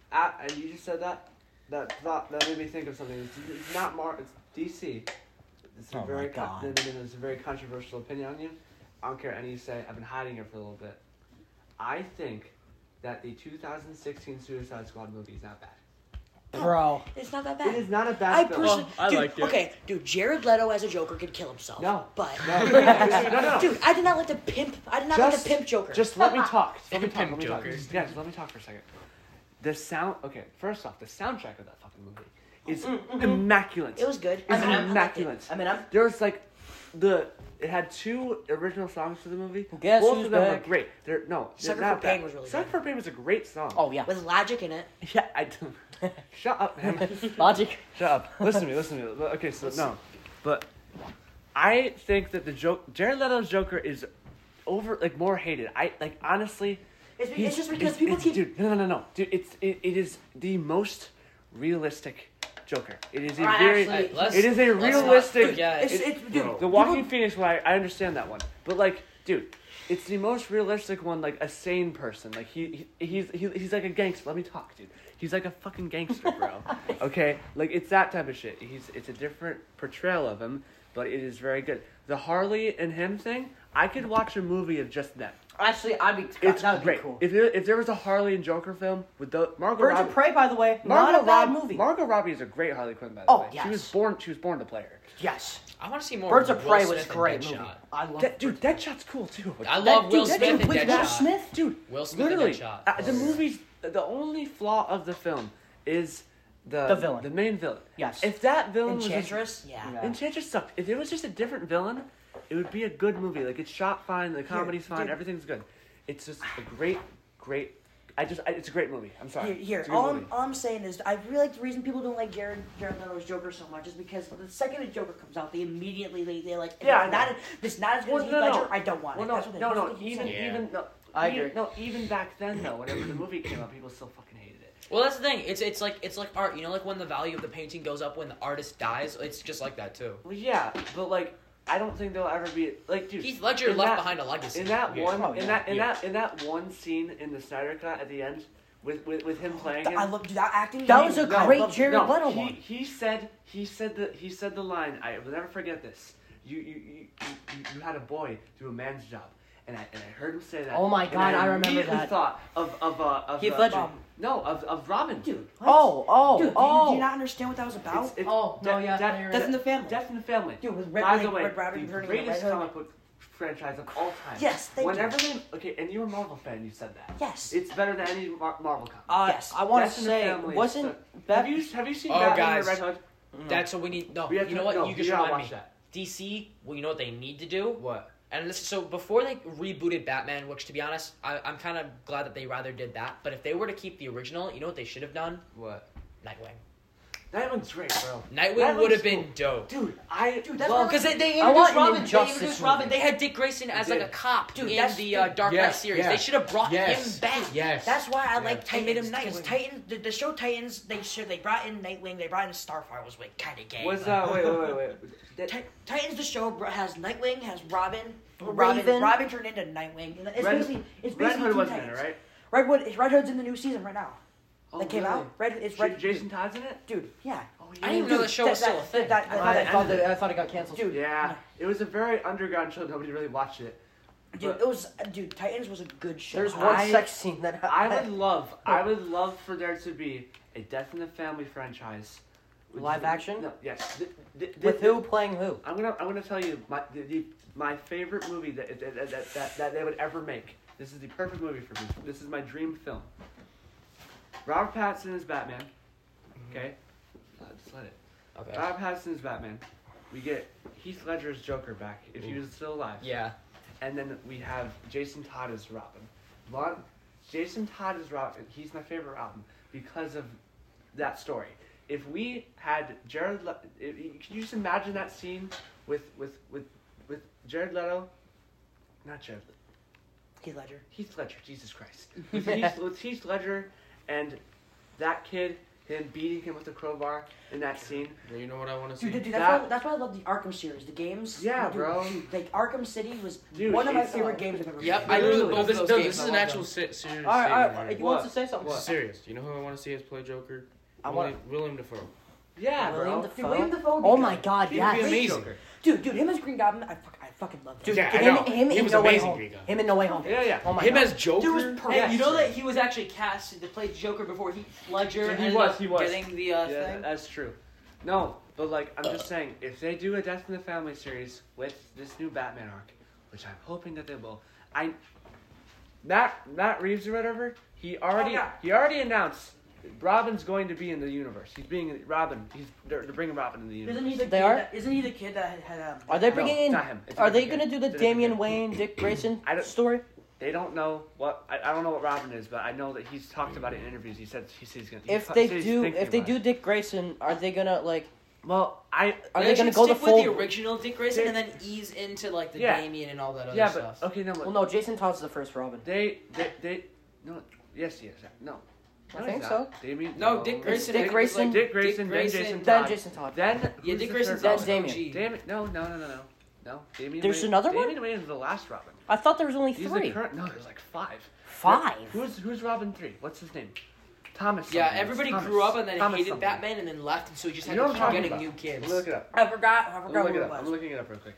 Speaker 5: Uh, and you just said that. that thought that made me think of something. It's, it's not Mar. It's DC. It's a
Speaker 7: Oh my
Speaker 5: very
Speaker 7: God.
Speaker 5: Con- it's a very controversial opinion on you. I don't care any you say. I've been hiding it for a little bit. I think that the 2016 Suicide Squad movie is not bad.
Speaker 1: Bro.
Speaker 4: It's not that bad.
Speaker 5: It is not a bad
Speaker 4: I
Speaker 5: film.
Speaker 4: personally,
Speaker 6: I
Speaker 4: dude,
Speaker 6: liked it.
Speaker 4: okay, dude, Jared Leto as a Joker could kill himself.
Speaker 5: No.
Speaker 4: but
Speaker 5: No, no, no, no.
Speaker 4: dude, I did not let the pimp. I did not let
Speaker 5: Just-
Speaker 4: the pimp Joker.
Speaker 5: Just let me talk. Just Let me talk.
Speaker 6: Pimp
Speaker 5: Let me talk.
Speaker 6: Joker.
Speaker 5: Just- Yeah, just let me talk for a second. The sound. Okay, first off, the soundtrack of that fucking movie is immaculate.
Speaker 4: Mm-hmm, it was good.
Speaker 5: It's
Speaker 4: I mean, I liked it.
Speaker 5: immaculate.
Speaker 1: I mean, I'm.
Speaker 5: There was like the it had two original songs to the movie.
Speaker 1: Guess
Speaker 5: Both
Speaker 1: who's
Speaker 5: of them
Speaker 1: back?
Speaker 5: were great. They're no.
Speaker 4: Sucker
Speaker 5: they're not
Speaker 4: for Pain
Speaker 5: bad.
Speaker 4: was really
Speaker 5: Sucker
Speaker 4: good.
Speaker 5: for Pain was a great song.
Speaker 1: Oh yeah.
Speaker 4: with Logic in it.
Speaker 5: yeah. I don't. Shut up, man.
Speaker 1: Logic.
Speaker 5: Shut up. Listen to me. Listen to me. But- Okay, so no, but I think that the joke Jared Leto's Joker is over like more hated. I like honestly.
Speaker 4: It's, be- it's
Speaker 5: he's-
Speaker 4: just because people
Speaker 5: it's-
Speaker 4: keep.
Speaker 5: Dude, no, no, no, no, dude. It's it, it is the most realistic Joker. It is a
Speaker 4: Alright,
Speaker 5: very.
Speaker 4: actually,
Speaker 6: let's-
Speaker 5: it is a
Speaker 6: let's not
Speaker 5: realistic.
Speaker 6: forget.
Speaker 4: it's,
Speaker 5: it-
Speaker 4: it's, dude,
Speaker 5: the Walking Phoenix one, I, I understand that one, but like, dude, it's the most realistic one. Like a sane person, like he, he he's he, he's like a gangster. Let me talk, dude. He's like a fucking gangster, bro. okay, like it's that type of shit. He's it's a different portrayal of him, but it is very good. The Harley and him thing, I could watch a movie of just that.
Speaker 1: Actually, I'd be.
Speaker 5: It's
Speaker 1: that would
Speaker 5: great.
Speaker 1: be cool.
Speaker 5: If there, if there was a Harley and Joker film with the Margot
Speaker 1: Birds
Speaker 5: Robbie,
Speaker 1: of Prey, by the way,
Speaker 5: Margot
Speaker 1: not a bad
Speaker 5: Rob-
Speaker 1: movie.
Speaker 5: Margot Robbie is a great Harley Quinn, by the
Speaker 1: Oh,
Speaker 5: way.
Speaker 1: yes.
Speaker 5: She was born. She was born to play her.
Speaker 1: yes.
Speaker 6: I want to see more.
Speaker 1: Birds of
Speaker 6: Will
Speaker 1: Prey
Speaker 6: Smith
Speaker 1: was a
Speaker 6: and
Speaker 1: great movie.
Speaker 6: Deadshot.
Speaker 1: I love.
Speaker 5: That, dude, Deadshot's cool too.
Speaker 6: I love Will
Speaker 1: dude,
Speaker 6: Smith and
Speaker 1: with Will
Speaker 6: Deadshot.
Speaker 1: Smith,
Speaker 5: dude.
Speaker 6: Will Smith and
Speaker 5: Literally,
Speaker 6: Deadshot.
Speaker 5: uh,
Speaker 4: Oh,
Speaker 5: the movie's the only flaw of the film is the
Speaker 1: The villain.
Speaker 5: the main villain.
Speaker 1: Yes.
Speaker 5: If that villain was
Speaker 4: Enchantress. Yeah.
Speaker 5: just, Enchantress sucked. If it was just a different villain, it would be a good movie. Like it's shot fine, the comedy's fine,
Speaker 4: dude.
Speaker 5: everything's good. It's just a great, great. I just I, it's a great movie. I'm
Speaker 4: Here,
Speaker 5: sorry.
Speaker 4: here
Speaker 5: It's a good
Speaker 4: all, I'm,
Speaker 5: movie.
Speaker 4: all I'm saying is, I really like the reason people don't like Jared Jared Leto's Joker so much is because the second a Joker comes out, they immediately they, they're like,
Speaker 5: Yeah, I
Speaker 4: if it's not if it's not as good
Speaker 5: Well,
Speaker 4: as Heath
Speaker 5: no, no.
Speaker 4: Ledger, I don't want
Speaker 5: Well,
Speaker 4: it.
Speaker 5: no,
Speaker 4: That's what they-
Speaker 5: no,
Speaker 4: that's
Speaker 5: no.
Speaker 4: what they keep
Speaker 5: Even,
Speaker 4: saying.
Speaker 2: Yeah.
Speaker 5: even no.
Speaker 1: I
Speaker 5: even,
Speaker 1: agree.
Speaker 5: No, even back then though, whenever the movie came out, people still fucking hated it.
Speaker 6: Well, that's the thing. It's it's like it's like art. You know, like when the value of the painting goes up when the artist dies. It's just like that too.
Speaker 5: Well, yeah, but like, I don't think they'll ever be like, dude.
Speaker 6: Heath Ledger
Speaker 5: in
Speaker 6: left
Speaker 5: that-
Speaker 6: behind a legacy.
Speaker 5: In that
Speaker 2: Yeah.
Speaker 5: one,
Speaker 1: Oh,
Speaker 5: in
Speaker 1: yeah.
Speaker 5: that, in
Speaker 2: Yeah.
Speaker 5: that, in that one scene in the Snyder Cut at the end, with with, with him playing.
Speaker 4: I
Speaker 5: him,
Speaker 4: love dude, that acting.
Speaker 1: That
Speaker 4: he-
Speaker 1: was a
Speaker 4: no, I
Speaker 1: great
Speaker 4: love-
Speaker 1: Jared
Speaker 5: no,
Speaker 1: Leto
Speaker 5: he,
Speaker 1: one.
Speaker 5: he said he said the he said the line. I will never forget this. You you you, you, you had a boy do a man's job. And I, and I heard him say that.
Speaker 1: Oh my
Speaker 5: and
Speaker 1: God, I remember
Speaker 5: immediately
Speaker 1: that.
Speaker 5: thought of of uh, of
Speaker 1: Heath
Speaker 5: uh,
Speaker 1: Ledger.
Speaker 5: um, no, of of Robin. Dude,
Speaker 4: What?
Speaker 1: Oh, oh,
Speaker 4: dude, do you-
Speaker 1: oh.
Speaker 4: Do you not understand what that was about?
Speaker 5: It's- it's
Speaker 1: Oh, no,
Speaker 5: de-
Speaker 1: yeah,
Speaker 5: de-
Speaker 1: no, you're
Speaker 4: Death in the Family.
Speaker 5: Death in the Family.
Speaker 4: Dude, with Red-
Speaker 5: By
Speaker 4: like
Speaker 5: the way,
Speaker 4: Red Riding
Speaker 5: the
Speaker 4: Hood and
Speaker 5: greatest
Speaker 4: Red Hood.
Speaker 5: comic book franchise of all time.
Speaker 4: Yes, thank you.
Speaker 5: Whenever they okay, and you were a Marvel fan, you said that.
Speaker 4: Yes.
Speaker 5: It's better than any Mar- Marvel comic.
Speaker 1: Uh,
Speaker 4: Yes.
Speaker 1: I want
Speaker 5: Death
Speaker 1: to
Speaker 5: in the
Speaker 1: say,
Speaker 5: Family is
Speaker 1: wasn't
Speaker 5: so-
Speaker 1: that?
Speaker 5: have you have you seen
Speaker 6: Oh,
Speaker 5: Batman and
Speaker 6: guys.
Speaker 5: Red Hood?
Speaker 6: That's what we need. No,
Speaker 5: Mm-hmm. We
Speaker 6: you
Speaker 5: have to-
Speaker 6: know what?
Speaker 5: no,
Speaker 6: you
Speaker 5: we
Speaker 6: just
Speaker 5: gotta
Speaker 6: remind
Speaker 5: watch
Speaker 6: me.
Speaker 5: that.
Speaker 6: DC. Well, you know what they need to do.
Speaker 5: What?
Speaker 6: And this is so before they rebooted Batman, which to be honest, I, I'm kind of glad that they rather did that. But if they were to keep the original, you know what they should have done?
Speaker 5: What?
Speaker 6: Nightwing.
Speaker 5: That one's great, bro.
Speaker 6: Nightwing
Speaker 5: That
Speaker 6: would
Speaker 5: one's
Speaker 6: have been
Speaker 5: cool.
Speaker 6: dope.
Speaker 5: Dude, I
Speaker 4: Dude, that's
Speaker 5: love
Speaker 4: what-
Speaker 6: Because Oh, they, they
Speaker 1: I want
Speaker 6: introduced
Speaker 1: an
Speaker 6: Robin. They
Speaker 1: Injustice
Speaker 6: introduced
Speaker 1: movie.
Speaker 6: Robin. They had Dick Grayson as like a
Speaker 5: did.
Speaker 6: cop
Speaker 4: Dude,
Speaker 6: in
Speaker 4: that's-
Speaker 6: the uh, Dark
Speaker 2: Yeah,
Speaker 6: Knight series.
Speaker 2: yeah.
Speaker 6: They should have brought
Speaker 2: Yes.
Speaker 6: him back.
Speaker 2: Yes.
Speaker 4: That's why I
Speaker 2: Yeah.
Speaker 4: like
Speaker 6: I
Speaker 4: Titans.
Speaker 6: made him
Speaker 4: Because
Speaker 6: Nightwing.
Speaker 4: Titans, the, the show Titans, they should they brought in Nightwing, they brought in Starfire was like kind of gay.
Speaker 5: was
Speaker 4: but-
Speaker 5: uh wait wait wait wait. That-
Speaker 4: Ti- Titans the show br- has Nightwing, has Robin,
Speaker 1: Raven.
Speaker 4: Robin, Robin turned into Nightwing. It's
Speaker 5: Red-
Speaker 4: basically it's basically
Speaker 5: Red Hood
Speaker 4: Teen
Speaker 5: wasn't in it,
Speaker 4: Titans.
Speaker 5: right?
Speaker 4: Redwood, it's Red Hood's in the new season right now.
Speaker 5: Oh,
Speaker 4: that came
Speaker 5: really?
Speaker 4: out. Red, it's
Speaker 5: J-
Speaker 4: Red.
Speaker 5: Jason Todd's in it.
Speaker 4: Dude, yeah.
Speaker 5: Oh,
Speaker 6: I didn't even know
Speaker 4: Dude,
Speaker 6: the show was still a thing.
Speaker 4: That, that,
Speaker 1: I,
Speaker 4: that-
Speaker 1: thought that, I thought it got canceled.
Speaker 4: dude,
Speaker 5: Yeah, it was a very underground show. Nobody really watched it.
Speaker 4: dude, it was uh, dude. Titans was a good show.
Speaker 1: there's one
Speaker 5: I-
Speaker 1: sex scene that
Speaker 5: I would love, I
Speaker 1: Oh.
Speaker 5: would love for there to be a Death in the Family franchise.
Speaker 1: Live action?
Speaker 5: No, yes. Th- th- th-
Speaker 1: with who playing who.
Speaker 5: I'm gonna, I'm gonna tell you my, the, the, my favorite movie that that, that, that that that they would ever make. This is the perfect movie for me. This is my dream film. Robert Pattinson is Batman.
Speaker 1: Mm-hmm.
Speaker 5: Okay, Uh, just let it.
Speaker 6: Okay.
Speaker 5: Robert Pattinson is Batman. We get Heath Ledger's Joker back if he was still alive.
Speaker 6: Yeah.
Speaker 5: And then we have Jason Todd as Robin. Lon- Jason Todd is Robin. He's my favorite Robin because of that story. If we had Jared, Le- if, can you just imagine that scene with with with with Jared Leto? Not Jared. Leto.
Speaker 4: Heath Ledger.
Speaker 5: Heath Ledger. Jesus Christ. With Heath, with Heath Ledger and that kid, him beating him with a crowbar in that scene.
Speaker 2: Well, you know what I want to see?
Speaker 4: Dude, dude, dude,
Speaker 5: That-
Speaker 4: that's, why, that's why I love the Arkham series, the games.
Speaker 5: Yeah,
Speaker 4: dude,
Speaker 5: bro.
Speaker 4: Like Arkham City was
Speaker 5: Dude,
Speaker 4: one of my
Speaker 5: it's-
Speaker 4: favorite games I've ever played.
Speaker 6: Yep.
Speaker 5: I
Speaker 6: I
Speaker 5: really-
Speaker 6: really
Speaker 5: no,
Speaker 2: no,
Speaker 6: both
Speaker 2: this,
Speaker 6: those
Speaker 2: no,
Speaker 6: games.
Speaker 2: this
Speaker 6: I
Speaker 2: is an
Speaker 6: love
Speaker 2: actual
Speaker 6: them.
Speaker 2: se- serious
Speaker 1: All right, all
Speaker 2: statement.
Speaker 1: right.
Speaker 2: right?
Speaker 1: He wants
Speaker 5: What?
Speaker 1: to say something.
Speaker 5: What?
Speaker 2: Serious. You know who I want to see as play Joker?
Speaker 1: I want.
Speaker 2: William, William Defoe.
Speaker 5: Yeah,
Speaker 4: William
Speaker 5: bro.
Speaker 4: Dafoe?
Speaker 5: Dude, William Dafoe would be
Speaker 4: Oh
Speaker 5: good.
Speaker 4: my god,
Speaker 5: He
Speaker 4: yes.
Speaker 5: would be amazing.
Speaker 4: Dude, dude, him as Green Goblin, I, fuck, I fucking love that.
Speaker 1: Dude,
Speaker 2: Yeah, I
Speaker 1: him,
Speaker 2: know.
Speaker 1: him
Speaker 2: He
Speaker 1: in
Speaker 2: was
Speaker 1: No Way
Speaker 2: amazing,
Speaker 1: Home.
Speaker 2: Greg.
Speaker 1: Him in No Way Home.
Speaker 5: Yeah, yeah.
Speaker 1: Oh my
Speaker 2: Him
Speaker 1: god.
Speaker 2: as Joker.
Speaker 6: Dude was perfect.
Speaker 5: Hey,
Speaker 6: you know that he was actually cast to play Joker before he Ledger
Speaker 5: Yeah, he
Speaker 6: ended
Speaker 5: was,
Speaker 6: up
Speaker 5: he was.
Speaker 6: getting the uh,
Speaker 5: Yeah,
Speaker 6: thing.
Speaker 5: that's true. No, but like I'm just saying, if they do a Death in the Family series with this new Batman arc, which I'm hoping that they will, I Matt Matt Reeves or whatever, he already
Speaker 1: Oh,
Speaker 4: yeah.
Speaker 5: he already announced Robin's going to be in the universe. He's being Robin. He's they're, they're bringing Robin in the universe.
Speaker 4: Isn't he the
Speaker 1: They
Speaker 4: kid
Speaker 1: are?
Speaker 4: That, isn't he the kid that had, had um,
Speaker 1: Are they
Speaker 5: No,
Speaker 1: bringing in?
Speaker 5: not him. It's a
Speaker 1: Are they
Speaker 5: different
Speaker 1: gonna
Speaker 5: kid.
Speaker 1: do the
Speaker 5: It's a different
Speaker 1: Damian
Speaker 5: kid.
Speaker 1: Wayne, Dick Grayson
Speaker 5: I don't-
Speaker 1: story?
Speaker 5: They don't know what I, I don't know what Robin is, but I know that he's talked about it in interviews. He said he says he's gonna. he
Speaker 1: If
Speaker 5: ta-
Speaker 1: they
Speaker 5: said he's
Speaker 1: do,
Speaker 5: thinking
Speaker 1: if they
Speaker 5: about
Speaker 1: do
Speaker 5: it.
Speaker 1: Dick Grayson, are they gonna like?
Speaker 5: well, I
Speaker 1: Are
Speaker 6: They
Speaker 1: they
Speaker 6: should
Speaker 1: gonna go the
Speaker 6: stick with
Speaker 1: full-
Speaker 6: the original Dick Grayson and then ease into like the
Speaker 5: Yeah.
Speaker 6: Damien and all that other
Speaker 5: yeah,
Speaker 6: stuff?
Speaker 5: but uh, okay, no,
Speaker 1: Well, no, Jason Todd's the first Robin.
Speaker 5: They, they, they, no, yes, yes, no.
Speaker 1: I
Speaker 5: No,
Speaker 1: think
Speaker 5: he's
Speaker 1: so.
Speaker 5: not. Damien,
Speaker 6: No, Dick Grayson.
Speaker 1: Dick
Speaker 6: it was,
Speaker 1: Grayson.
Speaker 6: like,
Speaker 5: Dick Grayson, then Jason
Speaker 1: Then
Speaker 5: Todd.
Speaker 1: Jason Todd.
Speaker 5: Then
Speaker 6: Yeah,
Speaker 5: who's
Speaker 6: Dick
Speaker 5: the
Speaker 6: Grayson's
Speaker 5: third
Speaker 1: also
Speaker 6: also
Speaker 5: Robin?
Speaker 1: Damien.
Speaker 6: OG.
Speaker 5: Damien, no, no, no, no, no, no. Damien.
Speaker 1: There's
Speaker 5: Wayne-
Speaker 1: another one?
Speaker 5: Damien Wayne is the last Robin.
Speaker 1: I thought there was only
Speaker 5: He's
Speaker 1: three.
Speaker 5: the current. No, there's like five.
Speaker 1: Five.
Speaker 5: Who's who's Robin three? What's his name? Thomas.
Speaker 6: Yeah,
Speaker 5: something.
Speaker 6: everybody
Speaker 5: Thomas.
Speaker 6: grew up and then
Speaker 5: Thomas
Speaker 6: hated
Speaker 5: something.
Speaker 6: Batman and then left, and so he just
Speaker 5: You
Speaker 6: had
Speaker 5: know
Speaker 6: to
Speaker 5: what I'm talking
Speaker 6: keep getting
Speaker 5: about.
Speaker 6: new kids.
Speaker 5: I'm gonna Look it up.
Speaker 4: I forgot, I
Speaker 5: I'm
Speaker 4: forgot who
Speaker 5: looking it
Speaker 4: it
Speaker 5: up. I'm
Speaker 4: was.
Speaker 5: looking it up real quick.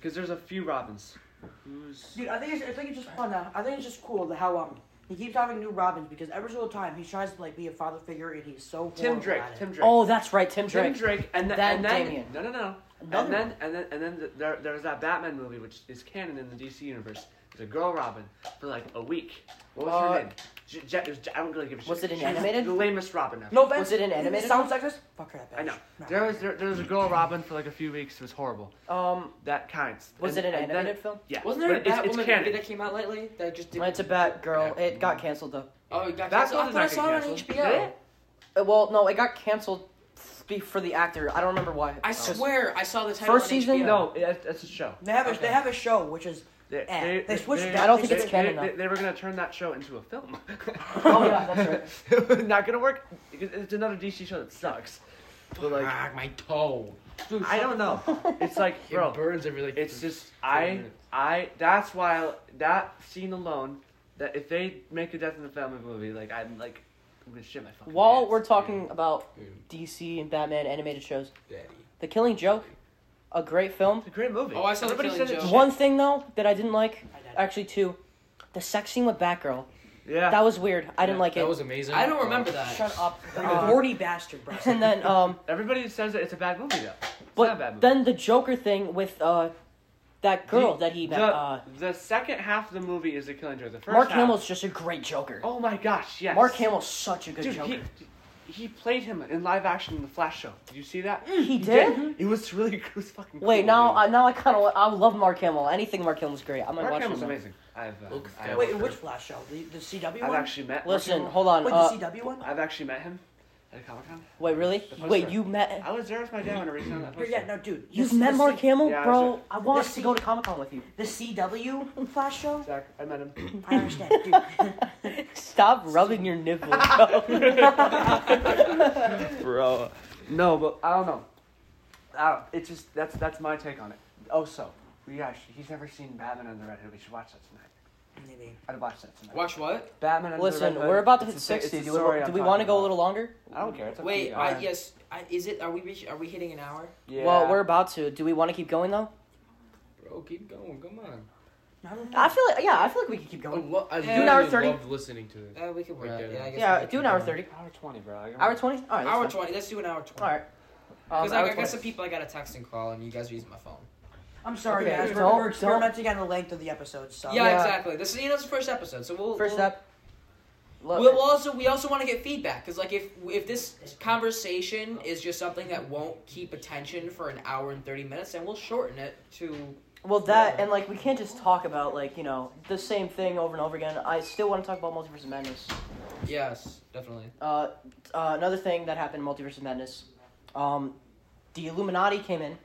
Speaker 5: Because there's a few Robins. Who's
Speaker 4: Dude, I think it's, I think it's just fun. Now. I think it's just cool the how um he keeps having new Robins because every single time he tries to like be a father figure and he's so
Speaker 5: Tim
Speaker 4: horrible
Speaker 5: Drake?
Speaker 4: at it.
Speaker 5: Tim Drake.
Speaker 1: Oh, that's right, Tim
Speaker 5: Tim
Speaker 1: Drake.
Speaker 5: Drake, and, th-
Speaker 1: Then
Speaker 5: and then
Speaker 1: Damien.
Speaker 5: no, no, no,
Speaker 1: Another
Speaker 5: and then and then and then th- there there's that Batman movie which is canon in the DC universe. There's a girl Robin for like a week. What was
Speaker 1: Uh,
Speaker 5: her name? J- J- it was J- I don't really give a shit.
Speaker 1: Was it in
Speaker 5: She was
Speaker 1: animated?
Speaker 5: The lamest Robin ever.
Speaker 4: No offense.
Speaker 1: Was it an animated
Speaker 4: sounds like this? Fuck her that bitch.
Speaker 5: I know.
Speaker 4: No.
Speaker 5: There was there, there was a girl Robin for like a few weeks. It was horrible.
Speaker 1: Um,
Speaker 5: That counts.
Speaker 1: was
Speaker 5: And-
Speaker 1: it an
Speaker 5: and then-
Speaker 1: animated film?
Speaker 5: Yeah.
Speaker 6: Wasn't there a
Speaker 5: but it's- it's
Speaker 6: Batwoman movie
Speaker 5: canon.
Speaker 6: that came out lately that just did?
Speaker 1: It's a Batgirl. It got canceled though.
Speaker 6: Oh, it
Speaker 5: Batwoman's
Speaker 6: got canceled. I
Speaker 5: not
Speaker 6: thought I
Speaker 5: getting
Speaker 6: saw it on
Speaker 5: canceled. Did
Speaker 6: HBO.
Speaker 5: it?
Speaker 1: Uh, Well, no, it got canceled f- be- for the actor. I don't remember why. Oh.
Speaker 6: I
Speaker 1: It was-
Speaker 6: swear I saw the title
Speaker 1: First
Speaker 6: on
Speaker 1: season?
Speaker 6: HBO.
Speaker 5: No, it, that's a show.
Speaker 4: They have a
Speaker 6: Okay.
Speaker 4: they have a show which is
Speaker 5: They,
Speaker 4: Eh, they switched it.
Speaker 1: I don't think it's
Speaker 5: they-
Speaker 1: canon,
Speaker 5: They,
Speaker 1: though.
Speaker 5: they were gonna turn that show into a film.
Speaker 1: Oh yeah, that's right.
Speaker 5: Not gonna work. because It's another DC show that sucks. But like,
Speaker 2: ah, my toe.
Speaker 5: I don't know. It's like,
Speaker 2: It
Speaker 5: bro,
Speaker 2: burns every like.
Speaker 5: it's just
Speaker 2: ten
Speaker 5: I,
Speaker 2: minutes.
Speaker 5: I. That's why I- that scene alone. That if they make a Death in the Family movie, like I'm like, I'm gonna shit my fucking.
Speaker 1: While
Speaker 5: pants.
Speaker 1: we're talking about
Speaker 2: Dude,
Speaker 1: DC and Batman animated shows,
Speaker 2: Daddy.
Speaker 1: The Killing Joke, a great film.
Speaker 5: it's a great movie.
Speaker 6: Oh, I saw The
Speaker 5: Everybody
Speaker 6: Killing
Speaker 5: says it's
Speaker 6: Joke.
Speaker 1: One thing though that I didn't like,
Speaker 4: I died.
Speaker 1: actually two, the sex scene with Batgirl.
Speaker 5: Yeah.
Speaker 1: That was weird. I didn't like
Speaker 2: That
Speaker 1: it.
Speaker 2: was amazing.
Speaker 6: I don't remember that.
Speaker 4: Shut up, you
Speaker 1: Uh,
Speaker 4: horny bastard, bro.
Speaker 1: And then um,
Speaker 5: Everybody says that it's a bad movie though. It's not a bad
Speaker 1: but
Speaker 5: movie.
Speaker 1: then the Joker thing with uh, that girl
Speaker 5: The-
Speaker 1: that he
Speaker 5: the,
Speaker 1: met. Uh,
Speaker 5: the second half of the movie is the Killing Joke. The first
Speaker 1: Mark
Speaker 5: half,
Speaker 1: Hamill's just a great Joker.
Speaker 5: Oh my gosh, yes.
Speaker 1: Mark Hamill's such a good
Speaker 5: Dude,
Speaker 1: Joker.
Speaker 5: he, he played him in live action in the Flash show. Did you see that?
Speaker 1: Mm, He, did. Mm-hmm.
Speaker 5: It was really it was fucking.
Speaker 1: Wait,
Speaker 5: cool,
Speaker 1: now
Speaker 5: dude.
Speaker 1: I now I kind of I love Mark Hamill. Anything Mark Hamill's great. I'm gonna
Speaker 5: Mark
Speaker 1: watch
Speaker 5: Hamill's
Speaker 1: him. now.
Speaker 5: amazing. I've, uh,
Speaker 2: Look,
Speaker 5: I've,
Speaker 4: Wait, which Flash show? The, the CW
Speaker 5: I've
Speaker 4: one?
Speaker 5: actually met. Mark
Speaker 1: Listen,
Speaker 5: Hamill.
Speaker 1: hold on.
Speaker 4: Wait,
Speaker 1: uh,
Speaker 4: the CW one?
Speaker 5: I've actually met him at a Comic Con.
Speaker 1: wait, really?
Speaker 5: The
Speaker 1: Wait,
Speaker 5: poster.
Speaker 1: you met
Speaker 5: I was there with my dad when I reached out that
Speaker 4: Here,
Speaker 5: poster.
Speaker 4: yeah, no, dude.
Speaker 1: you've
Speaker 4: the-
Speaker 1: met
Speaker 4: the
Speaker 1: Mark
Speaker 4: C-
Speaker 1: Hamill,
Speaker 5: Yeah, I was
Speaker 1: bro? I want
Speaker 4: The
Speaker 1: to go to Comic Con with you.
Speaker 4: The CW Flash show?
Speaker 5: Zach, I met him.
Speaker 4: I understand, dude.
Speaker 1: Stop rubbing your nipple, bro.
Speaker 5: Bro. No, but I don't know. I don't. It's just that's that's my take on it. Oh, so we actually he's never seen Batman and the Red Hood. We should watch that tonight.
Speaker 4: Maybe.
Speaker 5: I'd watch that tonight.
Speaker 6: Watch what?
Speaker 5: Batman and the Red
Speaker 1: Listen,
Speaker 5: Hood.
Speaker 1: we're about to
Speaker 5: It's
Speaker 1: hit
Speaker 5: the sa- it's
Speaker 1: sixty.
Speaker 5: the
Speaker 1: Do
Speaker 5: story
Speaker 1: we, do
Speaker 5: I'm
Speaker 1: we want to go
Speaker 5: talking
Speaker 1: a
Speaker 5: about.
Speaker 1: little longer?
Speaker 5: I don't care. It's up to
Speaker 6: Wait,
Speaker 5: you
Speaker 6: I,
Speaker 5: guys.
Speaker 6: yes. I, is it? Are we reach, Are we hitting an hour?
Speaker 5: Yeah.
Speaker 1: Well, we're about to. Do we want to keep going though?
Speaker 2: Bro, keep going. Come on.
Speaker 4: No, I don't
Speaker 1: I
Speaker 4: think-
Speaker 1: feel like yeah, I feel like we can keep
Speaker 2: I,
Speaker 1: going.
Speaker 2: lo- I
Speaker 6: Do
Speaker 1: an hour
Speaker 2: literally
Speaker 1: 30.
Speaker 2: loved listening to this.
Speaker 6: Uh, Eh, we can work.
Speaker 2: Yeah.
Speaker 6: it. Yeah, I guess
Speaker 1: Yeah,
Speaker 6: we
Speaker 1: do
Speaker 6: can
Speaker 1: an hour
Speaker 6: keep
Speaker 1: thirty.
Speaker 5: hour twenty, bro. Like, I'm-
Speaker 1: Hour twenty. All right.
Speaker 6: going.
Speaker 1: that's
Speaker 6: Hour
Speaker 1: fine.
Speaker 6: twenty. Let's do an hour twenty.
Speaker 1: All right. Um,
Speaker 6: Because
Speaker 1: hour
Speaker 6: I, I got
Speaker 1: 20.
Speaker 6: some people I gotta text and call, and you guys are using my phone.
Speaker 4: I'm sorry,
Speaker 1: Okay,
Speaker 4: guys. We're,
Speaker 1: don't-
Speaker 4: we're
Speaker 1: don't-
Speaker 4: experimenting on the length of the episode, so.
Speaker 6: yeah,
Speaker 1: yeah.
Speaker 6: exactly. This is you know it's the first episode, so we'll
Speaker 1: First
Speaker 6: we'll,
Speaker 1: up. Love
Speaker 6: We'll, we'll also we also want to get feedback because like if if this conversation is just something that won't keep attention for an hour and thirty minutes, then we'll shorten it to
Speaker 1: Well, that and like we can't just talk about like you know the same thing over and over again. I still want to talk about Multiverse of Madness.
Speaker 6: yes, definitely.
Speaker 1: Uh, uh, another thing that happened in Multiverse of Madness, um, the Illuminati came in,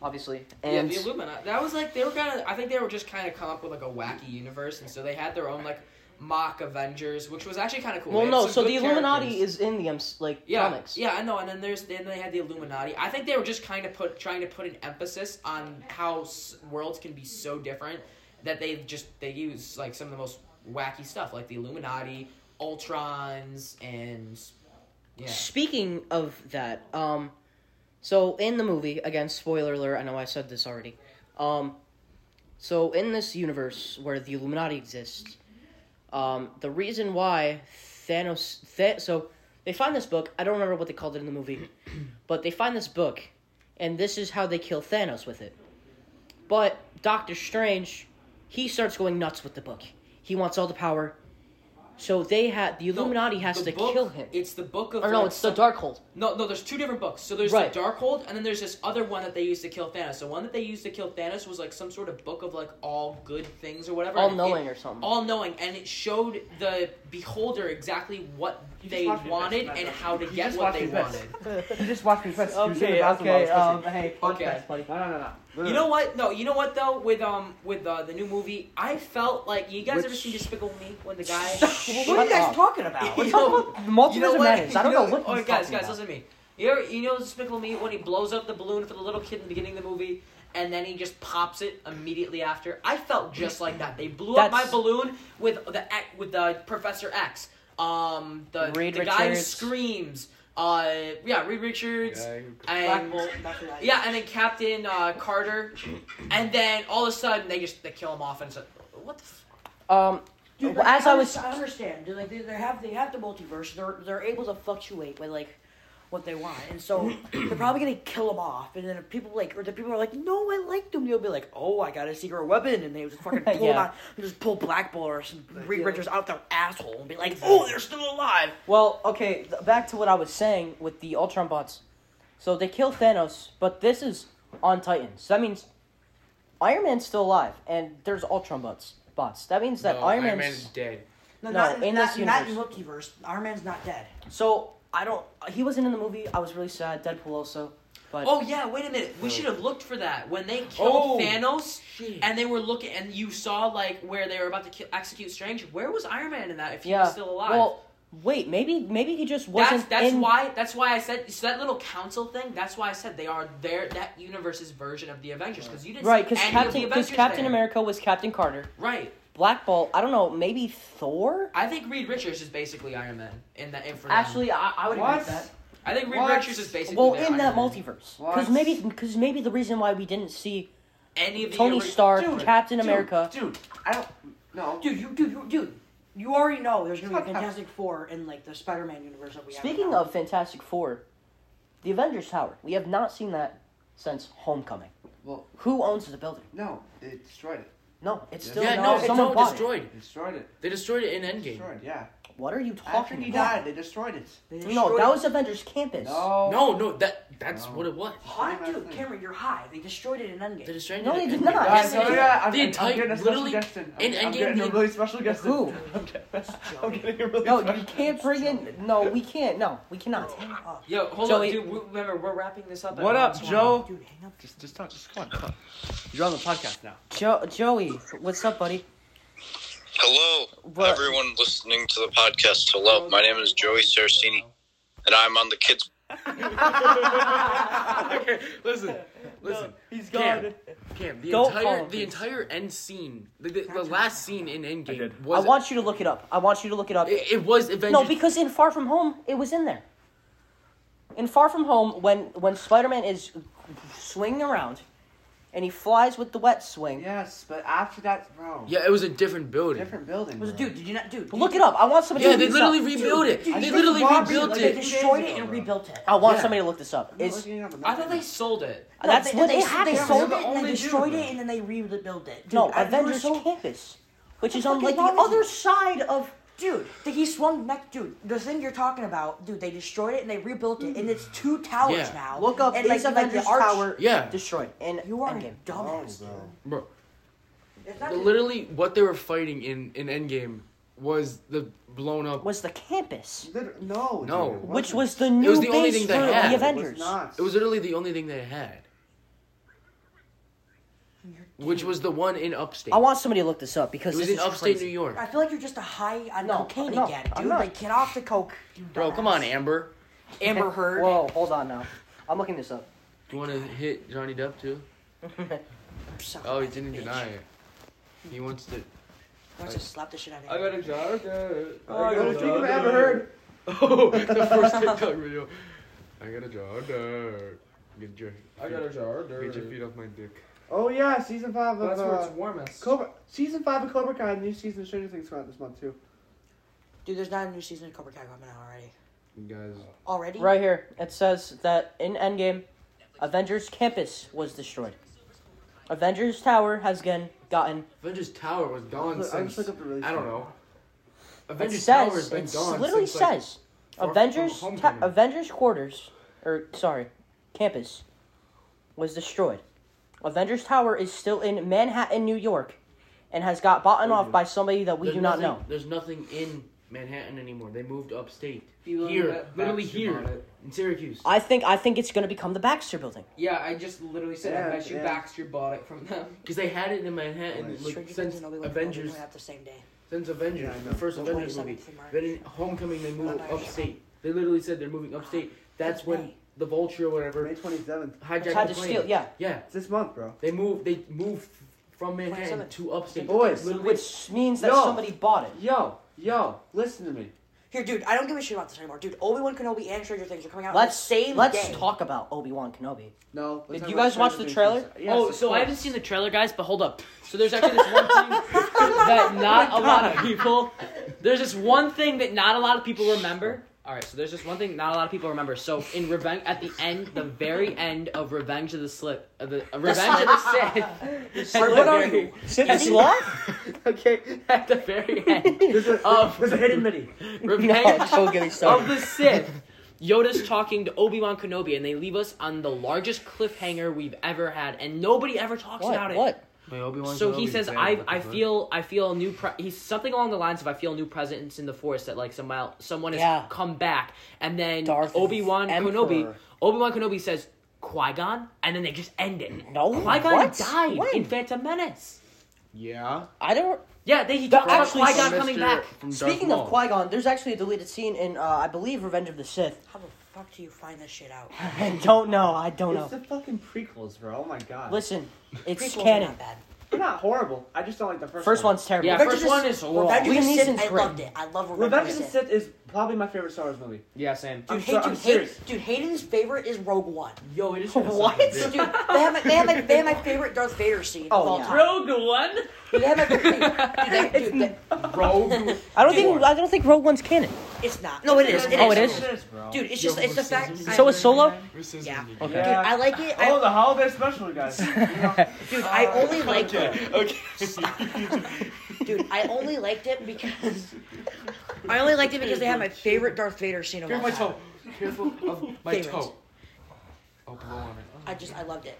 Speaker 1: obviously, and
Speaker 6: yeah, the Illumina. That was like they were kind of. I think they were just kind of come up with like a wacky universe, and so they had their own like mock Avengers, which was actually kind of cool.
Speaker 1: well,
Speaker 6: They had
Speaker 1: no,
Speaker 6: some
Speaker 1: so
Speaker 6: good
Speaker 1: the Illuminati
Speaker 6: characters.
Speaker 1: is in the um, s- like
Speaker 6: Yeah,
Speaker 1: comics.
Speaker 6: yeah, I know. And then there's then they had the Illuminati. I think they were just kind of put trying to put an emphasis on how s- worlds can be so different that they just they use like some of the most wacky stuff like the Illuminati, Ultrons, and
Speaker 2: Yeah.
Speaker 1: Speaking of that, um, so in the movie, again, spoiler alert, I know I said this already. Um, so in this universe where the Illuminati exists, um, the reason why Thanos, Th- so they find this book. I don't remember what they called it in the movie, but they find this book, and this is how they kill Thanos with it. But Doctor Strange, he starts going nuts with the book. He wants all the power. So they had the Illuminati has
Speaker 6: The
Speaker 1: to
Speaker 6: book-
Speaker 1: kill him.
Speaker 6: It's the book of
Speaker 1: Or Oh, no,
Speaker 6: like,
Speaker 1: it's the
Speaker 6: some-
Speaker 1: Darkhold.
Speaker 6: No, no, there's two different books. So there's
Speaker 1: Right.
Speaker 6: the Darkhold, and then there's this other one that they used to kill Thanos. The one that they used to kill Thanos was like some sort of book of like all good things or whatever.
Speaker 1: All
Speaker 6: and it-
Speaker 1: knowing or something.
Speaker 6: All knowing, and it showed the beholder exactly what
Speaker 5: You just
Speaker 6: they
Speaker 5: watched me piss,
Speaker 6: wanted
Speaker 5: not
Speaker 6: and
Speaker 5: that.
Speaker 6: how to
Speaker 5: You
Speaker 6: get
Speaker 5: just
Speaker 6: what
Speaker 5: watched
Speaker 6: they
Speaker 5: me piss.
Speaker 6: wanted.
Speaker 5: You just watched me piss.
Speaker 1: um, hey,
Speaker 6: fuck Okay. that,
Speaker 1: buddy.
Speaker 5: um, No, no, no, no.
Speaker 6: You know what? No, you know what though? With um, with uh, the new movie, I felt like you guys ever
Speaker 3: Which-
Speaker 6: seen Despicable Me when the guy.
Speaker 4: what are you guys
Speaker 1: up.
Speaker 4: talking about?
Speaker 6: You
Speaker 1: What's
Speaker 6: know-
Speaker 1: up with multiverse
Speaker 6: You know
Speaker 1: of
Speaker 6: what?
Speaker 1: madness? I don't
Speaker 6: You
Speaker 1: know what
Speaker 6: alright,
Speaker 1: he's
Speaker 6: guys,
Speaker 1: talking
Speaker 6: guys,
Speaker 1: about.
Speaker 6: listen to me. You ever, you know Despicable Me when he blows up the balloon for the little kid in the beginning of the movie, and then he just pops it immediately after. I felt just like that. They blew up my
Speaker 1: That's-
Speaker 6: balloon with the ac- with the Professor X. Um, the
Speaker 1: Reed
Speaker 6: the guy who
Speaker 1: Richards.
Speaker 6: screams. Uh, yeah, Reed Richards.
Speaker 3: Guy who-
Speaker 6: And yeah, and then Captain uh, Carter, and then all of a sudden they just they kill him off, and it's like, what the. F-
Speaker 1: Um,
Speaker 4: Dude,
Speaker 1: well,
Speaker 4: like,
Speaker 1: as I
Speaker 4: under-
Speaker 1: was,
Speaker 4: I understand. They're like they, they have they have the multiverse. They're they're able to fluctuate with like what they want, and so they're probably gonna kill them off. And then if people like or the people are like, no, I like them. They'll be like, oh, I got a secret weapon, and they just fucking pull them
Speaker 1: Yeah.
Speaker 4: out, and just pull Black Bolt or some Reed Richards out their asshole and be like, oh, they're still alive.
Speaker 1: well, okay, th- back to what I was saying with the Ultron bots. So they kill Thanos, but this is on Titan. So that means Iron Man's still alive, and there's Ultron bots. Bots. That means that
Speaker 2: No,
Speaker 1: Iron, Man's.
Speaker 2: Man is dead.
Speaker 4: No,
Speaker 1: No,
Speaker 4: not,
Speaker 1: in
Speaker 4: not,
Speaker 1: this
Speaker 4: not in multiverse. Iron Man's not dead.
Speaker 1: So I don't. He wasn't in the movie. I was really sad. Deadpool also. But
Speaker 6: Oh yeah, wait a minute. We should have looked for that when they killed
Speaker 2: Oh,
Speaker 6: Thanos, and they were looking, and you saw like where they were about to kill, execute Strange. Where was Iron Man in that? If he
Speaker 1: yeah.
Speaker 6: was still alive,
Speaker 1: Well, wait. Maybe maybe he just
Speaker 6: that's
Speaker 1: wasn't.
Speaker 6: that's
Speaker 1: in-
Speaker 6: why that's why I said so that little council thing. That's why I said they are their that universe's version of the Avengers because you didn't
Speaker 1: Right,
Speaker 6: see
Speaker 1: because
Speaker 6: any of the
Speaker 1: Captain,
Speaker 6: Avengers
Speaker 1: cause Captain
Speaker 6: there.
Speaker 1: America was Captain Carter.
Speaker 6: Right,
Speaker 1: Black Bolt, I don't know, maybe Thor?
Speaker 6: I think Reed Richards is basically Iron Man in that. In for them.
Speaker 1: Actually, I, I would agree with that.
Speaker 6: I think Reed
Speaker 5: What?
Speaker 6: Richards is basically
Speaker 1: Well,
Speaker 6: their
Speaker 1: in that
Speaker 6: Iron Man.
Speaker 1: multiverse. Because maybe, cause maybe the reason why we didn't see
Speaker 6: any of the
Speaker 1: Tony
Speaker 6: ori-
Speaker 1: Stark,
Speaker 5: Dude,
Speaker 1: Captain America.
Speaker 5: Dude, I don't. No.
Speaker 4: Dude, you dude you, dude. You already know there's gonna be a Fantastic Four in like the Spider-Man universe that we have.
Speaker 1: Speaking
Speaker 4: now.
Speaker 1: of Fantastic Four, the Avengers Tower, we have not seen that since Homecoming.
Speaker 5: Well-
Speaker 1: Who owns the building?
Speaker 5: No, it destroyed it.
Speaker 1: No, it's still
Speaker 2: Yeah,
Speaker 1: no,
Speaker 2: no, it's
Speaker 1: someone
Speaker 2: all
Speaker 1: bought
Speaker 2: destroyed.
Speaker 5: It destroyed it.
Speaker 2: They destroyed it in Endgame.
Speaker 5: Destroyed, yeah.
Speaker 1: It. What are you
Speaker 5: After
Speaker 1: talking
Speaker 5: he
Speaker 1: about?
Speaker 5: died, they destroyed it.
Speaker 1: No, that was Avengers Campus.
Speaker 5: No.
Speaker 2: No, no, that that's
Speaker 5: No.
Speaker 2: what it was.
Speaker 4: Why, dude, Cameron, you're high. They destroyed it in Endgame.
Speaker 2: They destroyed
Speaker 1: No,
Speaker 2: it.
Speaker 1: they
Speaker 2: in
Speaker 1: did
Speaker 2: Endgame.
Speaker 1: not.
Speaker 5: Yeah,
Speaker 1: Yes,
Speaker 5: so, yeah, I'm,
Speaker 2: The
Speaker 5: I'm-
Speaker 2: entire-
Speaker 5: I'm getting a special
Speaker 2: literally,
Speaker 5: guest in. I'm,
Speaker 2: in
Speaker 5: I'm
Speaker 2: Endgame,
Speaker 5: getting a
Speaker 2: the-
Speaker 5: really special guest in.
Speaker 1: Who?
Speaker 5: I'm getting- I'm getting a really
Speaker 1: No,
Speaker 5: special
Speaker 1: you can't bring in. No, we can't. No, we cannot.
Speaker 4: oh,
Speaker 6: Yo, hold
Speaker 1: Joey-
Speaker 6: on, dude. We, remember, we're wrapping this up. at
Speaker 5: What up,
Speaker 6: once.
Speaker 5: Joe?
Speaker 4: Dude, hang up.
Speaker 5: Just, just talk. Just come on. Come on. You're on the podcast now.
Speaker 1: Jo- Joey, what's up, buddy?
Speaker 7: Hello,
Speaker 1: What-
Speaker 7: everyone listening to the podcast. Hello, my name is Joey Saracini, and I'm on the kids.
Speaker 2: okay, listen, listen.
Speaker 5: He's
Speaker 2: Cam, Cam, the
Speaker 1: Don't call
Speaker 2: entire
Speaker 1: him,
Speaker 2: the
Speaker 1: please.
Speaker 2: entire end scene, the, the, the last scene in Endgame
Speaker 5: did.
Speaker 1: I
Speaker 2: was
Speaker 1: want you to look it up. I want you to look it up.
Speaker 2: it, it was Avengers.
Speaker 1: no, because in Far From Home, it was in there. In Far From Home, when when Spider Man is swinging around, and he flies with the wet swing.
Speaker 5: Yes, but after that, bro.
Speaker 2: yeah, it was a different building.
Speaker 5: Different building.
Speaker 4: Was it,
Speaker 5: bro.
Speaker 4: dude, did you not, dude?
Speaker 1: Look it up. I want somebody.
Speaker 2: Yeah,
Speaker 1: to
Speaker 2: they
Speaker 1: look
Speaker 2: literally
Speaker 1: This up.
Speaker 2: rebuilt it.
Speaker 4: dude,
Speaker 2: They
Speaker 4: you
Speaker 2: literally
Speaker 5: robbed it,
Speaker 2: rebuilt
Speaker 5: like,
Speaker 4: They
Speaker 5: did.
Speaker 2: it.
Speaker 4: destroyed it and rebuilt it.
Speaker 1: I want
Speaker 2: Yeah.
Speaker 1: somebody to look this up.
Speaker 5: I'm
Speaker 1: It's
Speaker 5: looking at the
Speaker 6: I thought they
Speaker 5: map.
Speaker 6: sold it.
Speaker 1: that's
Speaker 4: they,
Speaker 1: what
Speaker 4: they,
Speaker 1: they had.
Speaker 4: they
Speaker 1: They
Speaker 4: sold it
Speaker 1: were the
Speaker 4: and they
Speaker 5: only
Speaker 4: destroyed
Speaker 5: dude,
Speaker 4: it and then they rebuilt it. Dude,
Speaker 1: no
Speaker 4: I- they were
Speaker 1: Avengers
Speaker 4: so-
Speaker 1: Campus, which is
Speaker 4: the
Speaker 1: on
Speaker 4: fuck
Speaker 1: like
Speaker 4: is
Speaker 1: the
Speaker 4: wrong with
Speaker 1: other
Speaker 4: you?
Speaker 1: side of.
Speaker 4: Dude, the, he swung neck. Dude, the thing you're talking about, dude, they destroyed it and they rebuilt it, and it's two towers
Speaker 2: Yeah.
Speaker 4: now.
Speaker 1: Look up
Speaker 4: and
Speaker 1: is Avengers
Speaker 4: arch-
Speaker 1: Tower
Speaker 2: Yeah.
Speaker 1: destroyed in
Speaker 4: You are
Speaker 1: Endgame.
Speaker 4: a dumbass, dude.
Speaker 2: Bro,
Speaker 4: It's not just-
Speaker 2: literally, what they were fighting in in Endgame was the blown up.
Speaker 1: Was the campus,
Speaker 5: Liter- No.
Speaker 2: No.
Speaker 5: dude, it
Speaker 1: which
Speaker 5: wasn't.
Speaker 1: was the new
Speaker 2: was the
Speaker 1: base
Speaker 2: only thing
Speaker 1: for
Speaker 2: they had.
Speaker 1: the
Speaker 2: It was
Speaker 5: It was
Speaker 1: Avengers.
Speaker 5: not.
Speaker 2: It was literally the only thing they had. Which was the one in upstate.
Speaker 1: I want somebody to look this up because
Speaker 2: it was
Speaker 1: this
Speaker 2: in
Speaker 1: is
Speaker 2: upstate
Speaker 1: crazy.
Speaker 2: New York.
Speaker 4: I feel like you're just a high on
Speaker 1: No,
Speaker 4: cocaine
Speaker 1: no,
Speaker 4: again,
Speaker 1: I'm
Speaker 4: dude.
Speaker 1: not.
Speaker 4: Like, get off the coke. you
Speaker 2: Bro, come on,
Speaker 4: dumbass.
Speaker 2: Amber.
Speaker 4: Amber Heard.
Speaker 1: Whoa, hold on now. I'm looking this up.
Speaker 2: You want to hit Johnny Depp too?
Speaker 4: Suck
Speaker 2: Oh, he
Speaker 4: that
Speaker 2: didn't
Speaker 4: bitch.
Speaker 2: deny it. He wants to.
Speaker 4: Wants to slap the shit out of
Speaker 2: got a job.
Speaker 5: Oh, I gotta think of Amber Heard.
Speaker 2: Oh, the first TikTok video.
Speaker 3: I got a jar of dirt. Get your,
Speaker 2: I got a jar of
Speaker 3: Get your
Speaker 2: dirt.
Speaker 3: feet off my dick.
Speaker 5: Oh yeah, season five
Speaker 2: That's
Speaker 5: of
Speaker 2: where
Speaker 5: uh,
Speaker 2: it's warmest.
Speaker 5: Cobra. Season five of Cobra Kai. New season of Stranger Things coming out this month too.
Speaker 4: Dude, there's not a new season of Cobra Kai coming out already.
Speaker 3: You guys,
Speaker 4: Already?
Speaker 1: Right here, it says that in Endgame, Avengers Campus was destroyed. Avengers Tower has again gotten.
Speaker 2: Avengers Tower was gone
Speaker 5: Look, I
Speaker 2: since
Speaker 5: just look up the release.
Speaker 2: I don't know.
Speaker 1: It
Speaker 2: Avengers Tower has
Speaker 1: says
Speaker 2: been
Speaker 1: it
Speaker 2: gone.
Speaker 1: literally
Speaker 2: since, like,
Speaker 1: says
Speaker 2: Far From
Speaker 1: Avengers ta-
Speaker 2: Homecoming.
Speaker 1: Avengers Quarters or sorry, Campus was destroyed. Avengers Tower is still in Manhattan, New York, and has got bought off by somebody that we
Speaker 2: There's
Speaker 1: do not
Speaker 2: nothing-
Speaker 1: know.
Speaker 2: There's nothing in Manhattan anymore. They moved upstate.
Speaker 8: People that-
Speaker 2: Here,
Speaker 8: that's
Speaker 2: literally
Speaker 8: about
Speaker 2: here
Speaker 8: it.
Speaker 2: in Syracuse.
Speaker 1: I think I think it's gonna become the Baxter Building.
Speaker 8: Yeah, I just literally said
Speaker 5: Yeah,
Speaker 8: I bet you
Speaker 5: yeah.
Speaker 8: Baxter bought it from them.
Speaker 2: Because they had it in Manhattan like,
Speaker 4: Stranger Things
Speaker 2: since
Speaker 4: and Obi-Wan
Speaker 2: Avengers,
Speaker 4: Obi-Wan out the same day.
Speaker 2: since Avengers,
Speaker 5: Yeah, I know.
Speaker 2: the first
Speaker 4: Well,
Speaker 2: Avengers
Speaker 4: 27th
Speaker 2: movie.
Speaker 4: of March.
Speaker 2: Then in Homecoming, they moved
Speaker 4: Not Irish.
Speaker 2: upstate. They literally said they're moving upstate. That's
Speaker 4: That's
Speaker 2: when
Speaker 4: right.
Speaker 2: the Vulture or
Speaker 5: May
Speaker 2: whatever
Speaker 5: twenty seventh.
Speaker 2: hijacked
Speaker 1: Had
Speaker 2: the
Speaker 1: to
Speaker 2: plane.
Speaker 1: steal, yeah.
Speaker 2: yeah.
Speaker 5: It's this month, bro.
Speaker 2: They moved. They moved from Manhattan
Speaker 4: 27th.
Speaker 2: to upstate.
Speaker 5: Boys.
Speaker 2: Literally-
Speaker 1: Which means that
Speaker 5: No.
Speaker 1: somebody bought it.
Speaker 5: Yo, yo, listen to me.
Speaker 4: Here, dude, I don't give a shit about this anymore. Dude, Obi Wan Kenobi and Stranger Things are coming out
Speaker 1: Let's
Speaker 4: on the same
Speaker 1: let's
Speaker 4: day.
Speaker 1: talk about Obi Wan Kenobi.
Speaker 5: No.
Speaker 1: Did you guys watch the trailer?
Speaker 6: oh, so I haven't seen the trailer, guys, but hold up. So there's actually this one thing that
Speaker 1: Oh
Speaker 6: not a lot of people. There's this one thing that not a lot of people remember. All right, so there's this one thing not a lot of people remember. So in revenge, at the end, the very end of Revenge of the Slip, of the uh, Revenge of the Sith. at the
Speaker 1: What are
Speaker 6: very-
Speaker 1: you? Sid the Sloth?
Speaker 6: Okay, at the very end
Speaker 5: There's a,
Speaker 6: of
Speaker 5: there's a hidden mini.
Speaker 6: Revenge
Speaker 1: don't get me
Speaker 6: of the Sith, Yoda's talking to Obi Wan Kenobi, and they leave us on the largest cliffhanger we've ever had, and nobody ever talks about
Speaker 1: What?
Speaker 6: it.
Speaker 1: What?
Speaker 6: So he says, "I I feel I feel a new pre- he's something along the lines of I feel a new presence in the force that like someone el- someone has
Speaker 1: Yeah.
Speaker 6: come back." And then
Speaker 1: Darth
Speaker 6: Obi Wan
Speaker 1: Emperor.
Speaker 6: Kenobi Obi Wan Kenobi says Qui Gon, and then they just end it.
Speaker 1: No.
Speaker 6: Qui Gon
Speaker 1: What?
Speaker 6: died
Speaker 1: When?
Speaker 6: in Phantom Menace.
Speaker 3: yeah.
Speaker 1: I don't.
Speaker 6: Yeah, they he
Speaker 1: That
Speaker 6: talked about
Speaker 1: actually-
Speaker 6: Qui Gon
Speaker 1: From
Speaker 6: coming
Speaker 3: Mr.
Speaker 6: back.
Speaker 3: From Darth
Speaker 1: Speaking of
Speaker 3: Maul.
Speaker 1: Qui Gon, there's actually a deleted scene in, uh, I believe, Revenge of the Sith.
Speaker 4: How the fuck do you find this shit out?
Speaker 1: I don't know. I don't
Speaker 5: It's
Speaker 1: know.
Speaker 5: the fucking prequels, bro. Oh my god.
Speaker 1: Listen, it's
Speaker 4: Prequels are
Speaker 1: canon.
Speaker 4: not bad.
Speaker 5: They're not horrible. I just don't like the first.
Speaker 1: First
Speaker 5: one.
Speaker 1: one's terrible.
Speaker 6: Yeah,
Speaker 4: Revenge
Speaker 6: first
Speaker 4: of the
Speaker 6: one
Speaker 4: Sith-
Speaker 6: is wrong.
Speaker 4: Revenge of the
Speaker 1: Liam
Speaker 4: Sith,
Speaker 1: Neeson's
Speaker 4: I
Speaker 1: great.
Speaker 4: loved it. I love Revenge
Speaker 5: Revenge
Speaker 4: of the Sith.
Speaker 5: Sith is probably my favorite Star Wars movie.
Speaker 6: Yeah, same.
Speaker 4: Dude,
Speaker 5: I'm
Speaker 4: hey,
Speaker 5: sorry,
Speaker 4: dude,
Speaker 5: I'm
Speaker 4: hey,
Speaker 5: serious.
Speaker 4: dude, Hayden's favorite is Rogue One.
Speaker 2: Yo, it is
Speaker 1: What?
Speaker 4: So, dude, they have, my, they, have my, they have my favorite Darth Vader scene of
Speaker 1: Oh,
Speaker 4: all
Speaker 1: yeah.
Speaker 4: time.
Speaker 6: Rogue One.
Speaker 4: Dude, they have my, dude, they- dude, they-
Speaker 2: Rogue.
Speaker 1: I don't think I don't think Rogue One's canon.
Speaker 4: it's not. No, it is. It
Speaker 1: Oh,
Speaker 4: is.
Speaker 1: it is?
Speaker 5: bro.
Speaker 4: Dude, it's just, it's the fact.
Speaker 1: So is Solo.
Speaker 4: Yeah.
Speaker 1: Okay.
Speaker 4: Dude, I like it. I,
Speaker 5: Oh, the holiday special, you guys.
Speaker 4: Dude, I only liked it.
Speaker 2: okay.
Speaker 4: Dude, I only liked it because I only liked it because they had my favorite Darth Vader scene of all
Speaker 2: Careful my
Speaker 4: time.
Speaker 2: toe. Careful of my
Speaker 4: Favorites.
Speaker 2: toe. Oh, blow on it.
Speaker 4: I just I loved it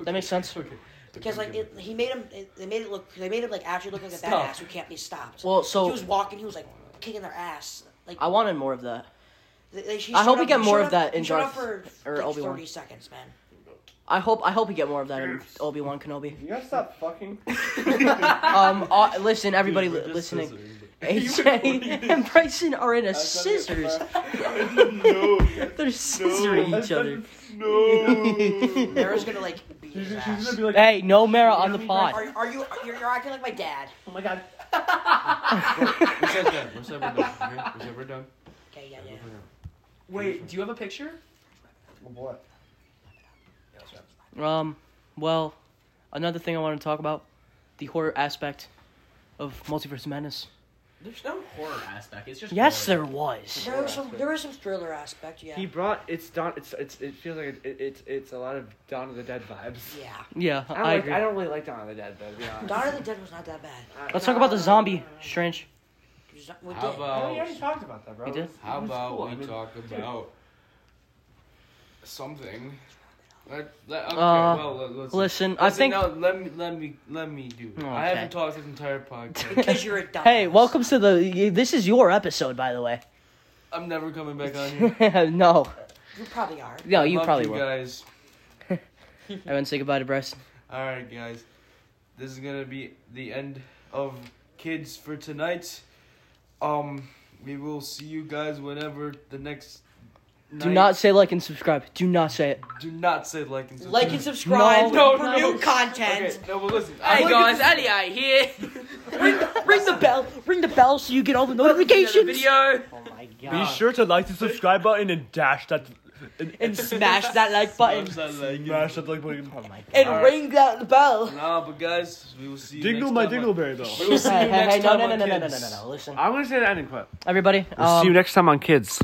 Speaker 1: That makes sense.
Speaker 2: Okay.
Speaker 4: because like it, he made him it- they made it look they made him like actually look like a
Speaker 1: Stop.
Speaker 4: badass who can't be stopped.
Speaker 1: Well, so-
Speaker 4: he was walking, he was like kicking their ass. Like
Speaker 1: I wanted more of that.
Speaker 4: they- they- he
Speaker 1: I
Speaker 4: showed
Speaker 1: hope we
Speaker 4: up-
Speaker 1: get
Speaker 4: he
Speaker 1: more
Speaker 4: showed
Speaker 1: of
Speaker 4: up-
Speaker 1: that in
Speaker 4: he showed up
Speaker 1: Darth-
Speaker 4: for
Speaker 1: or
Speaker 4: like,
Speaker 1: Obi-Wan.
Speaker 4: Thirty seconds, man.
Speaker 1: I hope I hope we get more of that in Obi Wan Kenobi.
Speaker 5: You gotta stop fucking.
Speaker 1: Um, uh, listen, everybody li- listening. AJ and Bryson are in a scissors. They're scissoring each other.
Speaker 3: No.
Speaker 4: Mara's gonna like beat his ass.
Speaker 5: be like,
Speaker 1: Hey, no Mara on the pod.
Speaker 4: Are, are you you're, you're acting like my dad?
Speaker 5: oh my god.
Speaker 2: We're so done. We're so done. Okay? We're so done.
Speaker 4: Okay, yeah, yeah.
Speaker 6: Wait, do you have a picture?
Speaker 5: What?
Speaker 1: Um, well, another thing I want to talk about the horror aspect of Multiverse Menace.
Speaker 6: There's no horror aspect. It's just
Speaker 1: Yes, there
Speaker 6: horror.
Speaker 1: was.
Speaker 4: There was some there was some thriller aspect, yeah.
Speaker 5: He brought it's Don. It's it's it feels like it, it, it's it's a lot of Dawn of the Dead vibes.
Speaker 4: yeah.
Speaker 1: Yeah,
Speaker 5: I don't,
Speaker 1: I
Speaker 5: like,
Speaker 1: agree.
Speaker 5: I don't really like Dawn of the Dead, though. To be honest.
Speaker 4: Dawn of the Dead was not that bad.
Speaker 1: Let's talk about the zombie, Strange.
Speaker 4: We did- we
Speaker 2: How
Speaker 4: did.
Speaker 5: Oh, we
Speaker 2: about?
Speaker 5: already talked about that, bro.
Speaker 1: We did?
Speaker 5: It was-
Speaker 3: How
Speaker 5: it was
Speaker 3: about
Speaker 5: cool.
Speaker 3: we
Speaker 5: I mean,
Speaker 3: talk about something?
Speaker 2: Let, let, okay.
Speaker 1: Uh,
Speaker 2: well, let, let's.
Speaker 1: Listen, I
Speaker 2: Listen,
Speaker 1: think.
Speaker 2: No, let me. Let me. Let me do. It. I
Speaker 1: Okay.
Speaker 2: haven't talked this entire podcast.
Speaker 4: Because you're a dumbass.
Speaker 1: Hey, welcome to the. This is your episode, by the way.
Speaker 2: I'm never coming back on here.
Speaker 1: no,
Speaker 4: You probably are.
Speaker 1: no, you
Speaker 2: Love
Speaker 1: probably
Speaker 2: you
Speaker 1: will.
Speaker 2: guys.
Speaker 1: Everyone, say goodbye to Bryson.
Speaker 2: All right, guys. This is gonna be the end of kids for tonight. Um, we will see you guys whenever the next.
Speaker 1: Do not say like and subscribe. Do not say it.
Speaker 2: Do not say like and subscribe.
Speaker 4: Like and subscribe
Speaker 2: No,
Speaker 4: for
Speaker 2: no,
Speaker 4: new
Speaker 2: no.
Speaker 4: content.
Speaker 2: Okay, no, but listen.
Speaker 6: Hey
Speaker 2: I'm
Speaker 6: guys,
Speaker 2: looking-
Speaker 6: Eddie, I here.
Speaker 1: Ring the bell. Ring the bell so you get all the notifications.
Speaker 6: Video.
Speaker 1: Oh my
Speaker 5: Be sure to like the subscribe button and dash that. And,
Speaker 4: and smash that like button
Speaker 5: Smash that like button.
Speaker 3: Oh
Speaker 4: and
Speaker 2: Alright.
Speaker 4: ring that bell.
Speaker 2: Nah, but guys, we will see you
Speaker 5: Dingle
Speaker 2: next
Speaker 5: my
Speaker 2: time.
Speaker 5: dingleberry bell.
Speaker 2: We will see you
Speaker 1: Hey, hey,
Speaker 2: next
Speaker 1: hey, no,
Speaker 2: time
Speaker 1: no,
Speaker 2: on
Speaker 1: no, no, no, no, no,
Speaker 2: Kids.
Speaker 1: no, no, no. Listen,
Speaker 5: I'm gonna say that ending clip.
Speaker 1: everybody.
Speaker 5: We'll see you
Speaker 1: um,
Speaker 5: next time on Kids.